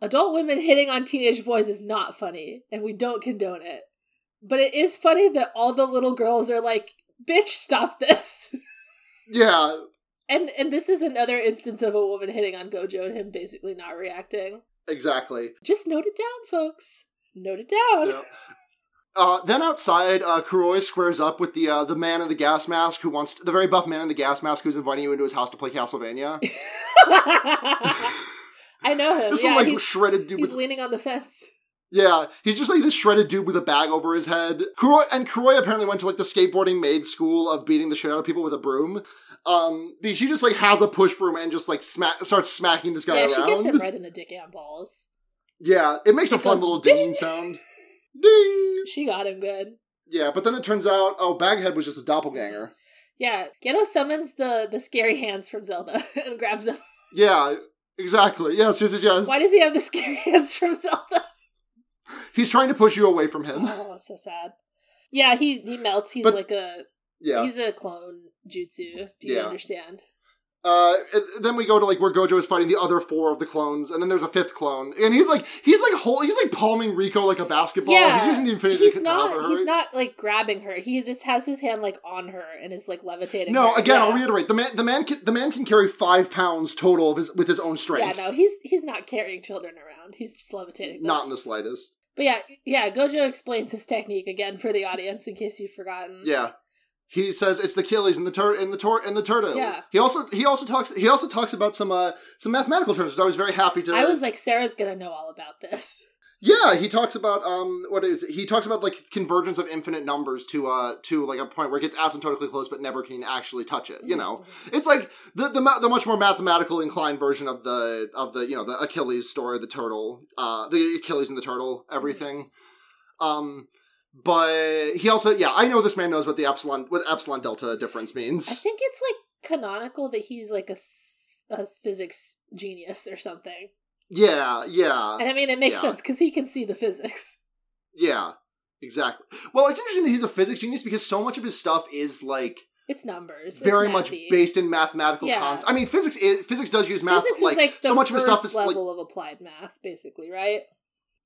B: adult women hitting on teenage boys is not funny, and we don't condone it. But it is funny that all the little girls are like, "Bitch, stop this!"
A: Yeah,
B: And and this is another instance of a woman hitting on Gojo and him basically not reacting.
A: exactly.
B: Just note it down, folks. Note it down.
A: Yeah. Uh, then outside, uh, Kuroi squares up with the uh, the man in the gas mask who wants the very buff man in the gas mask who's inviting you into his house to play Castlevania.
B: I know him.
A: just
B: yeah,
A: some like
B: he's,
A: shredded dude
B: he's
A: with
B: leaning on the fence.
A: yeah, he's just like this shredded dude with a bag over his head. Kuroi and Kuroi apparently went to like the skateboarding maid school of beating the shit out of people with a broom. Um, because she just like has a push broom and just like smack starts smacking this guy
B: Yeah,
A: around.
B: she gets him right in the dick and balls.
A: Yeah, it makes a
B: It
A: fun
B: goes
A: little
B: ding.
A: dinging sound. Ding.
B: She got him good.
A: Yeah, but then it turns out, oh, Baghead was just a doppelganger.
B: Yeah, Geto summons the the scary hands from Zelda and grabs them.
A: Yeah, exactly. Yes, yes, yes, yes.
B: Why does he have the scary hands from Zelda?
A: He's trying to push you away from him.
B: Oh, so sad. Yeah, he he melts. He's
A: But-
B: like a
A: Yeah.
B: he's a clone jutsu. Do you
A: Yeah.
B: understand?
A: Uh, and then we go to like where Gojo is fighting the other four of the clones, and then there's a fifth clone, and he's like, he's like, whole, he's like palming Rico like a basketball.
B: Yeah.
A: He's using the Infinity
B: He's
A: Katana.
B: not. He's not like grabbing her. He just has his hand like on her and is like levitating.
A: No,
B: her.
A: again, I'll
B: Yeah.
A: reiterate the man. The man. Can, the man can carry five pounds total of his, with his own strength.
B: Yeah, no, he's he's not carrying children around. He's just levitating. Them.
A: not in the slightest.
B: But yeah, yeah. Gojo explains his technique again for the audience in case you've forgotten.
A: Yeah. He says it's the Achilles and the tur and the tor and the turtle.
B: Yeah.
A: He also he also talks he also talks about some uh some mathematical terms. which I was very happy to.
B: I was like, Sarah's gonna know all about this.
A: Yeah, he talks about um what is it? he talks about like convergence of infinite numbers to uh to like a point where it gets asymptotically close but never can actually touch it. You know,
B: Mm-hmm.
A: it's like the the, ma- the much more mathematical inclined version of the of the you know the Achilles story, the turtle, uh the Achilles and the turtle,
B: Mm-hmm.
A: everything. Um, but he also yeah, I know this man knows what the epsilon what epsilon delta difference
B: I
A: means.
B: think it's like canonical that he's like a, s- a physics genius or something.
A: Yeah, yeah.
B: And I mean, it makes
A: yeah.
B: sense because he can see the physics.
A: Yeah, exactly. Well, it's interesting that he's a physics genius because so much of his stuff is like
B: It's numbers. it's
A: very much
B: mathy.
A: based in mathematical
B: Yeah.
A: concepts. I mean, physics is, physics does use math.
B: Physics
A: like,
B: is like the
A: so much of his
B: first
A: stuff is like
B: level of applied math, basically, right?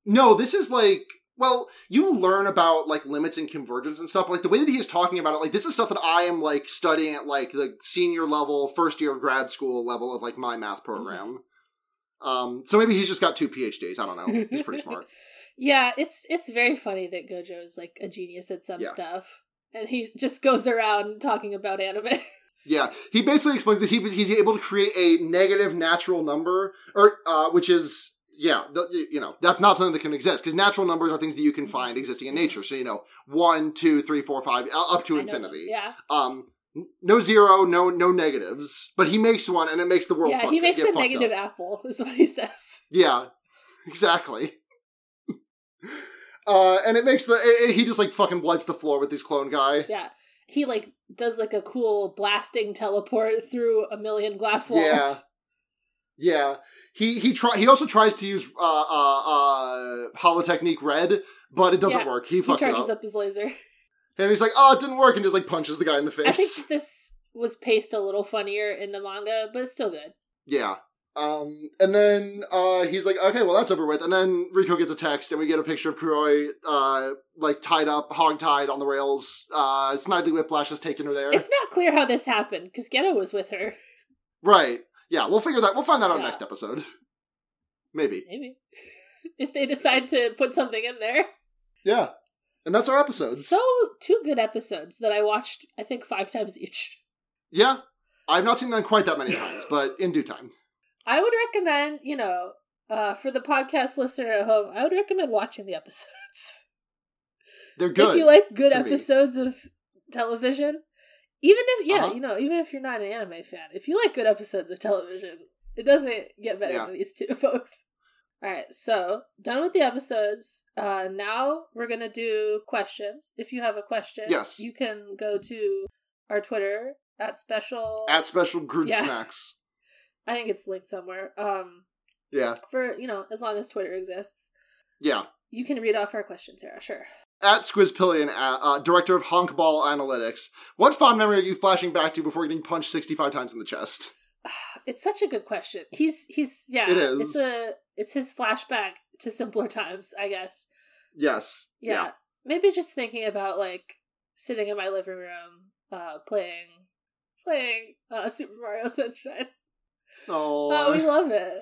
A: no. This is like well, you learn about like limits and convergence and stuff. Like the way that he is talking about it, like this is stuff that I am like studying at like the senior level, first year of grad school level of like my
B: Mm-hmm.
A: math program. Um, so maybe he's just got two PhDs. I don't know. He's pretty smart.
B: Yeah, it's it's very funny that Gojo is like a genius at some
A: Yeah.
B: stuff, and he just goes around talking about anime.
A: Yeah, he basically explains that he was- he's able to create a negative natural number, or uh, which is yeah, th- y- you know that's not something that can exist because natural numbers are things that you can find existing in nature. So you know one, two, three, four, five, uh, up to
B: I know them.
A: infinity.
B: Yeah,
A: Um, n- no zero, no no negatives, but he makes one and it makes the world.
B: yeah.
A: fuck-
B: He makes
A: get
B: a
A: fucked up.
B: negative apple, is what he says.
A: Yeah, exactly. Uh, and it makes the it, it- he just like fucking wipes the floor with this clone guy.
B: Yeah, he like does like a cool blasting teleport through a million glass walls.
A: Yeah. Yeah. He he try he also tries to use uh uh uh holotechnique red, but it doesn't
B: Yeah,
A: work. He
B: he
A: fucks it
B: charges
A: up.
B: up his laser.
A: And he's like, "Oh, it didn't work." and just like punches the guy in the face.
B: I think that this was paced a little funnier in the manga, but it's still good.
A: yeah. Um and then uh he's like, "Okay, well that's over with." And then Rico gets a text and we get a picture of Kuroi uh like tied up, hog-tied on the rails. Uh Snidely Whiplash has taken her there.
B: It's not clear how this happened because Geto was with her.
A: right. Yeah, we'll figure that. We'll find that out
B: Yeah.
A: next episode. Maybe.
B: Maybe if they decide to put something in there.
A: Yeah. And that's our episode.
B: So two good episodes that I watched, I think five times each.
A: yeah. I've not seen them quite that many times, but in due time.
B: I would recommend, you know, uh, for the podcast listener at home, I would recommend watching the episodes
A: They're good.
B: if you like good
A: to me.
B: episodes of television. Even if yeah,
A: Uh-huh.
B: you know, even if you're not an anime fan, if you like good episodes of television, it doesn't get better
A: Yeah.
B: than these two folks. All right, so done with the episodes. Uh, now we're gonna do questions. If you have a question,
A: Yes.
B: you can go to our Twitter at special.
A: At special Groot
B: Yeah.
A: snacks.
B: I think it's linked somewhere. Um,
A: Yeah,
B: for you know, as long as Twitter exists,
A: yeah.
B: you can read off our questions, Sarah. Sure.
A: At Squizpillion, uh, uh, director of Honkball Analytics. What fond memory are you flashing back to before getting punched sixty-five times in the chest?
B: It's such a good question. He's he's yeah.
A: It is.
B: It's a it's his flashback to simpler times, I guess.
A: Yes.
B: yeah. Maybe just thinking about like sitting in my living room, uh, playing playing uh, Super Mario Sunshine.
A: Oh.
B: Oh, we love it.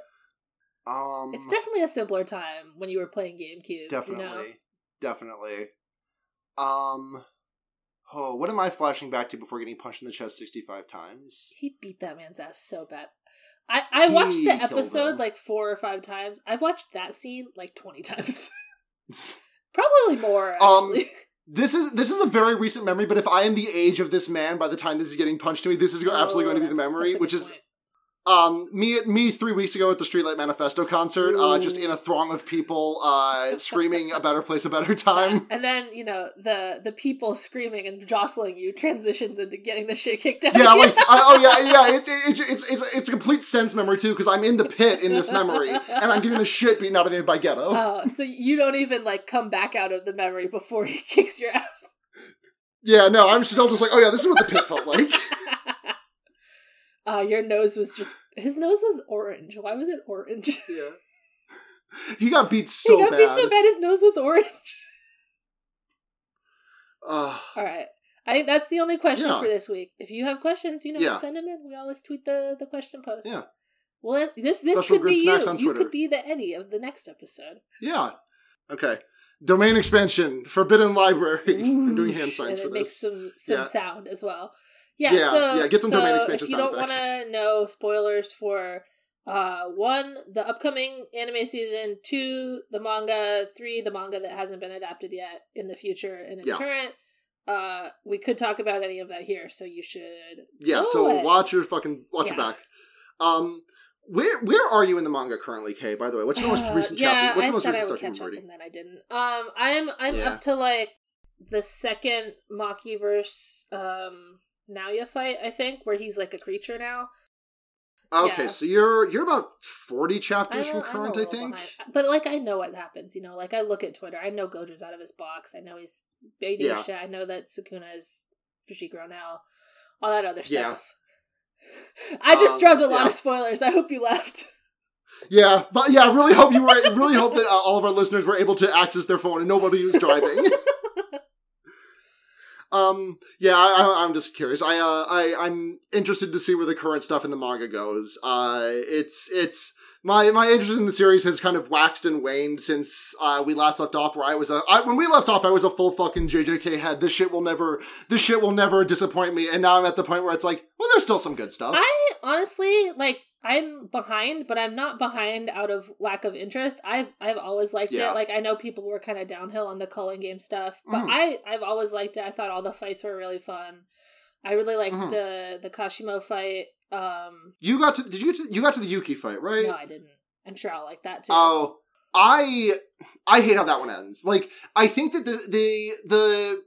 A: um.
B: It's definitely a simpler time when you were playing GameCube.
A: definitely,
B: You know?
A: definitely. Um. Oh, what am I flashing back to before getting punched in the chest sixty-five times?
B: He beat that man's ass so bad. I, I
A: He
B: watched the
A: killed him.
B: episode like four or five times. I've watched that scene like twenty times. Probably more,
A: Um,
B: actually.
A: This is this is a very recent memory, but if I am the age of this man by the time this is getting punched to me, this is go- absolutely
B: Oh,
A: going to be the
B: that's-
A: memory,
B: that's a
A: which
B: good
A: is
B: point.
A: um me me three weeks ago at the Streetlight Manifesto concert, uh,
B: Ooh.
A: just in a throng of people uh, screaming "A Better Place, A Better Time."
B: And then, you know, the the people screaming and jostling you transitions into getting the shit kicked out.
A: Yeah,
B: of you.
A: like I, oh yeah, yeah. It's it's it's it's it's a complete sense memory too because I'm in the pit in this memory and I'm getting the shit beaten out of me by Ghetto.
B: Oh, so you don't even like come back out of the memory before he kicks your ass.
A: Yeah, no, I'm still just like, oh yeah, this is what the pit felt like.
B: Uh, your nose was just his nose was orange. Why was it orange?
A: yeah. He got beat so
B: he got
A: bad.
B: beat so bad his nose was orange.
A: Ugh.
B: All right. I think that's the only question
A: Yeah.
B: for this week. If you have questions, you know,
A: Yeah.
B: send them in. We always tweet the, the question post.
A: Yeah.
B: Well, this this
A: Special
B: could
A: Grid
B: be you.
A: Snacks on
B: You
A: Twitter.
B: could be the Eddie of the next episode.
A: yeah. Okay. Domain expansion, forbidden library. I'm doing hand
B: Oosh,
A: signs
B: and
A: for
B: it makes
A: this.
B: some some
A: Yeah.
B: sound as well. Yeah,
A: Yeah,
B: so,
A: yeah, get some
B: so
A: domain expansion
B: If you
A: sound
B: don't want to know spoilers for uh one the upcoming anime season, two the manga, three the manga that hasn't been adapted yet in the future and is
A: Yeah.
B: current. Uh, we could talk about any of that here, so you should.
A: Yeah,
B: Do
A: so
B: it.
A: watch your fucking watch your
B: Yeah.
A: back. Um where where are you in the manga currently, Kay, by the way? What's the most
B: Uh,
A: recent
B: yeah,
A: chapter? What's
B: I
A: the most
B: said
A: recent
B: I would
A: stuff
B: catch
A: you've
B: up,
A: been reading?
B: and then I didn't. Um, I'm I'm
A: Yeah.
B: up to like the second Makiverse um Naoya fight, I think, where he's like a creature now.
A: Okay,
B: yeah.
A: so you're you're about forty chapters
B: I'm
A: from
B: a- I'm a
A: current, I
B: little
A: think.
B: behind. But like I know what happens, you know. Like I look at Twitter, I know Gojo's out of his box. I know he's baiting
A: Yeah.
B: shit. I know that Sukuna is Fushiguro now. All that other
A: Yeah.
B: stuff. I just
A: Um,
B: dropped a lot
A: yeah.
B: of spoilers. I hope you left.
A: Yeah, but yeah, I really hope you were really hope that uh, all of our listeners were able to access their phone and nobody was driving. um, yeah, I, I, I'm just curious. I, uh, I I'm interested to see where the current stuff in the manga goes. Uh, it's it's my my interest in the series has kind of waxed and waned since uh, we last left off. Where I was a I, when we left off, I was a full fucking JJK head. This shit will never this shit will never disappoint me. And now I'm at the point where it's like, well, there's still some good stuff.
B: I honestly like I'm behind, but I'm not behind out of lack of interest. I've I've always liked
A: Yeah.
B: it. Like I know people were kind of downhill on the culling game stuff, but
A: Mhm.
B: I I've always liked it. I thought all the fights were really fun. I really liked
A: Mhm.
B: the the Kashimo fight. Um
A: you got to did you get to, you got to the Yuki fight right?
B: no, I didn't. I'm sure I'll like that too.
A: Oh, I I hate how that one ends. Like, I think that the the the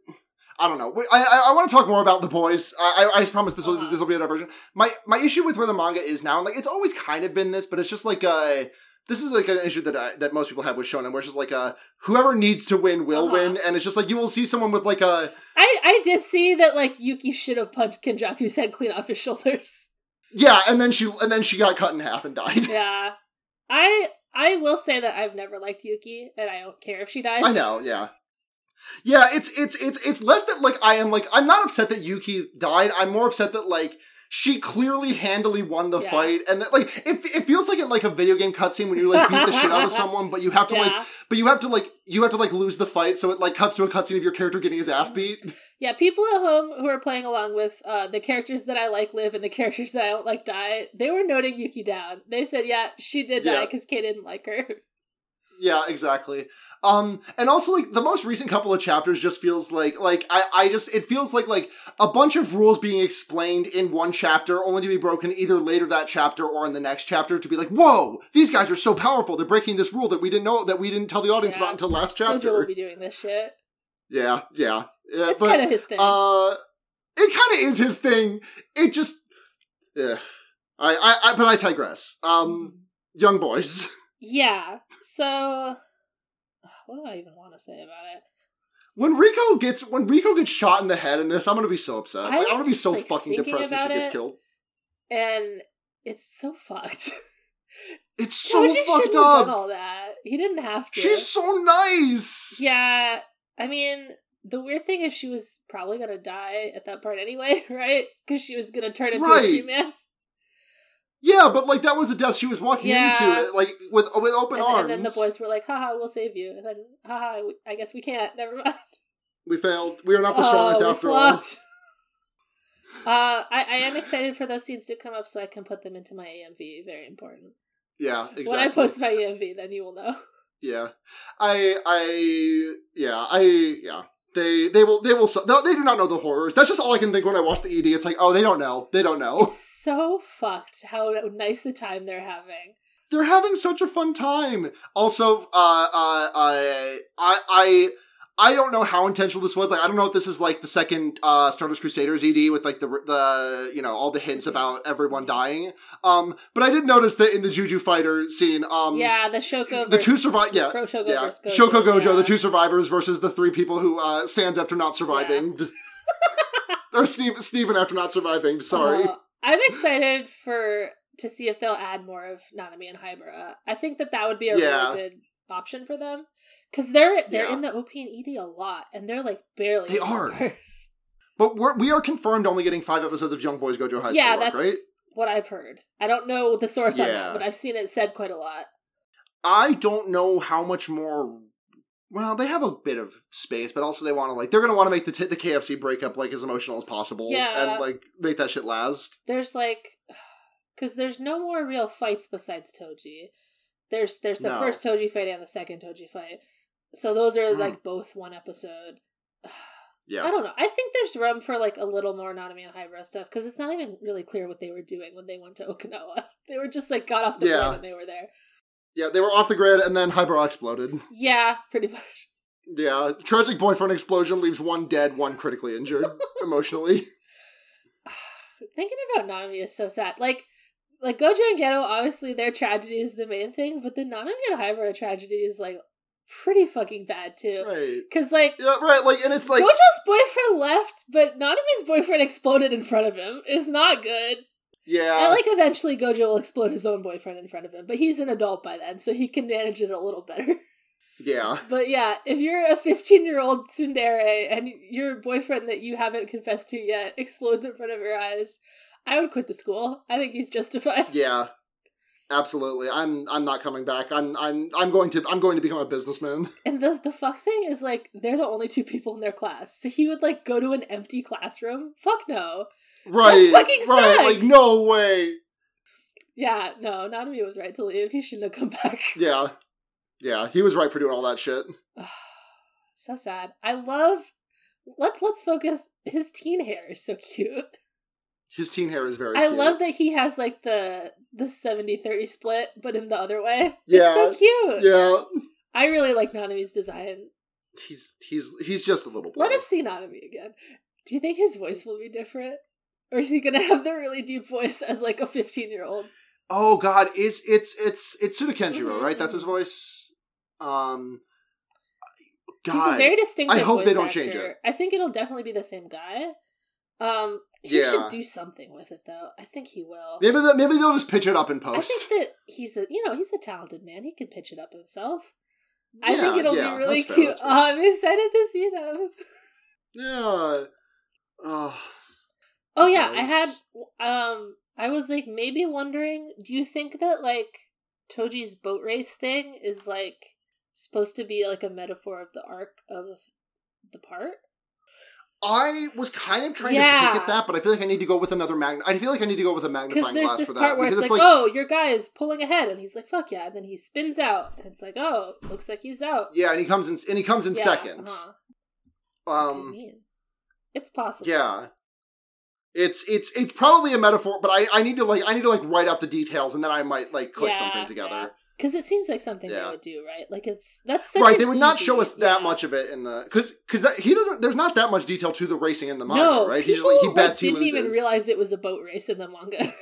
A: I don't know. Wait, I I, I want to talk more about the boys. I I, I promise this will
B: Uh-huh.
A: this will be a diversion. My my issue with where the manga is now, and like it's always kind of been this, but it's just like uh This is like an issue that I, that most people have with shonen, where it's just like uh whoever needs to win will
B: Uh-huh.
A: win, and it's just like you will see someone with like a
B: I I did see that like Yuki should have punched Kenjaku's head clean off his shoulders.
A: yeah, and then she and then she got cut in half and died.
B: yeah. I I will say that I've never liked Yuki and I don't care if she dies.
A: I know, yeah. Yeah, it's it's it's it's less that like I am like I'm not upset that Yuki died. I'm more upset that like she clearly handily won the
B: Yeah.
A: fight and that like it, it feels like in like a video game cutscene when you like beat the shit out of someone but you have to
B: Yeah.
A: like but you have to like you have to like lose the fight so it like cuts to a cutscene of your character getting his
B: Mm-hmm.
A: ass beat.
B: Yeah, people at home who are playing along with uh, the characters that I like live and the characters that I don't like die, they were noting Yuki down. They said, yeah, she did die
A: Yeah.
B: because Kay didn't like her.
A: Yeah, exactly. Um, and also like the most recent couple of chapters just feels like like I, I just it feels like like a bunch of rules being explained in one chapter only to be broken either later that chapter or in the next chapter to be like, whoa, these guys are so powerful, they're breaking this rule that we didn't know that we didn't tell the audience
B: Yeah.
A: about until last
B: Gojo will
A: chapter.
B: be doing this shit.
A: Yeah, yeah. yeah
B: That's
A: but-
B: kind of his thing.
A: uh, it kind of is his thing. It just, eh. I, I, I, but I digress. Um, young boys.
B: yeah. So, what do I even want to say about it?
A: When Rico gets when Rico gets shot in the head in this, I'm gonna be so upset.
B: I
A: Like, I'm
B: was
A: gonna be
B: just,
A: so
B: like,
A: fucking
B: thinking
A: depressed when she
B: about
A: gets
B: it.
A: killed.
B: And it's so fucked.
A: It's so
B: Gojo
A: fucked
B: shouldn't have done
A: up.
B: all that. He didn't have to.
A: She's so nice.
B: Yeah, I mean, the weird thing is she was probably gonna die at that part anyway, right? Because she was gonna turn into
A: Right.
B: a tree man,
A: Yeah, but like that was a death she was walking
B: Yeah.
A: into, like with with open
B: and,
A: arms.
B: and then the boys were like, "Haha, we'll save you," and then, "Haha, we- I guess we can't. Never mind."
A: we failed. We are not the
B: Oh,
A: strongest
B: we
A: after all.
B: flopped. uh, I, I am excited for those scenes to come up so I can put them into my AMV. Very important.
A: Yeah, exactly.
B: When I post my AMV, then you will know.
A: Yeah, I, I, yeah, I, yeah. They, they will, they will. su- They do not know the horrors. That's just all I can think when I watch the ED. It's like, oh, they don't know. They don't know.
B: It's so fucked how nice a time they're having.
A: They're having such a fun time. Also, uh, uh, I, I, I. I don't know how intentional this was. Like, I don't know if this is like the second uh, Stardust Crusaders ED with like the the you know all the
B: Mm-hmm.
A: hints about everyone dying. Um, but I did notice that in the Juju Fighter scene, um,
B: yeah, the Shoko.
A: the two survive. Yeah,
B: Pro Shoko
A: Yeah,
B: versus Gojo.
A: Shoko Gojo,
B: yeah.
A: the two survivors versus the three people who uh, stands after not surviving, or Steve, Steven after not surviving. Sorry,
B: Uh, I'm excited for to see if they'll add more of Nanami and Hybera. I think that that would be a
A: Yeah.
B: really good option for them because they're they're
A: Yeah.
B: in the OP and ED a lot, and they're like barely.
A: They
B: in this
A: are.
B: part.
A: but we're, we are confirmed only getting five episodes of Young Boys Gojo High
B: yeah,
A: School, Rock,
B: that's
A: right?
B: what I've heard. I don't know the source on
A: Yeah.
B: that, but I've seen it said quite a lot.
A: I don't know how much more. Well, they have a bit of space, but also they want to like they're gonna want to make the t- the KFC breakup like as emotional as possible,
B: Yeah.
A: and like make that shit last.
B: There's like, because there's no more real fights besides Toji. There's there's the
A: No.
B: first Toji fight and the second Toji fight. So those are
A: Mm.
B: like both one episode. I
A: Yeah,
B: don't know. I think there's room for like a little more Nanami and Hybrid stuff because it's not even really clear what they were doing when they went to Okinawa. They were just like got off the
A: Yeah.
B: plane and they were there.
A: yeah, they were off the grid, and then Hybrid exploded.
B: Yeah, pretty much.
A: Yeah, tragic boyfriend explosion leaves one dead, one critically injured emotionally.
B: Thinking about Nanami is so sad. Like, like Gojo and Ghetto, obviously their tragedy is the main thing, but the Nanami and Hybrid tragedy is like pretty fucking bad too.
A: Right.
B: Because like,
A: Yeah, right. Like, and it's like,
B: Gojo's boyfriend left, but Nanami's boyfriend exploded in front of him. Is not good.
A: yeah,
B: And like eventually Gojo will explode his own boyfriend in front of him, but he's an adult by then, so he can manage it a little better.
A: yeah,
B: but yeah, if you're a 15 year old tsundere and your boyfriend that you haven't confessed to yet explodes in front of your eyes, I would quit the school. I think he's justified.
A: yeah. Absolutely. I'm. I'm not coming back. I'm. I'm. I'm going to. I'm going to become a businessman.
B: And the the fuck thing is like they're the only two people in their class, so he would like go to an empty classroom. Fuck no.
A: right.
B: fucking
A: right.
B: sucks.
A: Like, no way.
B: Yeah, no. Nanami was right to leave. He shouldn't have come back.
A: Yeah. Yeah. He was right for doing all that shit.
B: so sad. I love. Let's let's focus. His teen hair is so cute.
A: His teen hair is very.
B: I
A: cute.
B: love that he has like the the 70-30 split, but in the other way.
A: Yeah.
B: It's so cute.
A: Yeah.
B: I really like Nanami's design.
A: He's. He's. He's just a little.
B: Let
A: boy.
B: us see Nanami again. Do you think his voice will be different? Or is he gonna have the really deep voice as like a 15 year old?
A: Oh God, is it's it's it's Suda Kenjiro,
B: Mhm.
A: right? That's his voice. Um.
B: He's a
A: God.
B: very distinctive
A: I hope they
B: voice
A: don't change
B: actor. I think it'll definitely be the same guy. Um he
A: Yeah.
B: should do something with it though. I think he will.
A: maybe that, maybe they'll just pitch it up in
B: I
A: post.
B: think that he's a you know, he's a talented man. He can pitch it up himself. I
A: Yeah,
B: think it'll
A: yeah,
B: be really
A: that's fair,
B: cute.
A: that's fair.
B: Oh, I'm excited to see them.
A: Yeah. Oh.
B: Oh yeah, I
A: Nice.
B: had um I was like maybe wondering, do you think that like Toji's boat race thing is like supposed to be like a metaphor of the arc of the part?
A: I was kind of trying to
B: Yeah.
A: pick at that, but I feel like I need to go with another mag. I feel like I need to go with a
B: Because
A: magnifying
B: there's
A: glass
B: this
A: for
B: part
A: that
B: where
A: because
B: it's like, oh, your guy is pulling ahead, and he's like, fuck yeah, and then he spins out, and it's like, oh, looks like he's out.
A: yeah, and he comes in and he comes in
B: Yeah,
A: 2nd
B: uh-huh. What do you
A: Um,
B: mean? it's possible.
A: yeah, it's it's it's probably a metaphor, but I I need to like I need to like write out the details and then I might like click
B: Yeah,
A: something together.
B: because it seems like something
A: Yeah.
B: they would do, right? Like it's that's such
A: right,
B: an
A: they would not
B: easy-
A: show us that
B: yeah.
A: much of it in the because because he doesn't. There's not that much detail to the racing in the manga,
B: no,
A: right?
B: People,
A: He just like he bets
B: didn't
A: he loses.
B: even realize it was a boat race in the manga.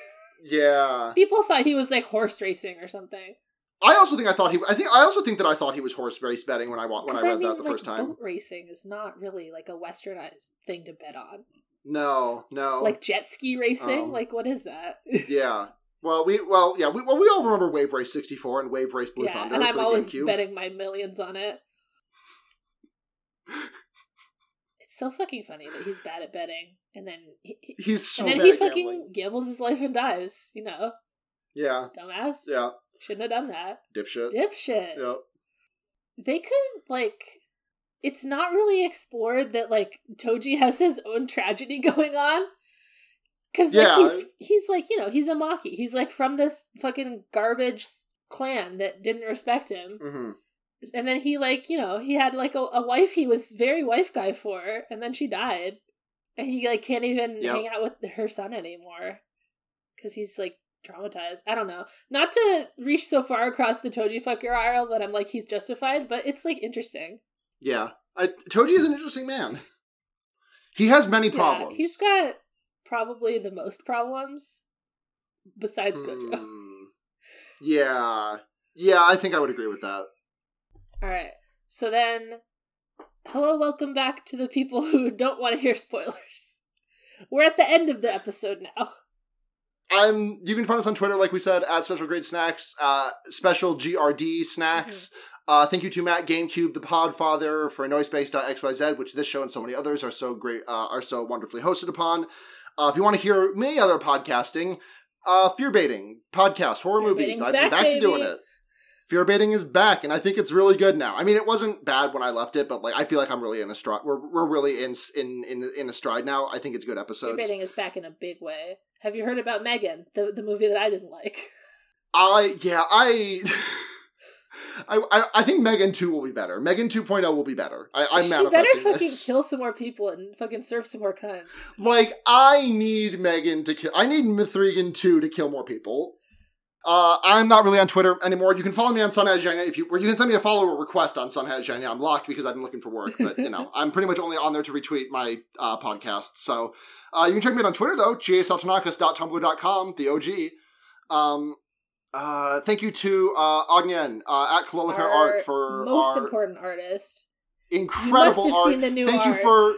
A: yeah,
B: people thought he was like horse racing or something.
A: I also think I thought he. I think I also think that I thought he was horse race betting when I wa- when I
B: 'Cause
A: read
B: mean,
A: that the
B: like,
A: first time.
B: boat racing is not really like a westernized thing to bet on.
A: No, no,
B: Like jet ski racing,
A: Oh. Um,
B: like what is that?
A: yeah. Well, we well yeah we well we all remember Wave Race '64 and Wave Race Blue
B: yeah,
A: Thunder
B: and
A: for
B: I'm
A: the
B: always
A: GameCube.
B: betting my millions on it. it's so fucking funny that he's bad at betting, and then he, he-
A: He's so
B: and then
A: bad
B: he
A: at
B: fucking
A: gambling.
B: gambles his life and dies. You know,
A: Yeah,
B: dumbass.
A: yeah,
B: Shouldn't have done that.
A: dipshit.
B: Dipshit.
A: Yeah,
B: They could like. It's not really explored that like Toji has his own tragedy going on. Cause like
A: Yeah.
B: he's he's like you know he's a Maki he's like from this fucking garbage clan that didn't respect him
A: hmm
B: and then he like you know he had like a, a wife he was very wife guy for and then she died and he like can't even
A: Yep.
B: hang out with her son anymore because he's like traumatized i don't know not to reach so far across the toji fucker aisle that i'm like he's justified but it's like interesting
A: yeah. I, Toji is an interesting man. He has many
B: Yeah,
A: problems.
B: he's got probably the most problems besides gojo
A: Hmm. Yeah, yeah. I think I would agree with that. Hmm.
B: all right so then hello welcome back to the people who don't want to hear spoilers we're at the end of the episode now
A: I'm. You can find us on Twitter, like we said, at Special Grade Snacks, uh, Special GRD Snacks.
B: Mm-hmm.
A: Uh, thank you to Matt GameCube, the Podfather, for Noisepace.xyz, which this show and so many others are so great, uh, are so wonderfully hosted upon. Uh, if you want to hear many other podcasting, uh, Fear Baiting podcast, horror
B: Fear
A: movies.
B: Baiting's
A: I've been
B: back,
A: back to doing
B: baby.
A: it. Fear Baiting is back, and I think it's really good now. I mean, it wasn't bad when I left it, but like I feel like I'm really in a stride. We're, we're really in in in in a stride now. I think it's good episodes.
B: Debating is back in a big way. Have you heard about Megan, the the movie that I didn't like?
A: I yeah, I I I, I think Megan 2 will be better. Megan 2.0 will be better. I, I'm
B: she better
A: manifesting
B: fucking
A: this.
B: kill some more people and fucking serve some more cunt.
A: Like I need Megan to kill. I need Mithrigan 2 to kill more people. Uh, I'm not really on Twitter anymore. You can follow me on Sunhead Janya if you, or you can send me a follower request on Sunhead Janya. I'm locked because I've been looking for work, but you know, I'm pretty much only on there to retweet my uh, podcast. So uh, you can check me out on Twitter though, gasaltanakis.tumblr.com, the OG. Um, uh, thank you to uh, Agnian uh, at Kalolifair
B: Our
A: Art for
B: Most
A: our
B: important artist. You
A: incredible
B: must have
A: art.
B: seen the new
A: Thank
B: art.
A: you for.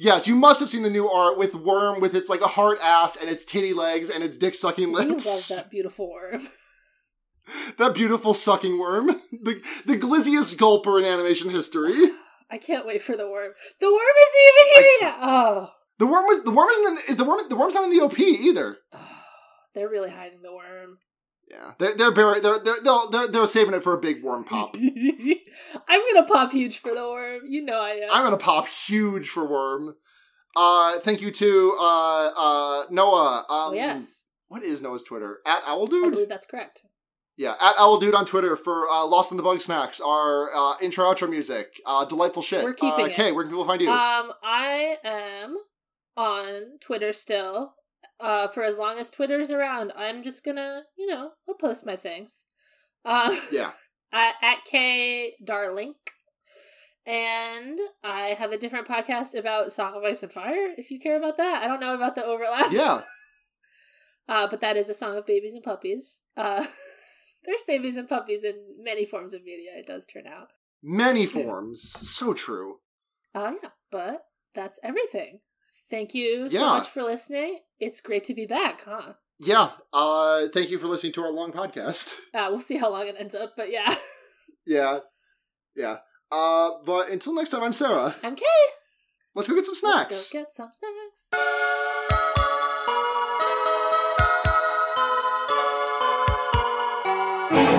A: Yes, you must have seen the new art with Worm with its like a hard ass and its titty legs and its dick sucking
B: We love
A: lips.
B: that beautiful worm.
A: that. beautiful sucking worm. The the glizziest gulper in animation history.
B: I can't wait for the worm. The worm isn't even here yet. Oh.
A: The worm was the worm isn't in the, is the worm the worm's not in the OP either.
B: Oh, they're really hiding the worm.
A: Yeah. They're they're buried, they're they're they'll- they're they're saving it for a big worm pop.
B: I'm gonna pop huge for the worm. You know I am.
A: I'm um, gonna pop huge for worm. Uh thank you to uh uh Noah. Um
B: oh, yes,
A: what is Noah's Twitter? At Owl
B: I
A: Dude?
B: believe that's correct.
A: Yeah, at Owl Dude on Twitter for uh, Lost in the Bug Snacks, our uh, intro outro music, uh, delightful shit.
B: We're keeping
A: uh,
B: it.
A: Kay, where can people find you?
B: Um, I am on Twitter still. Uh, for as long as Twitter's around, I'm just gonna, you know, I'll post my things. Uh,
A: yeah,
B: at, at K Darlink, and I have a different podcast about Song of Ice and Fire. If you care about that, I don't know about the overlap.
A: yeah,
B: Uh, but that is a song of babies and puppies. Uh, there's babies and puppies in many forms of media. It does turn out.
A: many forms. So true.
B: Uh, yeah, but that's everything. Thank you so
A: Yeah.
B: much for listening. It's great to be back, huh?
A: Yeah. Uh, thank you for listening to our long podcast.
B: Uh, we'll see how long it ends up, but yeah.
A: yeah, yeah. Uh, but until next time, I'm Sarah.
B: I'm Kay.
A: Let's go get some snacks.
B: Let's go get some snacks.
A: Thank you.